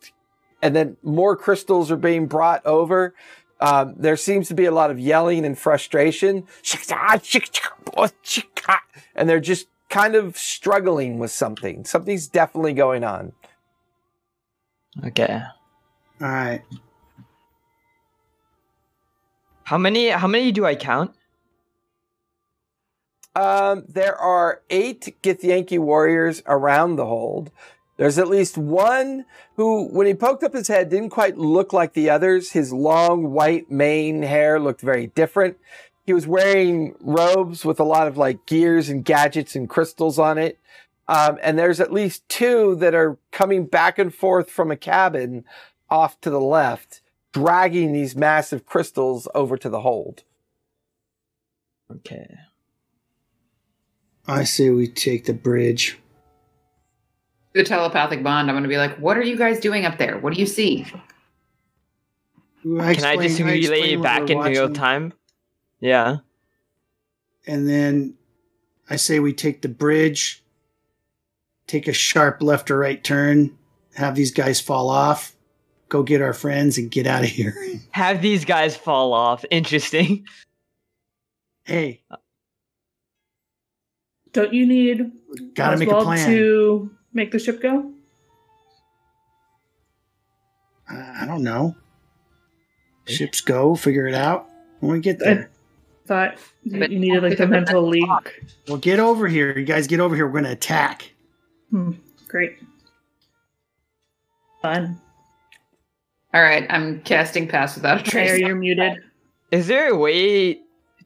and then more crystals are being brought over. Um, there seems to be a lot of yelling and frustration, and they're just kind of struggling with something. Something's definitely going on.
Okay.
All right.
How many? How many do I count?
Um, there are eight Githyanki warriors around the hold. There's at least one who, when he poked up his head, didn't quite look like the others. His long white mane hair looked very different. He was wearing robes with a lot of like gears and gadgets and crystals on it. Um, and there's at least two that are coming back and forth from a cabin off to the left, dragging these massive crystals over to the hold.
Okay.
I say we take the bridge.
The telepathic bond. I'm going to be like, what are you guys doing up there? What do you see?
Can I just relay it back in real time? Yeah.
And then I say we take the bridge, take a sharp left or right turn, have these guys fall off, go get our friends, and get out of here.
Have these guys fall off. <laughs> Interesting.
hey,
Don't you need
gotta make a
Oswald
plan.
to make the ship go?
I I don't know. Ships go, figure it out when we get
I-
there.
Thought you,
But-
you needed like the mental link.
Well, get over here. You guys get over here. We're going to attack.
Hmm, great. Fun.
All right, I'm casting Pass Without a
Claire,
Trace. Oh,
you're muted.
Is there a way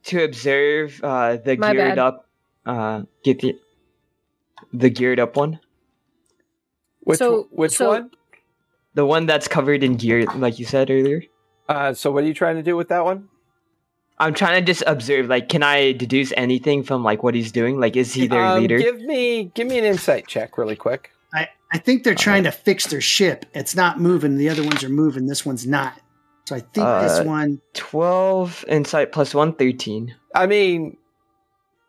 to observe uh, the
My
geared
bad.
up? Uh, get the the geared up one,
Which
So-
which
so-
one?
the one that's covered in gear, like you said earlier.
Uh, so what are you trying to do with that one?
I'm trying to just observe. Like, can I deduce anything from like what he's doing? Like, is he their
Um,
leader?
Give me give me an insight check really quick.
I, I think they're trying to fix their ship. It's not moving. The other ones are moving. This one's not. So I think
Uh,
this one.
Twelve insight plus one, thirteen.
I mean,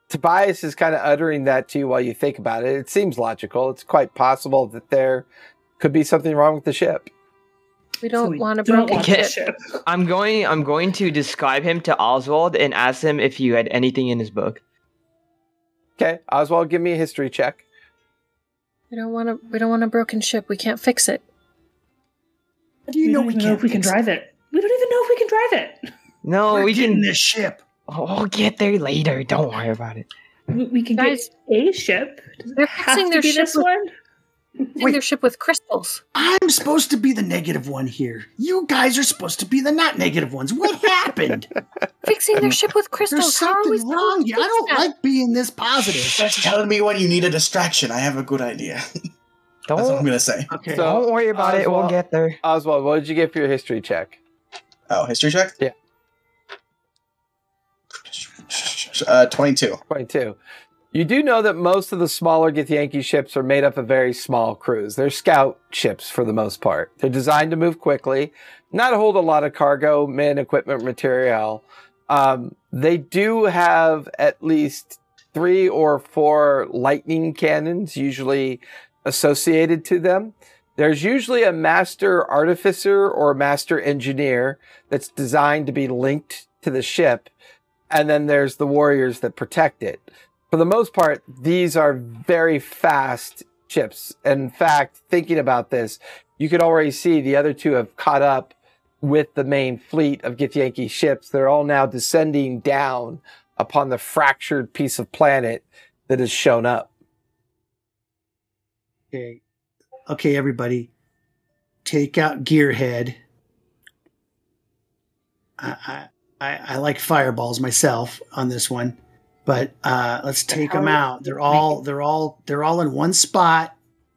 Tobias is kind of uttering that to you while you think about it. It seems logical. It's quite possible that there could be something wrong with the ship.
We don't
So we
want a
Don't
broken
want
Okay.
the
ship.
ship.
I'm going. I'm going to describe him to Oswald and ask him if he had anything in his book.
Okay, Oswald, give me a history check.
We don't want a we don't want a broken ship. We can't fix it.
Do you know
don't
we
even know
can't
if we can
fix it?
drive it. We don't even know if we can drive it.
No,
We're
we
getting
can.
this ship.
Oh, we'll get there later. Don't worry about it.
We, we can
Guys,
get a ship. Does it
they're
have
fixing
to
their
be
ship
this
with-
one?
Fix their ship with crystals.
I'm supposed to be the negative one here. You guys are supposed to be the not negative ones. <laughs> What happened?
Fixing their ship with
There's
crystals. How are
something
we supposed
wrong
to
here. I
fix
don't
that?
like being this positive.
That's telling me when you need a distraction. I have a good idea.
Don't,
That's what I'm gonna say.
Okay.
So-
don't worry about it. We'll
Oswald-
get there.
Oswald, what did you get for your history check?
Oh, history check.
Yeah.
Uh, twenty-two.
22. You do know that most of the smaller Githyanki ships are made up of very small crews. They're scout ships for the most part. They're designed to move quickly, not hold a lot of cargo, men, equipment, material. Um, they do have at least three or four lightning cannons usually associated to them. There's usually a master artificer or master engineer that's designed to be linked to the ship and then there's the warriors that protect it. For the most part, these are very fast ships. In fact, thinking about this, you could already see the other two have caught up with the main fleet of Githyanki ships. They're all now descending down upon the fractured piece of planet that has shown up.
Okay. Okay, everybody. Take out Gearhead. I I, I, I like fireballs myself on this one, but uh, let's take them out. They're all they're all they're all in one spot,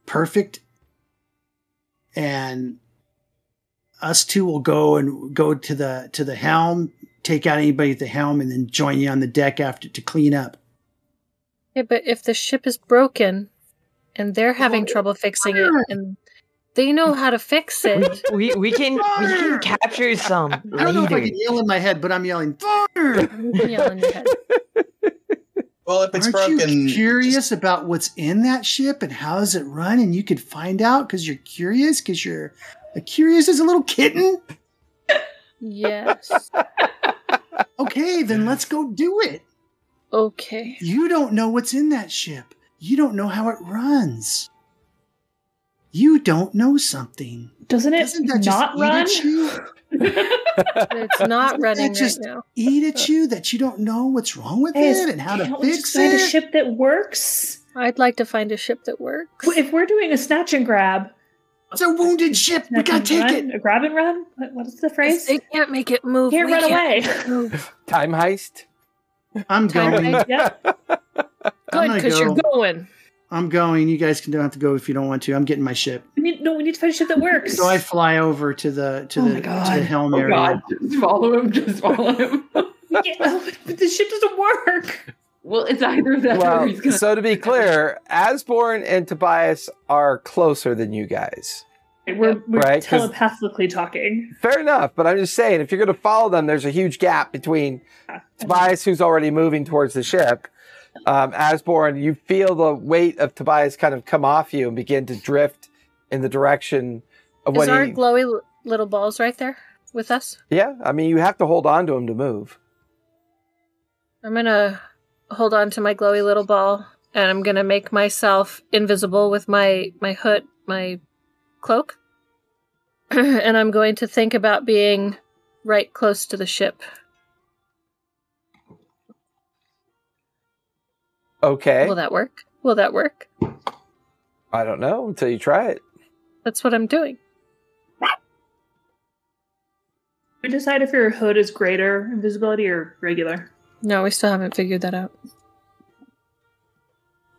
perfect. And us two will go and go to the to the helm, take out anybody at the helm, and then join you on the deck after to clean up.
Yeah, but if the ship is broken and they're having trouble fixing it and they know how to
<laughs>
<laughs>
fix it.
We we can we can <laughs> capture some
I don't know if I
later.
can yell in my head, but I'm yelling fire.
Yell in your head.
Well, if it's
Aren't
broken,
you curious about what's in that ship and how does it run? And you could find out because you're curious because you're a curious as a little kitten.
Yes.
Okay, then let's go do it.
Okay.
You don't know what's in that ship. You don't know how it runs. You don't know something.
Doesn't it
Doesn't that just
not
eat
run? <laughs>
at you?
It's not
Isn't
running
that just
right now.
eat at you that you don't know what's wrong with
Guys,
it and how to
can't we just
fix
find
it?
a ship that works?
I'd like to find a ship that works.
If we're doing a snatch and grab,
It's a wounded ship. We
snatch
gotta
and
take
run,
it.
A grab and run. What, what is the phrase?
They can't make it move.
Can't
we
run away.
make it move.
Time heist.
I'm
Time
going.
<laughs>
to-
Yep.
I'm
Good,
gonna
because you're
go.
going.
I'm going. You guys can don't have to go if you don't want to. I'm getting my ship.
We need, no, we need to find a ship that works.
So I fly over to the to
Oh
the
my
to
God.
the helm
Oh
area.
God, just follow him. Just follow him.
<laughs> Yeah, oh, but the ship doesn't work.
<laughs>
<laughs>
well, it's either that or
Well,
he's gonna.
so to be clear, Asborn and Tobias are closer than you guys.
We're, we're
Right, 'cause-
telepathically talking.
Fair enough, but I'm just saying, if you're going to follow them, there's a huge gap
<laughs>
between Tobias, who's already moving towards the ship. Um, Asborn, you feel the weight of Tobias kind of come off you and begin to drift in the direction of
Is
what
our
he.
glowy l- little balls right there with us?
yeah, I mean, you have to hold on to him to move.
I'm gonna hold on to my glowy little ball, and I'm gonna make myself invisible with my my hood, my cloak, <clears throat> and I'm going to think about being right close to the ship.
Okay.
Will that work? Will that work?
I don't know until you try it.
That's what I'm doing.
We decide if your hood is greater invisibility or regular.
No, we still haven't figured that out.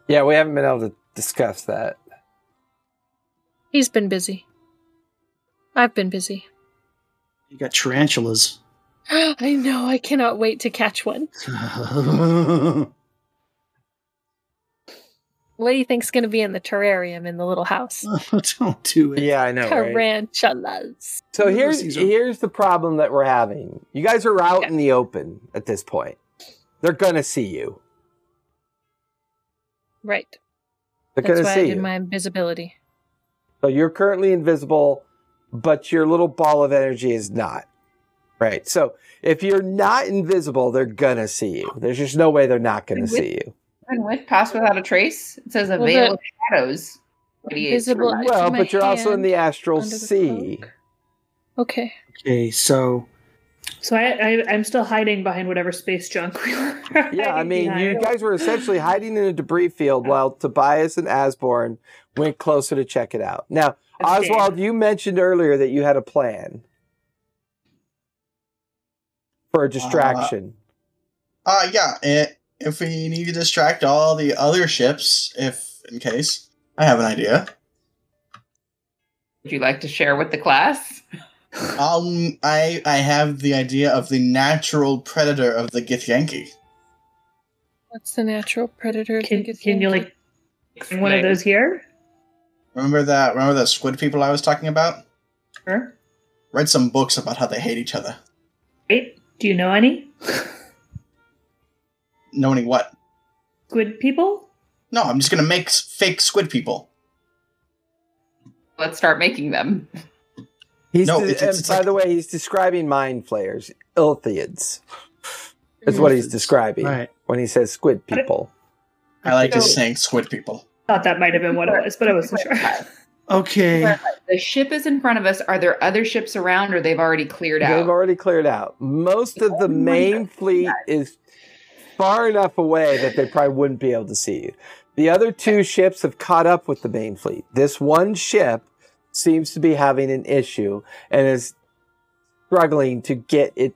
Yeah, we haven't been able to discuss that.
He's been busy. I've been busy.
You got tarantulas.
<gasps>
<laughs>
I know. I cannot wait to catch one.
I
What do you think's going to be in the terrarium in the little house?
don't do it.
Yeah, I know.
Tarantulas.
So
Those
here's
things are-
here's the problem that we're having. You guys are out in the open at this point. They're gonna see you.
Right.
They're
That's
gonna
why I
see you.
did my invisibility.
so you're currently invisible, but your little ball of energy is not. Right. So if you're not invisible, they're gonna see you. There's just no way they're not gonna
With-
see you.
And with pass without a trace, it says a
Well,
veil
the-
of shadows.
Visible- I
Well,
put my
but you're also in
hand
the astral
under the
sea.
cloak. Okay.
Okay, so
So I, I I'm still hiding behind whatever space junk we were. <laughs>
Yeah, I
hiding
mean, you
behind.
guys were essentially hiding in a debris field while Tobias and Asborn went closer to check it out. Now,
Escape.
Oswald, you mentioned earlier that you had a plan for a distraction.
Uh, yeah. i if we need to distract all the other ships, if in case, I have an idea.
Would you like to share with the class?
Um, I I have the idea of the natural predator of the Githyanki.
What's the natural predator?
Can,
think it's
can you
named?
like bring one of those here?
Remember that? Remember those squid people I was talking about?
Sure.
Read some books about how they hate each other.
Great. Do you know any <laughs>
Knowing what?
squid people?
No, I'm just gonna make s- fake squid people.
Let's start making them.
He's
No,
de-
it's- it's-
and
it's
by
like-
the way, he's describing mind flayers, Ilthians. Is what he's
Ilthians.
describing
right.
when he says squid
But it-
people.
I like just
So-
saying squid people.
Thought that might have been what it was, but I wasn't sure.
<laughs>
<laughs>
Okay.
<laughs> The ship is in front of us. Are there other ships around, or they've already cleared
They've
out?
already cleared out. Most of the main fleet is far enough away that they probably wouldn't be able to see you. The other two ships have caught up with the main fleet. This one ship seems to be having an issue and is struggling to get it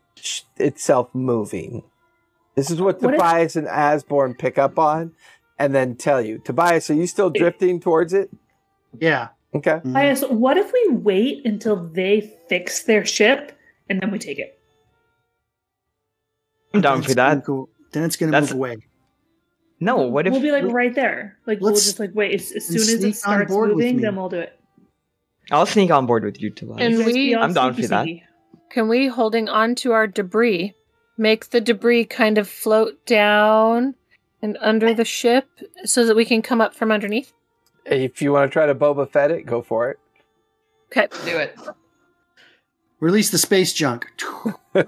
itself moving. This is what
What if-
Tobias and Asborn pick up on and then tell you. Tobias, are you still drifting towards it?
Yeah.
Okay.
Mhm.
Bias, what if we wait until they fix their ship and then we take it?
I'm down for
It's gonna
that.
go- then it's gonna
That's-
move away.
No, what if
we'll be like right there? Like we'll
Let's-
just like wait as, as
and
soon as
sneak on
it starts
board with
moving,
me.
then we'll do it.
I'll sneak on board with you, Tobias?
And
You guys
we-
be all
I'm down for that.
sneaky-sneaky.
Can we, holding on to our debris, make the debris kind of float down and under the ship so that we can come up from underneath?
If you want to try to Boba Fett it, go for it.
Okay.
Do it.
Release the space junk. <laughs>
<laughs>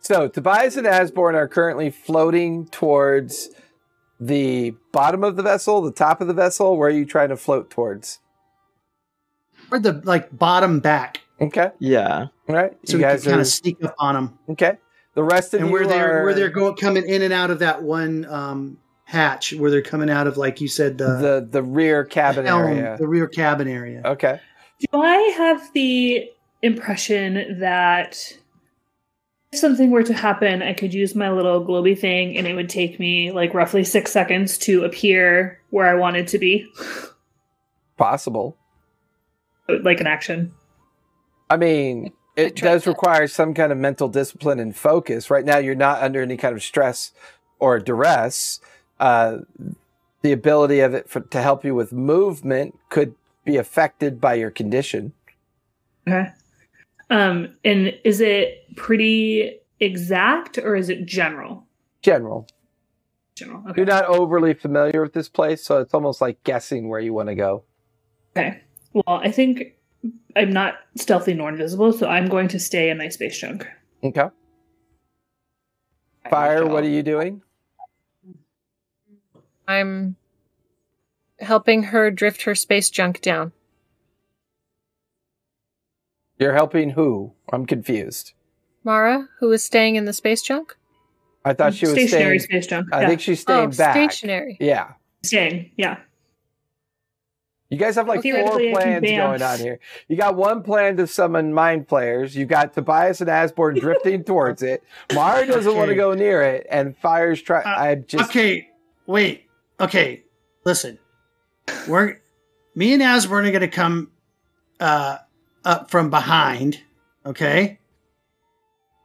so Tobias and Asborn are currently floating towards the bottom of the vessel, the top of the vessel. Where are you trying to float towards?
toward the like bottom back,
Okay.
Yeah.
All right.
so
you
we can
guys
kind
are
of sneak up on them.
okay. The rest of
and
you
where they're
are
where they're going coming in and out of that one um, hatch, where they're coming out of like you said the,
the the rear cabin
uh, elm,
area.
the rear cabin area.
Okay.
Do I have the impression that if something were to happen, I could use my little globy thing and it would take me like roughly six seconds to appear where I wanted to be? <laughs>
Possible.
Like an action.
I mean, it
tried
does
that.
require some kind of mental discipline and focus. Right now, you're not under any kind of stress or duress. Uh, the ability of it for, to help you with movement could be affected by your condition.
Okay. Um, and is it pretty exact or is it general?
General,
General. Okay.
you're not overly familiar with this place, so it's almost like guessing where you want to go.
okay. Well, I think I'm not stealthy nor invisible, so I'm going to stay in my space junk.
Okay. Fire, what are you doing?
I'm helping her drift her space junk down.
You're helping who? I'm confused.
Mara, who is staying in the space junk?
I thought she was
stationary
staying.
space junk.
I
yeah.
think she's staying
Mm, oh,
back.
stationary.
Yeah.
staying.
<sighs>
Yeah. <sighs>
You guys have like
Okay.
four
Theoretically, I can
plans
ban.
going on here. You got one plan to summon mind players. You got Tobias and Asborn drifting towards it. Mara doesn't want to
Okay.
go near it, and Fire's try.
Uh,
I'm just <laughs>
okay, wait. Okay, listen. We're me and Asburn are gonna come uh, up from behind. Okay.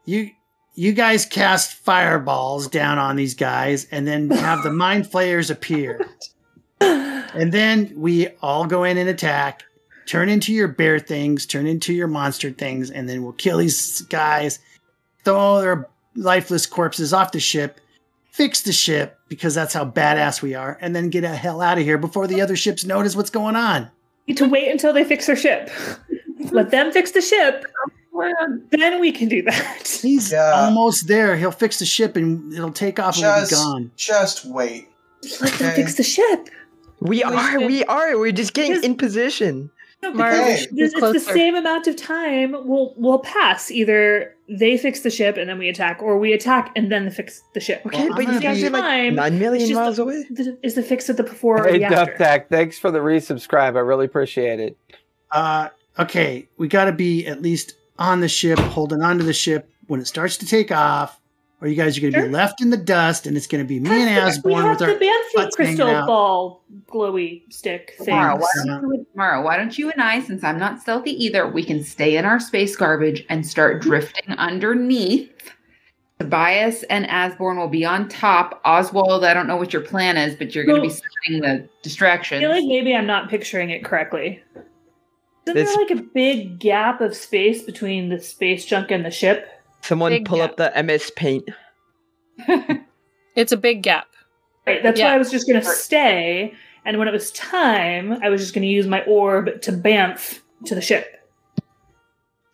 You you guys cast fireballs down on these guys, and then have the mind flayers appear, and then we all go in and attack. Turn into your bear things, turn into your monster things, and then we'll kill these guys, throw all their lifeless corpses off the ship, fix the ship because that's how badass we are, and then get the hell out of here before the other ships notice what's going on.
need to wait until they fix their ship. Let them fix the ship. Then we can do that. <laughs>
He's
Yeah.
almost there. He'll fix the ship and it'll take off
Just,
and we'll be gone.
just wait.
Let them
Okay.
fix the ship.
We are.
should-
We are. We're just getting
Just-
in position.
No,
Mara,
Okay.
because
we should
this-
move
it's the
closer.
same amount of time. We'll we'll pass. Either they fix the ship and then we attack, or we attack and then fix the ship.
Okay,
Well, I'm
but you
gonna
guys
be-
are like
Time,
nine million
It's just
miles
the-
away.
the- is the fix at the before or
hey
the
Dove
after?
Tech, thanks for the resubscribe. I really appreciate it.
Uh, okay, we got to be at least on the ship, holding onto the ship when it starts to take off, or you guys are going to
Sure.
be left in the dust, and it's going to be me and
That's the- we
Asborn
have
with
the
our.
Banfield
butts hanging
crystal
out.
ball glowy stick thing.
Mara, why,
Thanks.
don't you, Mara, why don't you and I, since I'm not stealthy either, we can stay in our space garbage and start
Mm-hmm.
drifting underneath. Tobias and Asborn will be on top. Oswald, I don't know what your plan is, but you're going to be
Well-
setting the
I
distractions.
feel like maybe I'm not picturing it correctly. Isn't
This-
there like a big gap of space between the space junk and
<laughs>
the ship?
Someone
Big
pull up the MS Paint.
It's a big gap.
Right. That's
Yeah.
why I was just gonna stay, and when it was time, I was just gonna use my orb to bamf to the ship.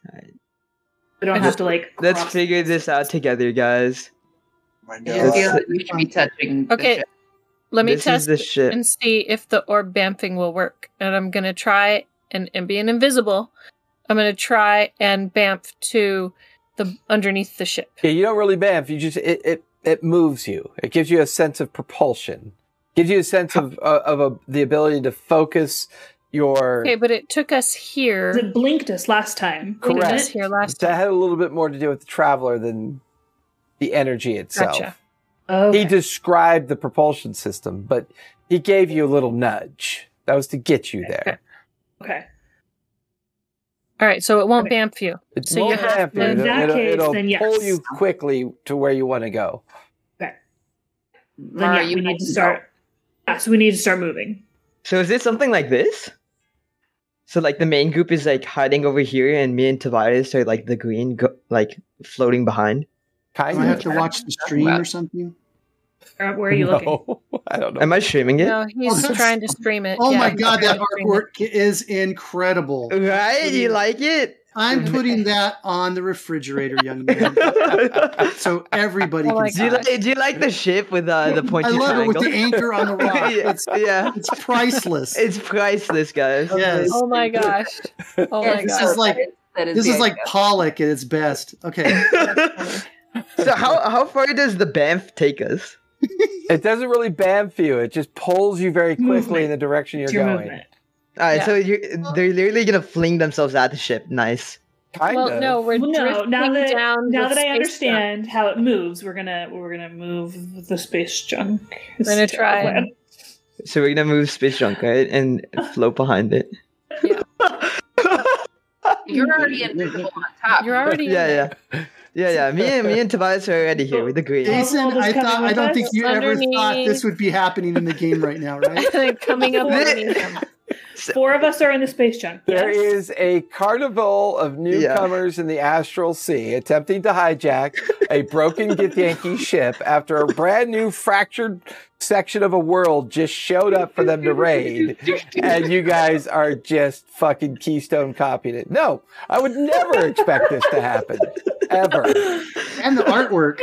Alright.
We don't
I
have to like.
Let's
cross-
figure this out together, guys.
Oh my
I just
God.
feel like we should be touching. the
Okay.
ship.
Let me
this
test
is the ship.
and see if the orb bamfing will work. And I'm gonna try and, and being invisible, I'm gonna try and bamf to the underneath the ship.
Yeah, you don't really bamf. You just it it it moves you. It gives you a sense of propulsion. Gives you a sense of of, of a, the ability to focus your.
Okay, but it took us
'Cause
here.
It blinked us last time.
It took
Correct.
us here last
That
time.
had a little bit more to do with the traveler than the energy itself.
Gotcha.
Oh,
He described the propulsion system, but he gave you a little nudge. That was to get you there.
okay.
All right, so it won't
Okay.
bamf you.
It's
So you
won't
have
happen.
to- in
It'll-
that
it'll,
case,
it'll
then
pull
yes.
you quickly to where you want to go.
Then
Mara,
yeah,
you
we need
have
to
go.
start. Yeah, so we need to start moving.
So is it something like this? So like the main group is like hiding over here, and me and Tobias are like the green, go- like floating behind.
Do
Kind
I
of.
have to watch the stream or something?
Or Where are you looking?
<laughs> No, I don't know.
Am I streaming it?
No, he's
Oh,
that's-
trying to stream it.
Oh
Yeah,
my
he's
god, that
trying to stream it.
artwork is incredible.
Right? You like it?
I'm putting that on the refrigerator, young man.
<laughs>
so everybody
Oh my
can
God.
see.
do, you like, do you like the ship with uh, the
I
pointy
love it with
triangle?
the anchor
<laughs>
on the rock.
yeah,
It's
yeah,
it's priceless.
it's priceless, guys.
yes.
Oh my gosh. Oh my
This
gosh.
is like
That
this
the
is like
idea.
Pollock at its best. Okay.
<laughs> so how how far does the Banff take us?
It doesn't really bamf you. It just pulls you very quickly
Movement.
in the direction you're
It's your
going.
movement.
All right,
Yeah.
so you they're literally gonna fling themselves at the ship. Nice.
Kind
well,
of.
no, we're
Well, no,
drifting
now that
down.
now
with
that I
space
understand how it moves, we're gonna we're gonna move the space junk.
I'm gonna
It's
try.
terrible.
So we're gonna move space junk right and float behind it.
You're already invisible on top.
junk. You're already.
Yeah, yeah, yeah, yeah. Me and me and Tobias are already here with the green.
Jason,
Oswald is
I
coming
thought I
with
don't
us
think you ever thought this
underneath.
would be happening in the game right now,
<laughs>
right?
<laughs>
coming up
This-
underneath him.
Four of us are in the space junk.
There
yes?
is a carnival of newcomers in the astral sea attempting to hijack a broken Githyanki ship after a brand new fractured section of a world just showed up for them to raid. And you guys are just fucking Keystone copying it. No, I would never expect this to happen. Ever.
And the <laughs> artwork.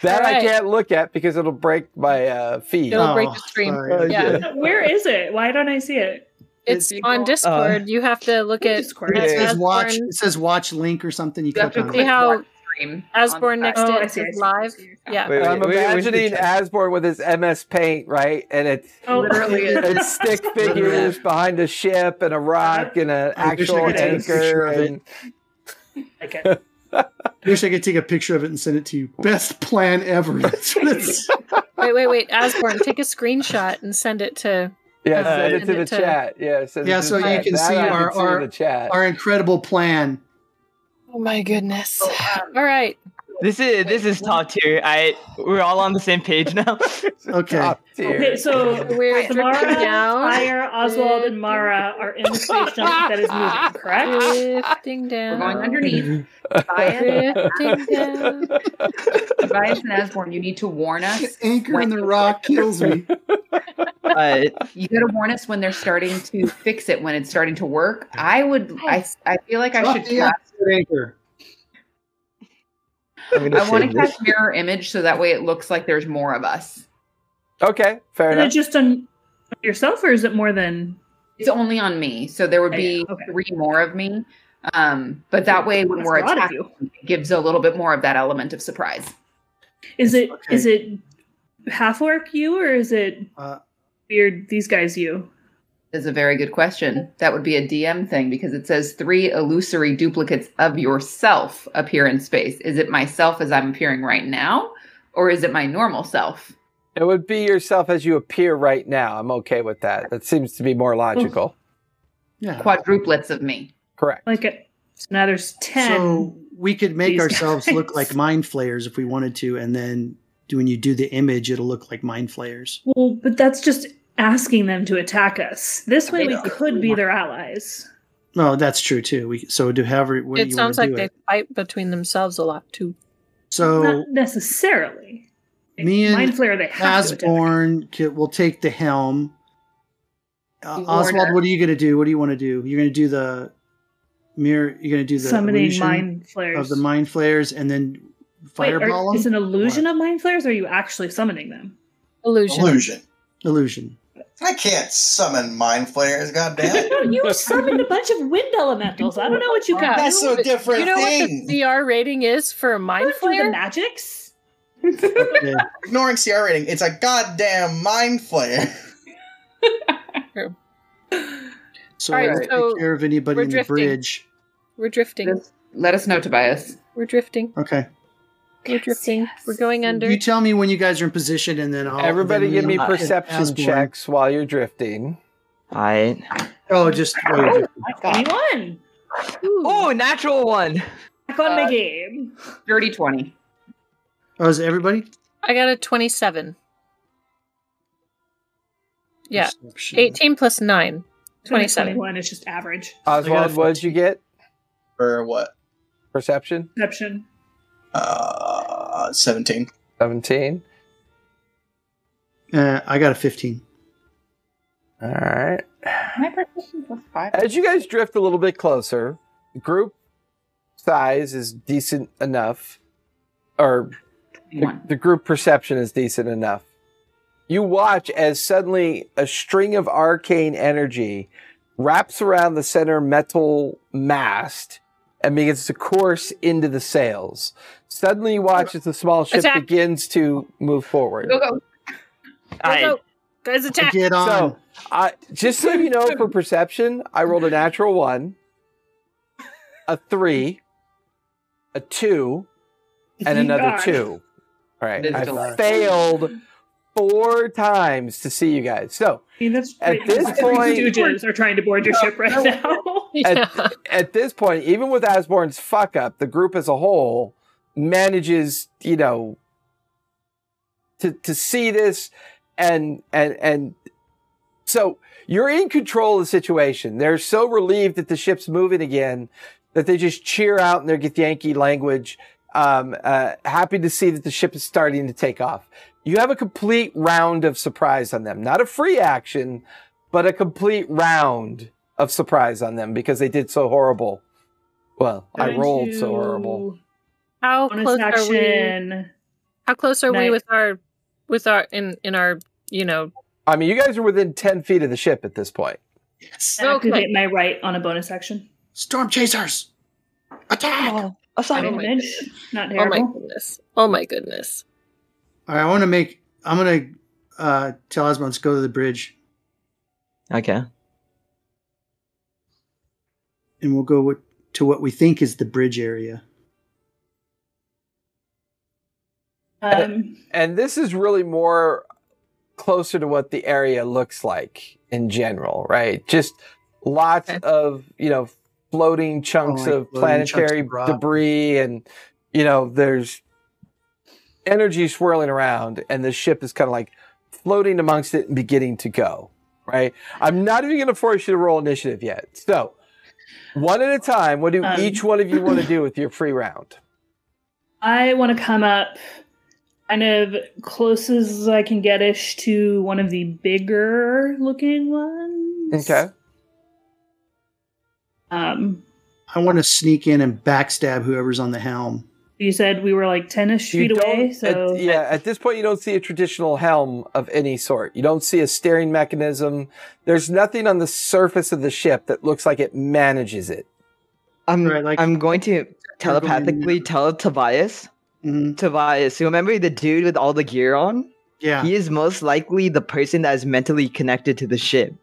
That I
Right.
can't look at because it'll break my uh, feed.
It'll
Oh,
break the stream.
sorry.
Oh,
Yeah.
dear.
<laughs> Where is it? Why don't I see it?
It's
It's-
on Discord. you have to look at
Discord.
Yeah.
It says
Asborn.
watch. It says watch link or something. You
You have
click
to
on
See
click
it.
how
watch stream
Asborn
on
next
the-
to
Oh, I
it
see, I
is
see, I
live.
see.
Yeah.
Wait,
I'm
wait, wait, where's the
imagining
chat?
Asborn with his MS Paint, right? And it's
Oh,
Literally is.
<laughs>
and
<laughs>
stick figures behind a ship and a rock and an
I wish I
actual
could take a
anchor.
picture of it.
And
Like it.
Wish I could take a picture of it and send it to you. Best plan ever. <laughs> That's what it's-
Wait, wait, <laughs> wait. Asborn, take a screenshot and send it to.
yeah,
Uh,
send it
send
to
it
the
to-
chat. Yeah, send it
Yeah,
to the
so you
chat.
can
That
see
I
our-
see in
our-
the chat.
our incredible plan.
Oh my goodness.
So,
Oh,
um,
All right.
This is this is top tier. I we're all on the same page now.
Okay.
Top tier.
Okay, so
We're
Mara,
drifting down.
Fire, Oswald, and Mara are in the space junk that is moving,
<laughs>
correct?
Drifting down.
We're going
<laughs>
underneath.
<laughs>
Tobias,
Drifting down.
Tobias and Asborn, you need to warn us.
Anchor in the rock kills me.
all right.
You got to warn us when they're starting to fix it when it's starting to work. I would. I. I feel like I
Drop
should.
the
Cast,
episode anchor.
I'm gonna
I want
save
to
this.
cast mirror image so that way it looks like there's more of us.
Okay, fair
Is it
enough.
just on yourself, or is it more than?
It's only on me, so there would be
Oh, Okay.
three more of me. Um, but that way, when
That's
we're
a lot of
attacking,
you.
it gives a little bit more of that element of surprise.
Is it is
Okay.
it half orc you, or is it
Uh,
weird these guys you?
Is a very good question. That would be a DM thing because it says three illusory duplicates of yourself appear in space. Is it myself as I'm appearing right now, or is it my normal self?
It would be yourself as you appear right now. I'm okay with that. That seems to be more logical.
yeah.
Quadruplets of me.
Correct.
Like it. So now there's ten.
So we could make
These
ourselves look
guys.
like mind flayers if we wanted to, and then do- when you do the image, it'll look like mind flayers.
Well, but that's just asking them to attack us. This way, we
Yeah.
could be their allies.
No, that's true too. We so do however where
It
you
sounds like
want to do
they
it.
fight between themselves a lot too.
So
Not necessarily.
Me and
Mind Flayer, they have to attack.
Asborn ki- will take the helm. Uh,
You warned
Oswald,
us.
what are you going to do? What do you want to do? You're going to do the mirror. You're going to do the
summoning
illusion
mind flares.
of the mind flayers, and then
Wait, are-
fireball
It's an
them.
illusion of mind flares, or are you actually summoning them?
Illusion.
Illusion.
Illusion.
<laughs>
I can't summon mind
<laughs>
flares. Goddamn.
No, you summoned a bunch of wind elementals. I don't know what you
Yeah.
got.
That's so
but
different
you know
thing.
what the CR rating is for a
I
mind
don't do the
flayer?
magics.
Okay.
Ignoring CR rating, it's a goddamn mind flare. <laughs>
<laughs> So
All right,
we'll
so
take care of anybody
we're
in the
drifting.
bridge.
We're drifting.
Just let us know, Tobias.
We're drifting.
Okay.
We're drifting. We're going under.
You tell me when you guys are in position, and then I'll
Everybody
Oh, then
give me
we'll-
perception
Asborn.
checks while you're drifting.
All right.
Oh, just while you're drifting.
Twenty-one.
Ooh.
Oh, natural one.
Back on
Uh,
the game.
Dirty 20.
oh, is it everybody?
I got a 27. Yeah.
Perception.
18 plus 9. 27.
Twenty-one is just average
Oswald, what did you get?
Or what?
Perception?
perception.
Uh, 17.
17.
Uh, I got a fifteen.
All right.
My perception plus five.
As you guys drift a little bit closer, group size is decent enough, or the,
One.
the group perception is decent enough. You watch as suddenly a string of arcane energy wraps around the center metal mast and begins to course into the sails. Suddenly, you watch as the small ship
Attack.
begins to move forward.
Go, go.
I,
go. Guys, attack.
Get on.
So, I, just so you know, for perception, I rolled a natural one, a three, a two, and another
God.
two. All right,
It is
I
delightful.
failed four times to see you guys. So
I mean, that's
At
great.
this
The Three
point-
Stooges are trying to board your ship right now.
<laughs>
at,
Yeah.
at this point, even with Asborn's fuck up, the group as a whole manages, you know, to to see this and and and so you're in control of the situation. They're so relieved that the ship's moving again that they just cheer out in their Githyanki language. Um, uh, happy to see that the ship is starting to take off. You have a complete round of surprise on them. Not a free action, but a complete round of surprise on them because they did so horrible. Well, I
Going
rolled
to
so horrible.
How
Bonus
close are we?
action.
How close are we
Nice.
with our with our in in our you know?
I mean, you guys are within 10 feet of the ship at this point.
Yes.
Okay.
Activate my right on a bonus action.
Storm chasers, attack!
oh, I saw
Oh my
Advantage. Not terrible.
Oh my goodness! Oh my goodness!
All right, I want to make. I'm gonna uh, tell Asmund to go to the bridge,
Okay.
and we'll go what, to what we think is the bridge area.
Um,
And this is really more closer to what the area looks like in general, right? Just lots
Okay.
of, you know, floating chunks
like
of
floating chunks of
planetary
rock.
debris and, you know, there's energy swirling around and the ship is kind of like floating amongst it and beginning to go, right? I'm not even going to force you to roll initiative yet. So, one at a time, what do
Um,
each one of you want to do with your free round?
I want to come up kind of closest as I can get ish to one of the bigger looking ones.
Okay.
Um,
I want to sneak in and backstab whoever's on the helm.
you said we were like 10 ish
You
feet away,
don't-
so.
at- yeah, at this point, you don't see a traditional helm of any sort. You don't see a steering mechanism. There's nothing on the surface of the ship that looks like it manages it.
I'm
Right, like-
I'm going to telepathically
going-
tell Tobias.
Mhm.
Tobias, you remember the dude with all the gear on?
Yeah,
He is most likely the person that is mentally connected to the ship.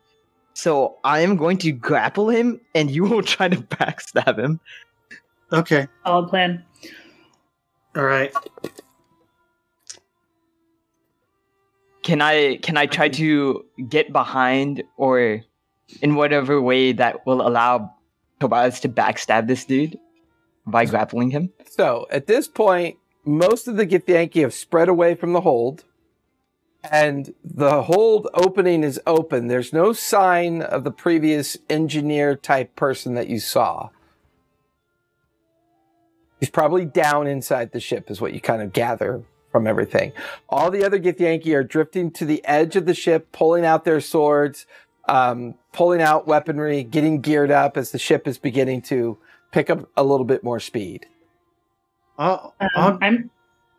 So I am going to grapple him, and you <laughs> will try to backstab him.
Okay.
Solid plan.
All right.
Can I can I try to get behind or in whatever way that will allow Tobias to backstab this dude by
<laughs>
grappling him?
So at this point, most of the Githyanki have spread away from the hold, and the hold opening is open. There's no sign of the previous engineer type person that you saw. He's probably down inside the ship, is what you kind of gather from everything. All the other Githyanki are drifting to the edge of the ship, pulling out their swords, um, pulling out weaponry, getting geared up as the ship is beginning to pick up a little bit more speed.
I'll,
Um,
I'll,
I'm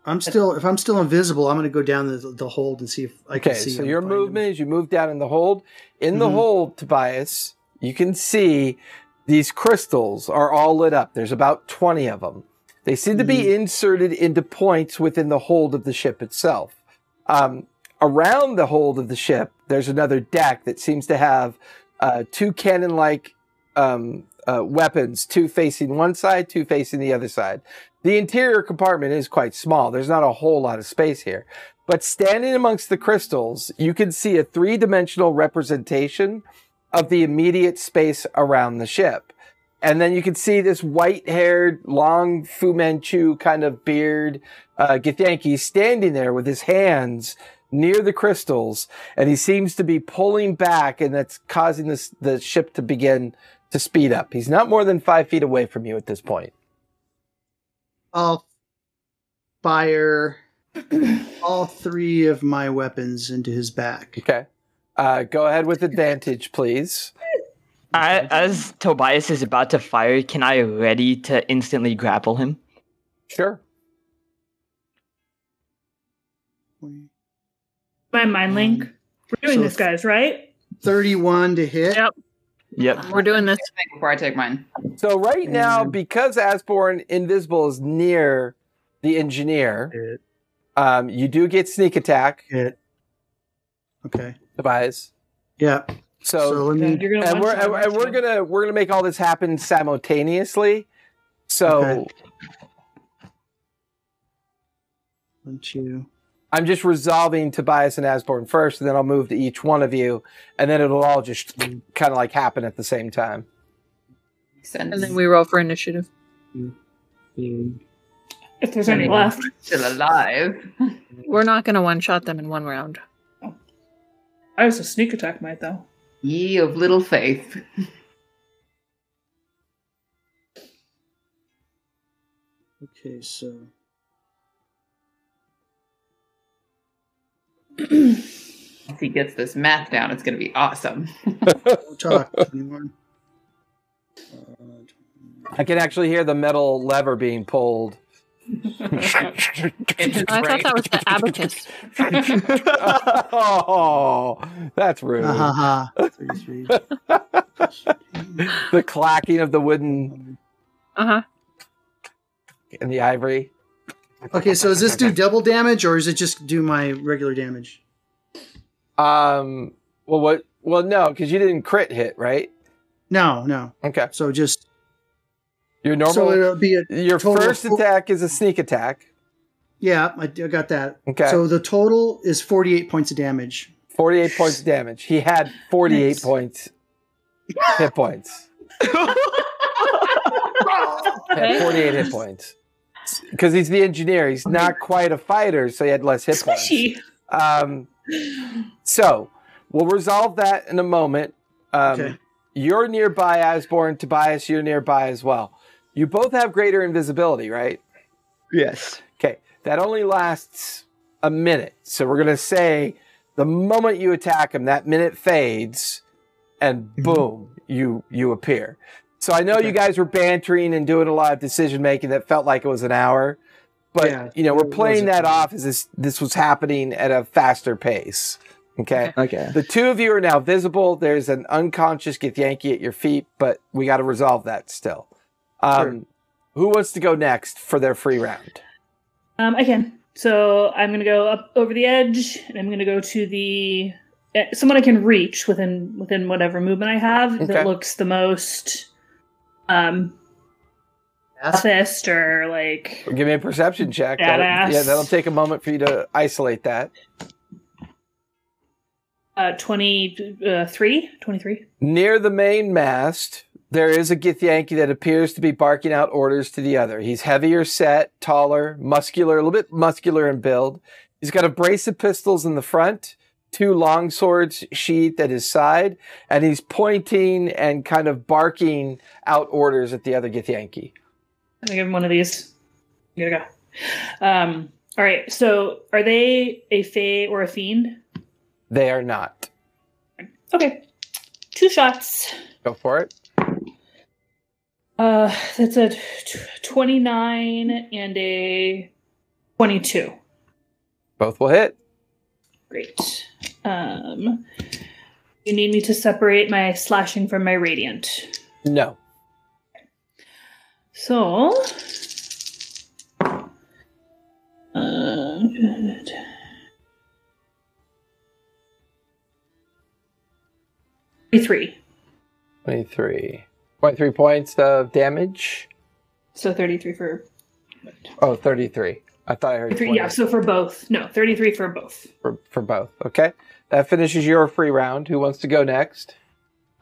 I'm still. If I'm still invisible, I'm going to go down the, the hold and see if I
Okay,
can see.
so
him
your
behind him.
movement is you move down in the hold. In the
Mhm.
hold, Tobias, you can see these crystals are all lit up. There's about 20 of them. They seem to be
Mm-hmm.
inserted into points within the hold of the ship itself. Um, around the hold of the ship, there's another deck that seems to have uh, two cannon like um, uh, weapons, two facing one side, two facing the other side. The interior compartment is quite small. There's not a whole lot of space here. But standing amongst the crystals, you can see a three dimensional representation of the immediate space around the ship. And then you can see this white haired, long Fu Manchu kind of beard, uh, Githyanki standing there with his hands near the crystals. And he seems to be pulling back, and that's causing this, the ship to begin to speed up. He's not more than five feet away from you at this point.
I'll fire all three of my weapons into his back.
Okay. Uh, go ahead with advantage, please.
I, as Tobias is about to fire, can I ready to instantly grapple him?
Sure.
My mind link. We're doing
So-
this, guys, right?
31 to hit.
Yep.
Yep.
We're doing this.
Before I take mine.
So right now,
And-
because Asborn Invisible is near the engineer,
Hit.
um, you do get sneak attack,
Hit. Okay.
Tobias.
Yeah. So,
So,
let me.
You're gonna
and we're
one-shot
and, and we're
us.
gonna we're gonna make all this happen simultaneously. So
Okay. One, two.
I'm just resolving Tobias and Asborn first, and then I'll move to each one of you, and then it'll all just kind of like happen at the same time.
Makes sense.
And then we roll for initiative.
If there's any left.
still alive.
We're not going to one shot them in one round.
I was a sneak attack might though.
Ye of little faith. <clears throat>
Okay, so.
If he gets this math down, it's going to be awesome. <laughs>
Don't
<laughs>
talk anymore. Uh,
I can actually hear the metal lever being pulled.
It's
I thought
great.
that
<laughs>
was the abacus.
oh, that's rude.
Ha ha
<laughs>
ha. 33.
The clacking of the wooden
Uh huh.
and the ivory.
okay, so does this do double damage or is it just do my regular damage?
Um. Well, what? Well, no, because you didn't crit hit, right?
No, no.
Okay.
So just.
Your normal.
So it'll be a.
your
total
first
four-
attack is a sneak attack.
Yeah, I, I got that.
Okay.
So the total is 48 points of damage.
Forty-eight points of damage. He had forty-eight
Nice.
points. Hit points. He had forty-eight hit points. Because he's the engineer. He's not quite a fighter, so he had less hit points.
Squishy.
Um, so we'll resolve that in a moment. Um,
Okay.
You're nearby, Asborn. Tobias, you're nearby as well. You both have greater invisibility, right?
yes.
Okay. That only lasts a minute. So we're going to say the moment you attack him, that minute fades and boom, you, you appear. So I know you guys were bantering and doing a lot of decision making that felt like it was an hour, but
Yeah,
you know, we're
it
playing
wasn't.
that off as this, this was happening at a faster pace.
<laughs>
Okay.
Okay.
The two of you are now visible. There's an unconscious Githyanki at your feet, but we got to resolve that still. Um, Who wants to go next for their free round?
Um, I can. So I'm gonna go up over the edge, and I'm gonna go to the eh, someone I can reach within within whatever movement I have
Okay.
that looks the most um toughest or like
Give me a perception check. That'll-
Badass.
yeah, that'll take a moment for you to isolate that.
uh 20, uh, 3? 23
Near the main mast, there is a Githyanki that appears to be barking out orders to the other. He's heavier set, taller, muscular, a little bit muscular in build. He's got a brace of pistols in the front, two long swords sheathed at his side, and he's pointing and kind of barking out orders at the other Githyanki.
I'm gonna give him one of these. I'm gonna go. Um, all right. So are they a fae or a fiend?
They are not.
Okay. Two shots.
Go for it.
Uh, that's a t- 29 and a 22.
Both will hit.
Great. Um, you need me to separate my slashing from my radiant.
No.
So. Uh, good. Thirty-three.
23. 23 points of damage.
So thirty-three for
Oh, 33. I thought I heard
33,
20
yeah, so for both. No, 33 for both.
for, for both. Okay. That finishes your free round. Who wants to go next?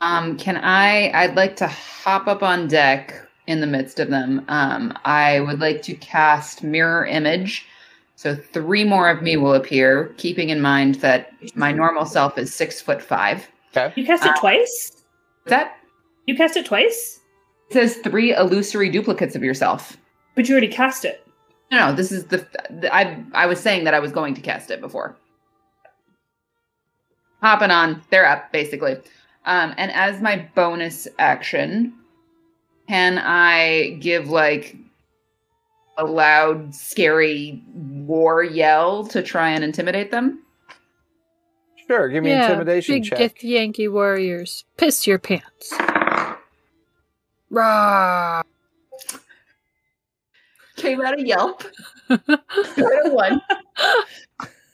Um, can I? I'd like to hop up on deck in the midst of them. Um, I would like to cast Mirror Image. So three more of me will appear, keeping in mind that my normal self is six foot five.
You cast it
Ah.
twice?
That
You cast it twice?
says three illusory duplicates of yourself.
But you already cast it.
No, no, this is the, the I I was saying that I was going to cast it before. Hopping on, they're up basically. Um, and as my bonus action, can I give like a loud, scary war yell to try and intimidate them?
Sure, give me
Yeah,
intimidation
Big
check.
dick Yankee warriors, piss your pants. <laughs> Rah!
Came out a <laughs> yelp. Got a one.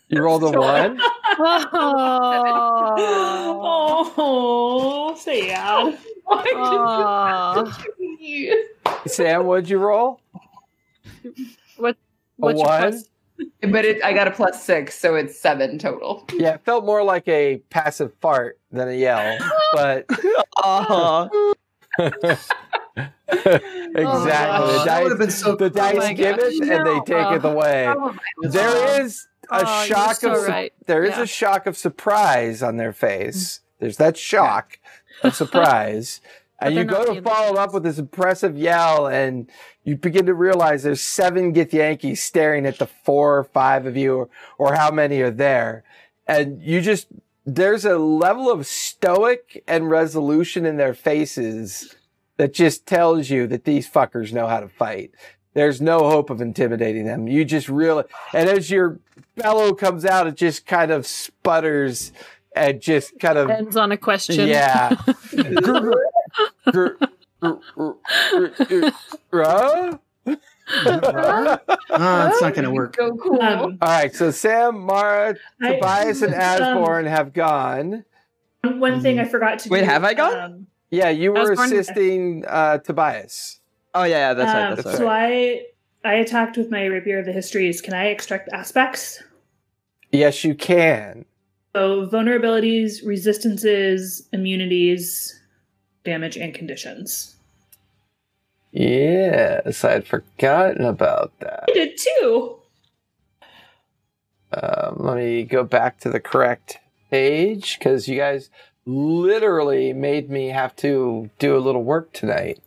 You rolled a
<laughs>
one.
Oh.
oh, sad.
Aw.
<laughs> Sam, what'd you roll?
What's your
one?
plus-
But it, I got a plus six, so it's seven total.
Yeah, it felt more like a passive fart than a
<laughs>
yell, but
Aw.
Oh, exactly. the
Oh gosh.
that would
dice,
have been so.
the dice
my
give
gosh.
it and they
No,
take it
uh,
away. There is a
Aw, Oh, you're
shock
so
of su-
right.
there is
Yeah. Mm-hmm.
a shock of surprise on their face. There's that shock
<laughs>
of surprise.
But
and you
they're not
go to
being
follow it
themselves.
up with this impressive yell, and you begin to realize there's seven Gith Yankees staring at the four or five of you, or, or how many are there. And you just, there's a level of stoic and resolution in their faces that just tells you that these fuckers know how to fight. There's no hope of intimidating them. You just realize, and as your bellow comes out, it just kind of sputters and just kind of <laughs>
Ends on a question.
yeah.
<laughs>
Gr- gr- gr- gr- gr- gr- Ruh?
Ruh? Ah, it's not going to work.
So cool.
Um,
All right, so Sam, Mara,
I-
Tobias,
<laughs>
and Asborn have gone.
Um, one thing I forgot to
Wait,
do,
have I gone?
Um,
Yeah, you were
Asborn-
assisting uh, Tobias.
Oh yeah, yeah, that's
um,
right. That's
that's
right.
so I I attacked with my rapier of the histories. Can I extract aspects?
Yes, you can.
So vulnerabilities, resistances, immunities, damage, and conditions.
Yes, I had forgotten about that.
I did too.
Um, let me go back to the correct page because you guys literally made me have to do a little work tonight.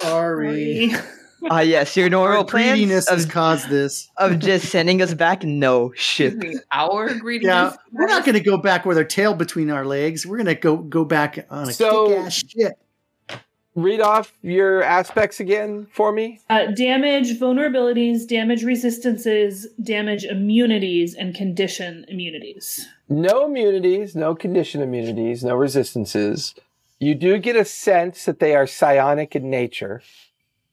Sorry.
<laughs> Ah yes, your
Our
normal
greediness
plans Uh,
has
of,
caused this.
of just sending us back. No shit.
Mm-hmm.
Excuse me, Our greedy.
Yeah, we're not going to go back with our tail between our legs. We're going to go go back on a
So-
kick-ass shit.
Read off your aspects again for me.
Uh, damage, vulnerabilities, damage resistances, damage immunities, and condition immunities.
no immunities, no condition immunities, no resistances. You do get a sense that they are psionic in nature,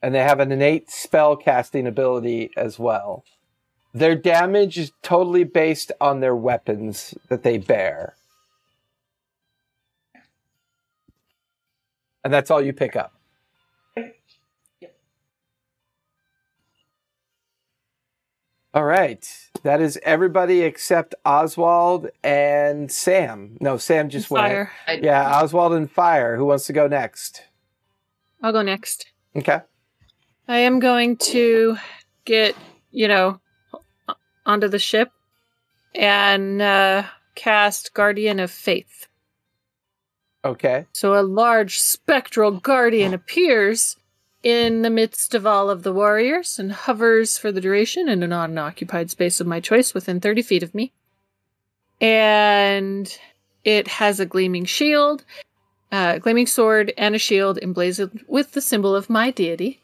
and they have an innate spell casting ability as well. Their damage is totally based on their weapons that they bear. And that's all you pick up. All right. That is everybody except Oswald and Sam. No, Sam just
Fire.
went. Yeah, Oswald and Fire. Who wants to go next?
I'll go next.
Okay.
I am going to get, you know, onto the ship and uh, cast Guardian of Faith.
Okay.
So a large spectral guardian appears in the midst of all of the warriors and hovers for the duration in an unoccupied space of my choice within 30 feet of me. And it has a gleaming shield, a gleaming sword, and a shield emblazoned with the symbol of my deity.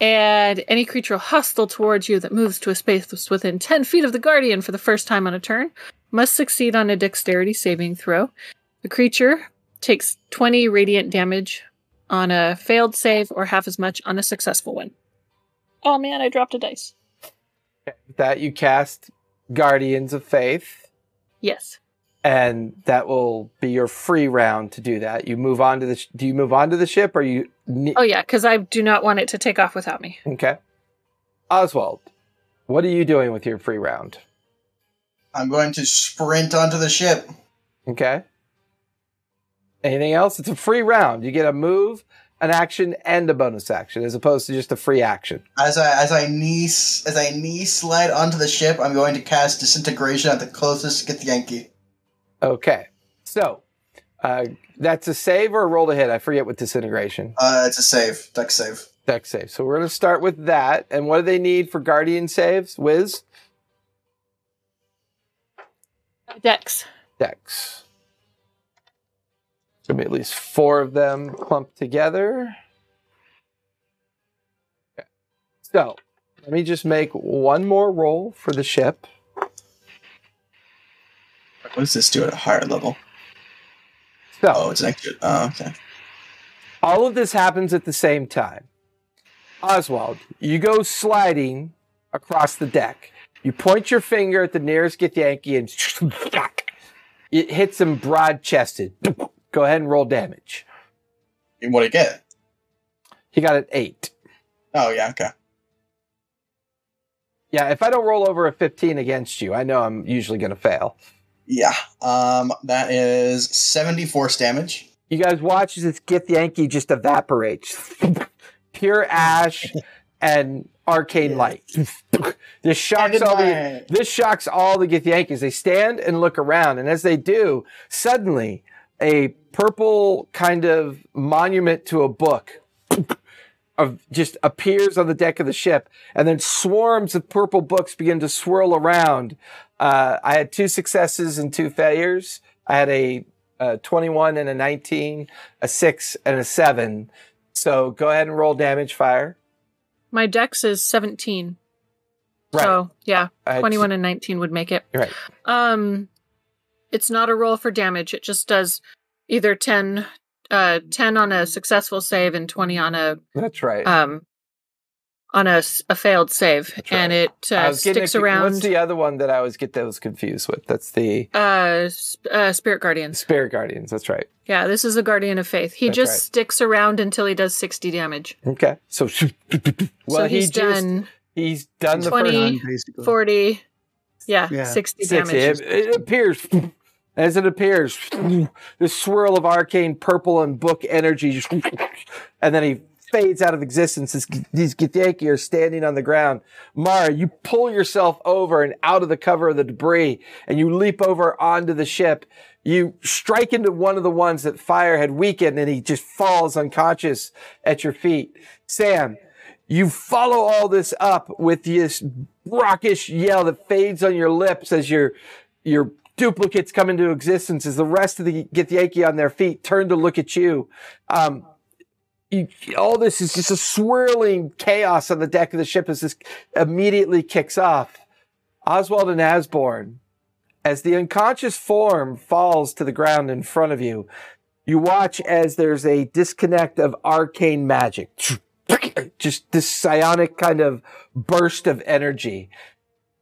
And any creature hostile towards you that moves to a space within 10 feet of the guardian for the first time on a turn must succeed on a dexterity saving throw. The creature takes 20 radiant damage on a failed save or half as much on a successful one. Oh man, I dropped a dice.
With that you cast Guardians of Faith,
Yes.
and that will be your free round to do that. You move on to the. Sh- do you move on to the ship? Or you? ne-
Oh yeah, because I do not want it to take off without me.
Okay. Oswald, what are you doing with your free round?
I'm going to sprint onto the ship.
Okay. Anything else? It's a free round. You get a move, an action, and a bonus action, as opposed to just a free action.
As I as I knee s- as I knee slide onto the ship, I'm going to cast disintegration at the closest Gith Yankee.
Okay. So uh, that's a save or a roll to hit. I forget what disintegration.
Uh, it's a save, duck save.
Deck save. So we're going to start with that. And what do they need for guardian saves? Wiz?
Dex.
Dex. Give me at least four of them clumped together. Okay. So let me just make one more roll for the ship.
What does this do at a higher level?
So
Oh, it's an extra. Oh, okay.
all of this happens at the same time. Oswald, you go sliding across the deck. You point your finger at the nearest Githyanki and <laughs> it hits him broad chested. <laughs> Go ahead and roll damage.
And what I get?
He got an eight.
Oh, yeah, okay.
Yeah, if I don't roll over a 15 against you, I know I'm usually going to fail.
Yeah. Um, that is 70 force damage.
You guys watch as this Githyanki just evaporates. <laughs> Pure ash and arcane
Yeah.
light. <laughs> this shocks
Ended
all the
my-
This shocks all the Githyankas. They stand and look around, and as they do, suddenly a purple kind of monument to a book of just appears on the deck of the ship, and then swarms of purple books begin to swirl around. Uh, I had two successes and two failures. I had a, a 21 and a 19, a 6 and a 7. So go ahead and roll damage fire.
My dex is 17. So, yeah,
I had
21 and 19 would make it.
Right.
Um it's not a roll for damage. It just does either 10 uh 10 on a successful save and 20 on a
That's right.
um on a, s- a failed save
That's right.
and it
I
uh,
was getting
sticks
a-
around
What's the other one that I always get those confused with? That's the
uh, sp- uh spirit guardians.
Spirit Guardians. That's right.
Yeah, this is a guardian of faith. He
That's
just
right.
sticks around until he does 60 damage.
Okay. So, <laughs> well,
so
he
he's
just
done
he's done the
20
first
Done, basically.
40 yeah,
Yeah.
60
sixty.
damage.
It, it appears as it appears this swirl of arcane purple and book energy, just- and then he fades out of existence. This, these Githyanki are standing on the ground. Mara, you pull yourself over and out of the cover of the debris, and you leap over onto the ship. You strike into one of the ones that fire had weakened, and he just falls unconscious at your feet. Sam, you follow all this up with this raucous yell that fades on your lips as your your duplicates come into existence. As the rest of the get the Yankee on their feet turn to look at you. Um, you, all this is just a swirling chaos on the deck of the ship as this immediately kicks off. Oswald and Asborn, as the unconscious form falls to the ground in front of you, you watch as there's a disconnect of arcane magic. Just this psionic kind of burst of energy.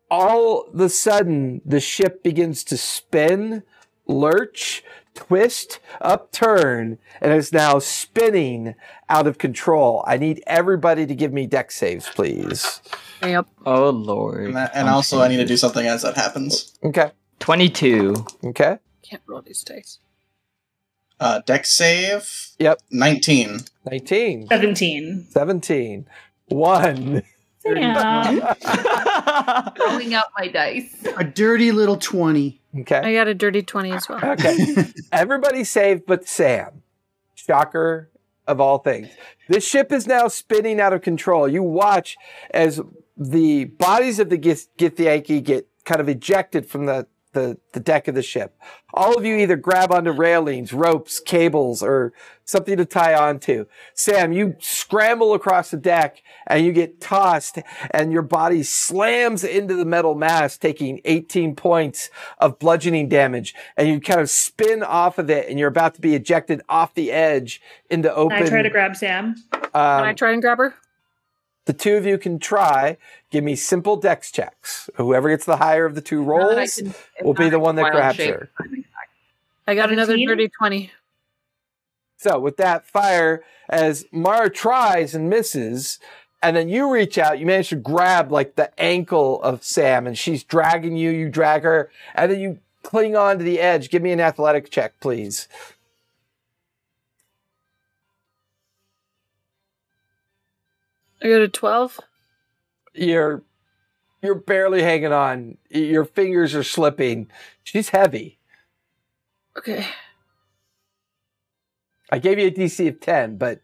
All of a sudden, the ship begins to spin, lurch, twist, upturn, and is now spinning out of control. I need everybody to give me deck saves, please.
Yep.
Oh lord.
And, that, and also, I need to do something as that happens.
Okay.
Twenty-two.
<laughs>
Okay.
Can't roll these dice.
Uh, deck save.
Yep.
19.
19,
17.
17, 1.
Yeah.
Throwing out my dice. <laughs>
A dirty little 20.
Okay.
I got a dirty 20 as
Uh,
well.
Okay. Everybody saved but Sam. Shocker of all things. This ship is now spinning out of control. You watch as the bodies of the Gith- Githyanki get kind of ejected from the, the, the deck of the ship. All of you either grab onto railings, ropes, cables, or something to tie onto. Sam, you scramble across the deck and you get tossed, and your body slams into the metal mast, taking 18 points of bludgeoning damage and you kind of spin off of it and you're about to be ejected off the edge into open.
I try to grab Sam.
Can I
um,
try and grab her?
the two of you can try. Give me simple dex checks. Whoever gets the higher of the two
Now that I
rolls
can- if
will be
not,
the one that
wild
grabs
shape.
her.
I got another
17?
dirty 20.
So with that fire, as Mara tries and misses, and then you reach out, you manage to grab like the ankle of Sam, and she's dragging you. You drag her, and then you cling on to the edge. Give me an athletic check, please.
I got a 12.
you're you're barely hanging on. Your fingers are slipping. She's heavy.
Okay.
I gave you a DC of 10, but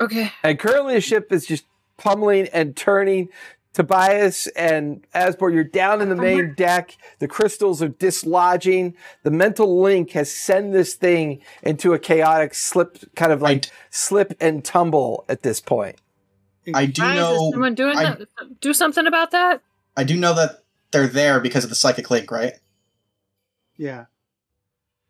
Okay.
and currently the ship is just pummeling and turning. Tobias and Asbor, you're down in the main deck. The crystals are dislodging. The mental link has sent this thing into a chaotic slip, kind of like
Right.
slip and tumble at this point.
I do
Guys,
know.
is someone doing
I-
that? Do something about that?
I do know that they're there because of the psychic link, right?
<laughs> Yeah.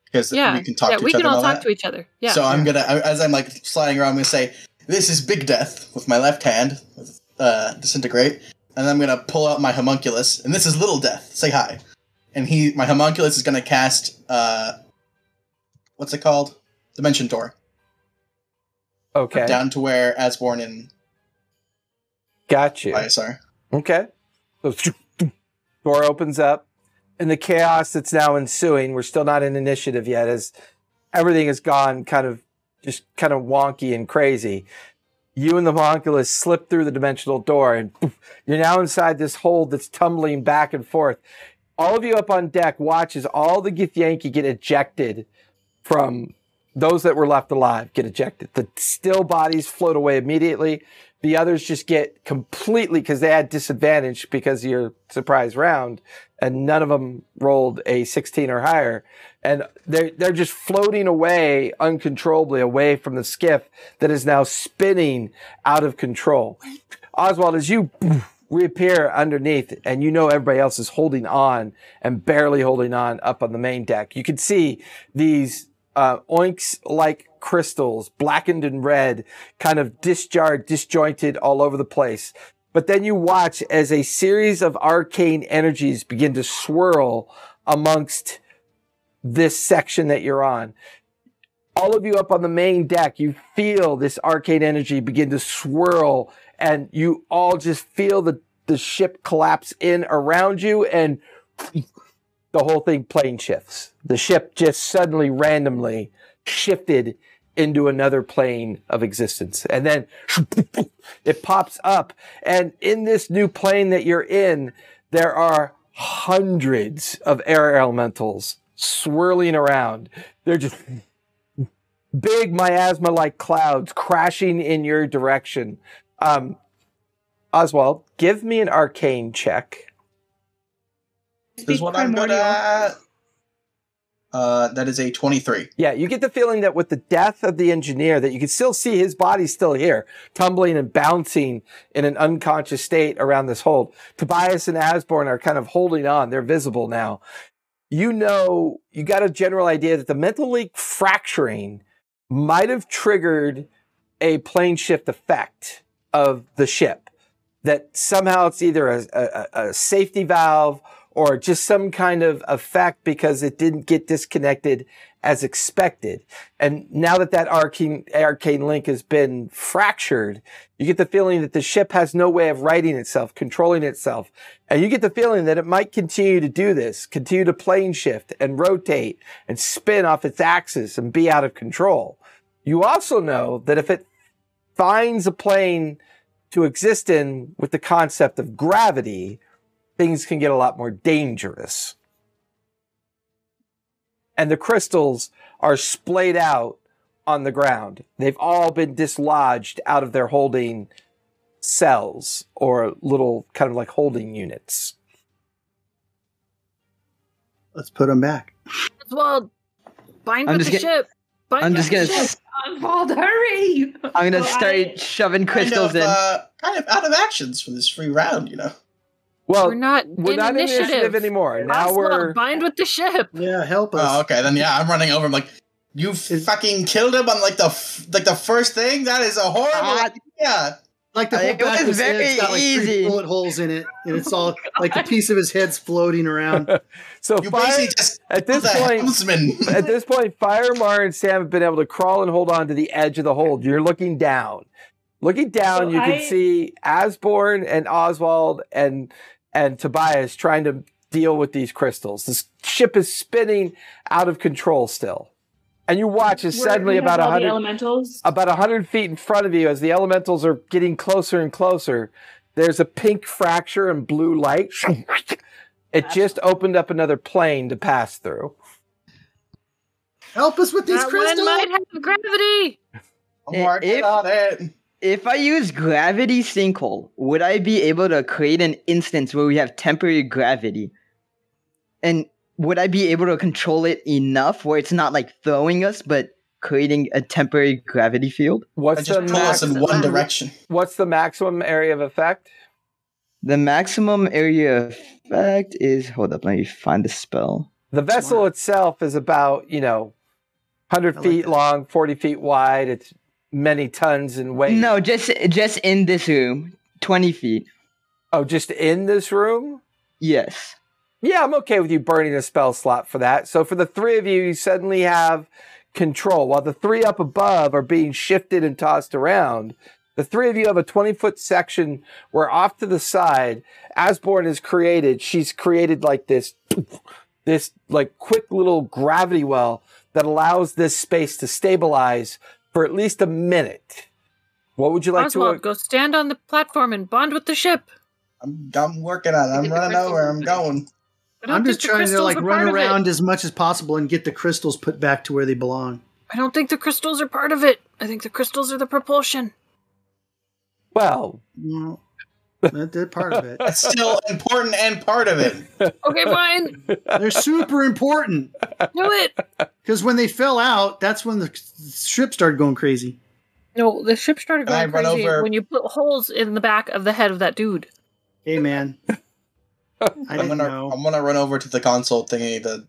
Because
Yeah,
we can talk
yeah,
to
we
each
can
other.
all
and all
talk
that.
to each other. Yeah.
So I'm gonna, I- as I'm like sliding around, I'm gonna say, "This is Big Death" with my left hand, with, uh, disintegrate, and I'm gonna pull out my homunculus, and this is Little Death. Say hi, and he, my homunculus is gonna cast, uh, what's it called? Dimension Door
Okay,
down to where Asborn and
got you.
Bias are.
Okay. So, door opens up, and the chaos that's now ensuing. We're still not in initiative yet, as everything has gone kind of just kind of wonky and crazy. You and the Monculus slip through the dimensional door, and you're now inside this hold that's tumbling back and forth. All of you up on deck watch as all the Githyanki get ejected from those that were left alive get ejected. The still bodies float away immediately. The others just get completely because they had disadvantage because of your surprise round, and none of them rolled a 16 or higher. And they're, they're just floating away uncontrollably away from the skiff that is now spinning out of control. Oswald, as you reappear underneath, and you know everybody else is holding on and barely holding on up on the main deck, you can see these uh, oinks like crystals, blackened and red, kind of disjarred, disjointed all over the place. But then you watch as a series of arcane energies begin to swirl amongst this section that you're on. All of you up on the main deck, you feel this arcane energy begin to swirl, and you all just feel the, the ship collapse in around you and the whole thing plane shifts. The ship just suddenly randomly shifted into another plane of existence. And then it pops up. And in this new plane that you're in, there are hundreds of air elementals swirling around. They're just big miasma like clouds crashing in your direction. Um, Oswald, give me an arcane check.
This is what I'm good at. Uh, that is a 23.
Yeah, you get the feeling that with the death of the engineer, that you can still see his body still here, tumbling and bouncing in an unconscious state around this hold. Tobias and Asborn are kind of holding on; they're visible now. You know, you got a general idea that the mental leak fracturing might have triggered a plane shift effect of the ship. That somehow it's either a, a, a- a safety valve or just some kind of effect because it didn't get disconnected as expected. And now that that arcane, arcane link has been fractured, you get the feeling that the ship has no way of righting itself, controlling itself. And you get the feeling that it might continue to do this, continue to plane shift and rotate and spin off its axis and be out of control. You also know that if it finds a plane to exist in with the concept of gravity, things can get a lot more dangerous and the crystals are splayed out on the ground. They've all been dislodged out of their holding cells or little kind of like holding units.
Let's put them back.
Oswald, bind
I'm
up the
just gonna-
ship. Bind
I'm
up
just
the
gonna
ship.
s-
Oswald, hurry!
I'm gonna
Well,
start
I-
shoving
Kind
crystals
of,
in.
uh, kind of out of actions for this free round, you know.
Well,
we're not
we're
in
not in
initiative.
initiative anymore. Now
Oswald,
we're
bind with the ship.
Yeah, help us.
Oh, okay. Then yeah, I'm running over. I'm like, you fucking killed him on like the f- like the first thing. That is a horrible
Ah.
idea.
Like the whole
It
back of
was
his head's
very
got like three
easy.
bullet holes in it, and it's all like the piece of his head's floating around.
so
You
fire,
basically just
at
killed
this
the
point. uh,
helmsman. <laughs>
At this point, Fire, Mar, and Sam have been able to crawl and hold on to the edge of the hold. You're looking down. Looking down,
So
you can
I-
see Asborn and Oswald and and Tobias trying to deal with these crystals. This ship is spinning out of control still. And you watch as suddenly about a
all the
hundred
elementals.
about 100 feet in front of you as the elementals are getting closer and closer there's a pink fracture and blue light it just opened up another plane to pass through
Help us with these
That one
crystals.
might have gravity.
I'm working
If-
on it.
If I use gravity sinkhole, would I be able to create an instance where we have temporary gravity? And would I be able to control it enough where it's not like throwing us, but creating a temporary gravity field?
And
What's
just
the
pull us in
maximum?
one direction.
What's the maximum area of effect?
The maximum area of effect is hold up, let me find the spell.
The vessel
Smart.
itself is about, you know, 100
I like
feet
that.
long, 40 feet wide. It's many tons in weight.
No, just just in this room, twenty feet.
Oh, just in this room?
Yes.
Yeah, I'm okay with you burning a spell slot for that. So for the three of you, you suddenly have control. While the three up above are being shifted and tossed around, the three of you have a 20 foot section where off to the side, Asborn is created. She's created like this, this like quick little gravity well that allows this space to stabilize for at least a minute. What would you like
Oswald,
to?
go stand on the platform and bond with the ship.
I'm, I'm working on it.
Get
I'm
the
running
crystal
over. I'm
open.
going.
I don't
I'm
think
just
the
trying to
crystals
like
were
run
part of it.
around as much as possible and get the crystals put back to where they belong.
I don't think the crystals are part of it. I think the crystals are the propulsion.
Well,
Well, that, that part
<laughs>
of it.
That's still important and part of it.
Okay, fine.
They're super important
Knew it.
because when they fell out, that's when the ship started going crazy.
No, the ship started
And I
going
run
crazy
over-
when you put holes in the back of the head of that dude.
Hey, man. I
I'm
didn't
gonna
know.
I'm gonna run over to the console thingy. The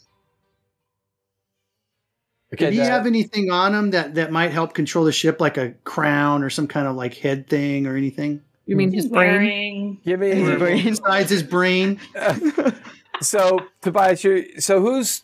okay,
Did he
that-
have anything on him that, that might help control the ship, like a crown or some kind of like head thing or anything?
You mean
He's
his brain?
wearing
give me
His
Or
brain.
Besides his
<laughs>
brain.
<laughs> so Tobias, you so who's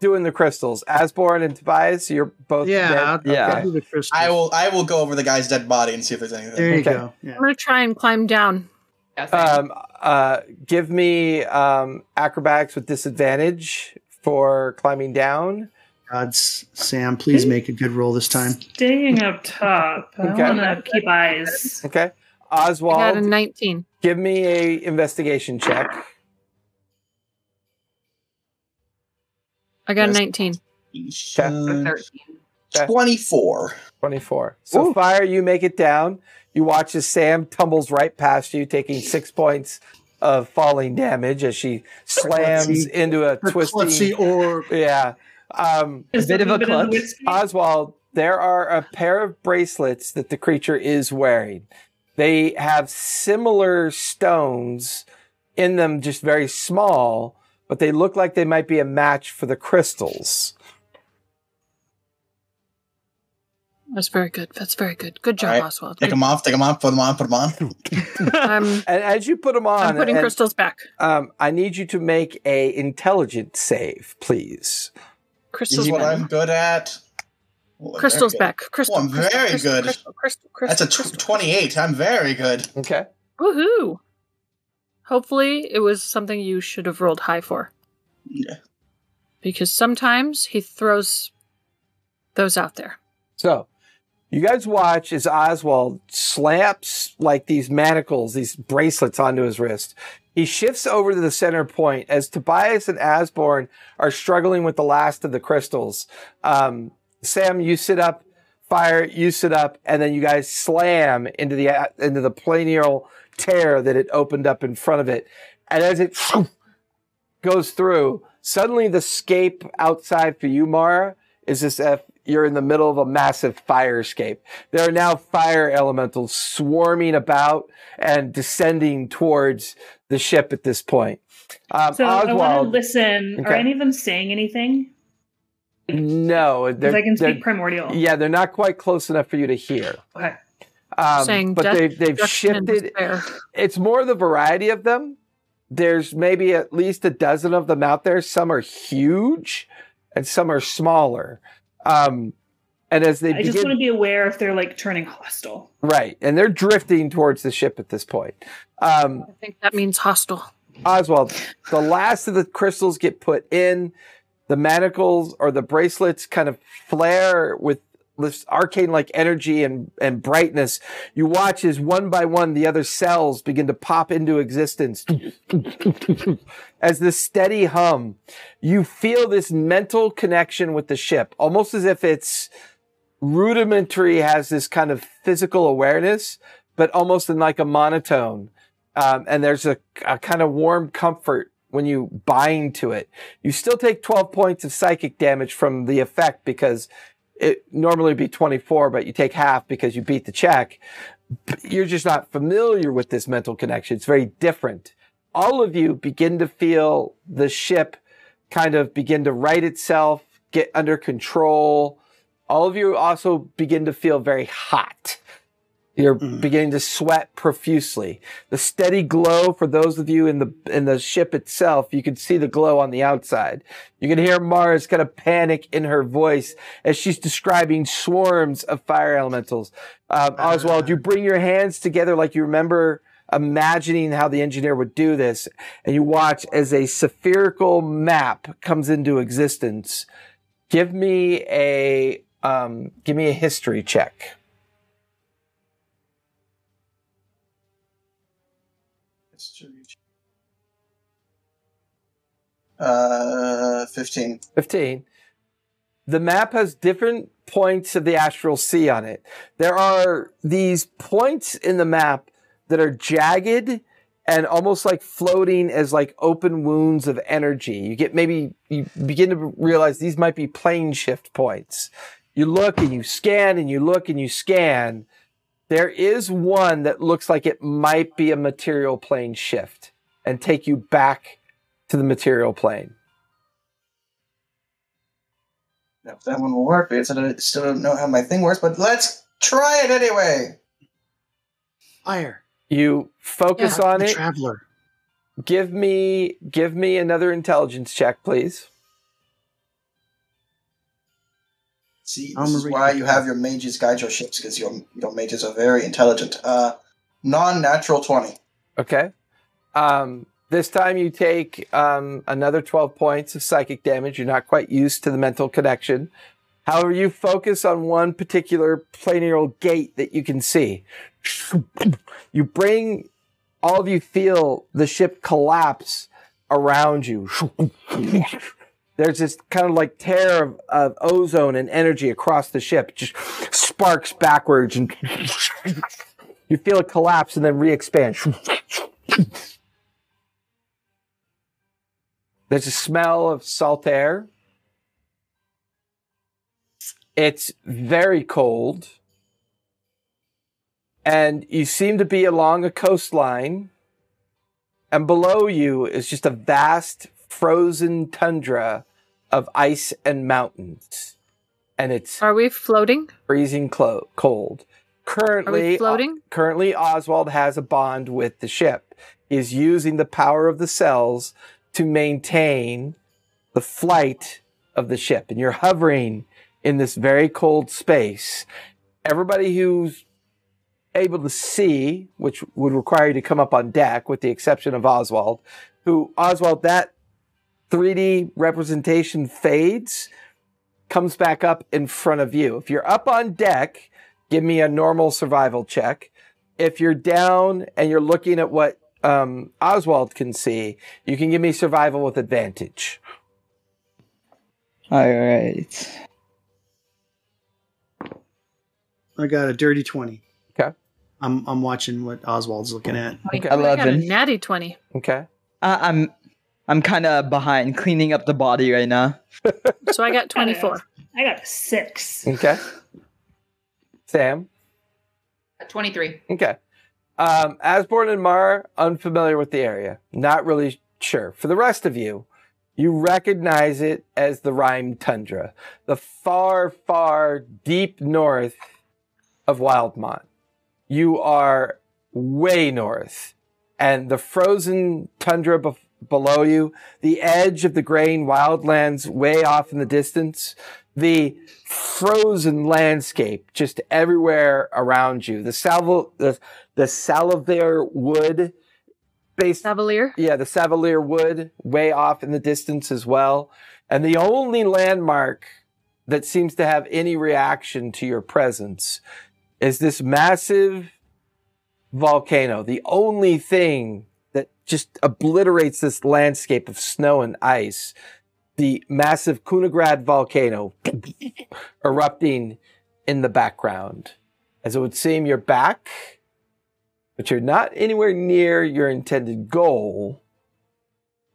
doing the crystals? Asborn and Tobias, you're both dead?
Yeah, I'll-
Yeah.
I'll do the crystals.
I will I will go over the guy's dead body and see if there's anything.
There you
Okay.
go. Yeah.
I'm gonna try and climb down.
Yes, I-
Um, uh, give me um, acrobatics with disadvantage for climbing down.
Gods, Sam, please make a good roll this time.
staying up top. I
Okay.
want to keep eyes.
Okay,
I got a
Oswald,
19.
give me a investigation check.
I got a
Yes.
19.
so
Mm.
Uh,
13.
Twenty-four.
24. So fire, you make it down. You watch as Sam tumbles right past you, taking six points of falling damage as she slams
Klutzy.
into a
Let's see,
twisting.
or
Yeah. Um,
Is
bit
there
of a
bit in the
klutz.
whiskey?
Oswald, there are a pair of bracelets that the creature is wearing. They have similar stones in them, just very small, but they look like they might be a match for the crystals.
That's very good. That's very good. Good job,
All right.
Oswald.
Take
Good-
them off. Take them off. Put them on. Put them on.
I'm,
And as you put them on,
I'm putting
and-
crystals back.
Um, I need you to make a intelligence save, please.
This
Crystals
is what
back.
I'm good at. Well, I'm very
crystals
good.
back. Crystal.
Oh, I'm
crystal,
very
crystal,
good.
Crystal, crystal, crystal,
That's a tw-
crystal.
twenty-eight. I'm very good.
Okay.
Woohoo! Hopefully, it was something you should have rolled high for.
Yeah.
Because sometimes he throws those out there.
So you guys watch as Oswald slaps like these manacles, these bracelets onto his wrist. He shifts over to the center point as Tobias and Asborn are struggling with the last of the crystals. Um, Sam, you sit up. Fire, you sit up, and then you guys slam into the into the planeal tear that it opened up in front of it. And as it goes through, suddenly the scape outside for you, Mara, is this F. You're in the middle of a massive fire escape. There are now fire elementals swarming about and descending towards the ship at this point. Um,
So I want to
Oswald,
listen. Are
Okay.
any of them saying anything?
no,
Because
they're,
I can
they're-
speak primordial.
yeah, they're not quite close enough for you to hear.
Okay.
Um,
Saying
but
death,
they've they've
Destruction and
shifted.
despair.
It's more the variety of them. There's maybe at least a dozen of them out there. Some are huge, and some are smaller. Um, and as they
I just
begin,
want to be aware if they're like turning hostile.
right, and they're drifting towards the ship at this point. Um,
I think that means hostile.
Oswald, the last of the crystals get put in. The manacles or the bracelets kind of flare with this arcane like energy and, and brightness. You watch as one by one the other cells begin to pop into existence. <laughs> as this steady hum, you feel this mental connection with the ship, almost as if it's rudimentary has this kind of physical awareness, but almost in like a monotone. Um, and there's a, a kind of warm comfort when you bind to it. You still take 12 points of psychic damage from the effect because it normally would be 24, but you take half because you beat the check. You're just not familiar with this mental connection. It's very different. All of you begin to feel the ship kind of begin to right itself, get under control. All of you also begin to feel very hot. You're
Mhm.
beginning to sweat profusely. The steady glow for those of you in the in the ship itself, you can see the glow on the outside. You can hear Mara's kind of panic in her voice as she's describing swarms of fire elementals. Um, Oswald, you bring your hands together like you remember imagining how the engineer would do this, and you watch as a spherical map comes into existence. Give me a um, give me a history check.
Uh, 15.
15. The map has different points of the astral sea on it. There are these points in the map that are jagged and almost like floating as like open wounds of energy. You get maybe you begin to realize these might be plane shift points. You look and you scan and you look and you scan. There is one that looks like it might be a material plane shift and take you back to the material plane.
Now, if that one will work, because I don't- still don't know how my thing works, but let's try it anyway.
Fire.
You focus on
the
it.
traveler.
give me give me another intelligence check, please.
See,
I'm
this is
reading.
why you have your mages guide your ships, because your, your mages are very intelligent. Uh, non natural 20.
Okay. Um, this time you take um, another 12 points of psychic damage. You're not quite used to the mental connection. However, you focus on one particular planar gate that you can see. You bring all of you feel the ship collapse around you. There's this kind of like tear of, of ozone and energy across the ship, It just sparks backwards, and you feel it collapse and then re-expand. There's a smell of salt air. It's very cold. And you seem to be along a coastline. And below you is just a vast frozen tundra of ice and mountains. And it's
Are we floating?
freezing clo- cold.
Are
Currently,
we floating?
currently Oswald has a bond with the ship. Is using the power of the cells to maintain the flight of the ship, and you're hovering in this very cold space. Everybody who's able to see, which would require you to come up on deck, with the exception of Oswald, who Oswald that 3D representation fades, comes back up in front of you. If you're up on deck, give me a normal survival check. If you're down and you're looking at what um, Oswald can see, you can give me survival with advantage.
All right.
I got a dirty 20.
Okay.
I'm, I'm watching what Oswald's looking at.
Okay.
I got a
Eleven.
natty 20.
Okay.
I- Uh, I'm I'm kind of behind cleaning up the body right now.
So I got 24.
I got a six.
Okay. Sam.
23.
Okay. Um, Asborn and Mar, unfamiliar with the area, not really sure. For the rest of you, you recognize it as the Rhine Tundra, the far, far deep north of Wildmont. You are way north, and the frozen tundra bef below you, the edge of the grain wildlands way off in the distance, the frozen landscape just everywhere around you. The salvo, the, the salivier wood based
Cavalier.
yeah, the Savalier Wood, way off in the distance as well. And the only landmark that seems to have any reaction to your presence is this massive volcano. The only thing that just obliterates this landscape of snow and ice, the massive Kunigrad volcano <laughs> erupting in the background. As it would seem, you're back, but you're not anywhere near your intended goal.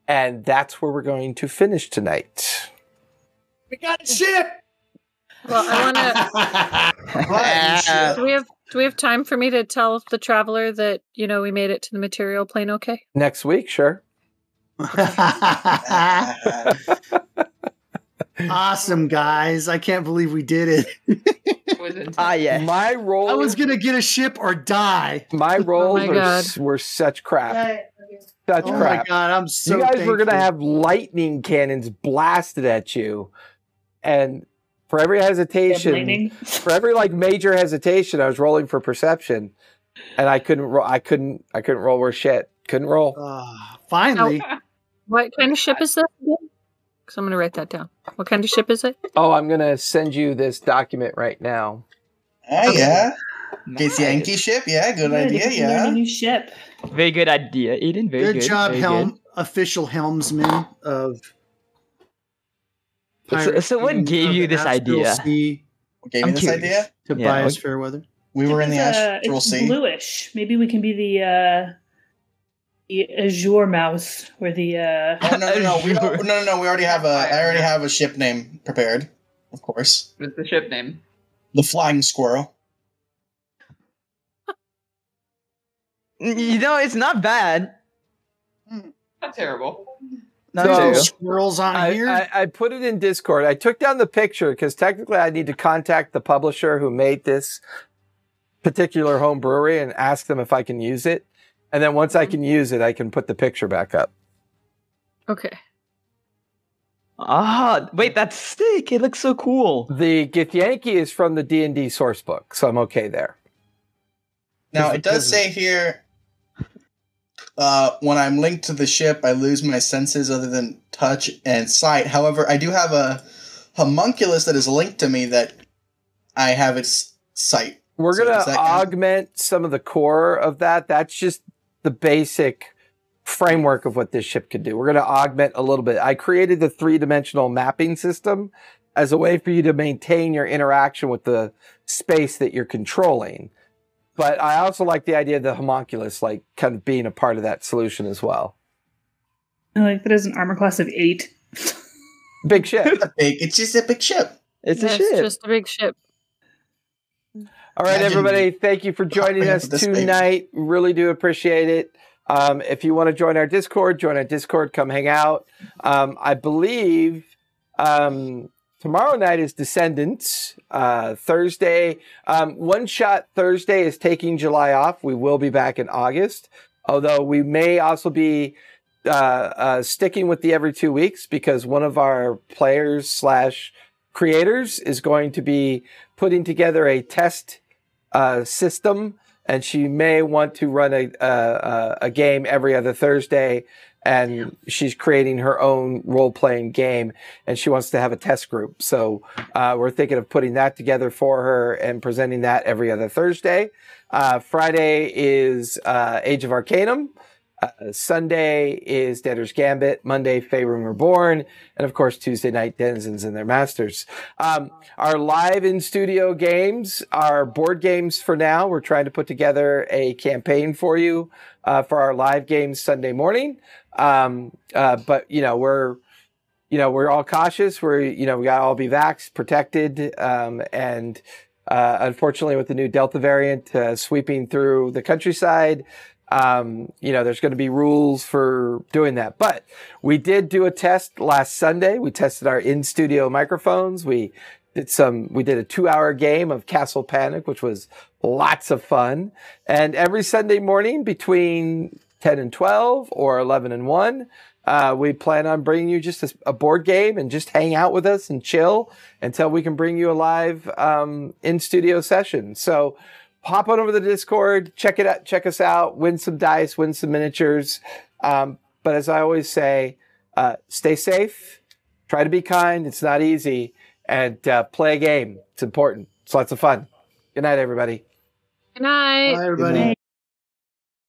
And that's where we're going to finish tonight.
We got a ship.
Well, I want to. Do we have do we have time for me to tell the traveler that you know we made it to the material plane okay?
Next week, sure.
Ah. <laughs>
<laughs> awesome, guys. I can't believe we did it. <laughs>
Was it-
Ah, yeah.
My role,
I was Oh going to get a ship or die. <laughs>
my roles
my
are
God.
s- were such crap, such
oh my
crap.
God. I'm so
you guys were going to
thankful.
have lightning cannons blasted at you, and for every hesitation,
Lightning.
for every like major hesitation, I was rolling for perception, and I couldn't. Ro- I couldn't. I couldn't roll worth shit. Couldn't roll.
Ah, finally.
What kind of ship is this? Because I'm going to write that down. What kind of ship is it?
Oh, I'm gonna send you this document right now.
Ah, yeah.
Nice.
Gets Yankee ship. Yeah, good
Good,
idea.
if you learn a
Yeah.
new ship.
Very good idea, Eden. Very
Good,
good.
job,
very
Helm,
good.
official helmsman of.
So-
Pirate
so what
King
gave
of
you
the
this
Astral
idea?
Sea,
What gave me
I'm
this
curious.
idea?
Tobias
okay.
Fairweather.
We were in the
It's, uh,
astral
it's
sea.
bluish. Maybe we can be the uh, the azure mouse, where the uh,
Oh, no, no, no. We,
Sure.
no, no, no. We already have a. I already have a ship name prepared, of course.
What's the ship name?
The Flying Squirrel.
You know, it's not bad.
Not terrible.
Not
So-
terrible.
Little squirrels on
I,
here.
I, I put it in Discord. I took down the picture because technically I need to contact the publisher who made this particular home brewery and ask them if I can use it. And then once I can use it, I can put the picture back up.
Okay.
Ah, wait, that's sick. It looks so cool.
The Githyanki is from the D and D source book, so I'm okay there.
Now
He's
it
the
does say here, uh, when I'm linked to the ship, I lose my senses other than touch and sight. However, I do have a homunculus that is linked to me that I have its sight.
We're
So
gonna
does that count?
augment some of the core of that. That's just the basic framework of what this ship could do. We're gonna augment a little bit. I created the three dimensional mapping system as a way for you to maintain your interaction with the space that you're controlling. But I also like the idea of the homunculus, like kind of being a part of that solution as well.
I like that is an armor class of eight.
Big ship.
Big, it's just a big ship.
It's
Yeah,
a ship.
just a big ship.
All right,
Imagine
everybody. Thank you for joining
hopping
us
into this baby.
tonight. Really do appreciate it. Um, if you want to join our Discord, join our Discord. Come hang out. Um, I believe um, tomorrow night is Descendants. Uh, Thursday, um, One Shot Thursday is taking July off. We will be back in August, although we may also be uh, uh, sticking with the every two weeks because one of our players slash creators is going to be putting together a test uh, system, and she may want to run a, a- a a game every other Thursday. And she's creating her own role playing game, and she wants to have a test group. So uh, we're thinking of putting that together for her and presenting that every other Thursday. Uh, Friday is uh, Age of Arcanum. Uh, Sunday is Debtor's Gambit. Monday, Faerun Reborn, and of course Tuesday night, Denizens and their Masters. Um, our live in studio games, our board games for now. We're trying to put together a campaign for you uh, for our live games Sunday morning. Um, uh, but you know we're you know we're all cautious. We're you know we got to all be vaxxed, protected, um, and uh, unfortunately with the new Delta variant uh, sweeping through the countryside. Um, you know, there's going to be rules for doing that, but we did do a test last Sunday. We tested our in studio microphones. We did some um, we did a two hour game of castle panic which was lots of fun and every sunday morning between 10 and 12 or 11 and 1 uh, we plan on bringing you just a, a board game and just hang out with us and chill until we can bring you a live um, in studio session so hop on over to the discord check it out check us out win some dice win some miniatures um, but as i always say uh, stay safe try to be kind it's not easy and uh, play a game. It's important. It's lots of fun. Good night, everybody.
Good night.
Bye, everybody.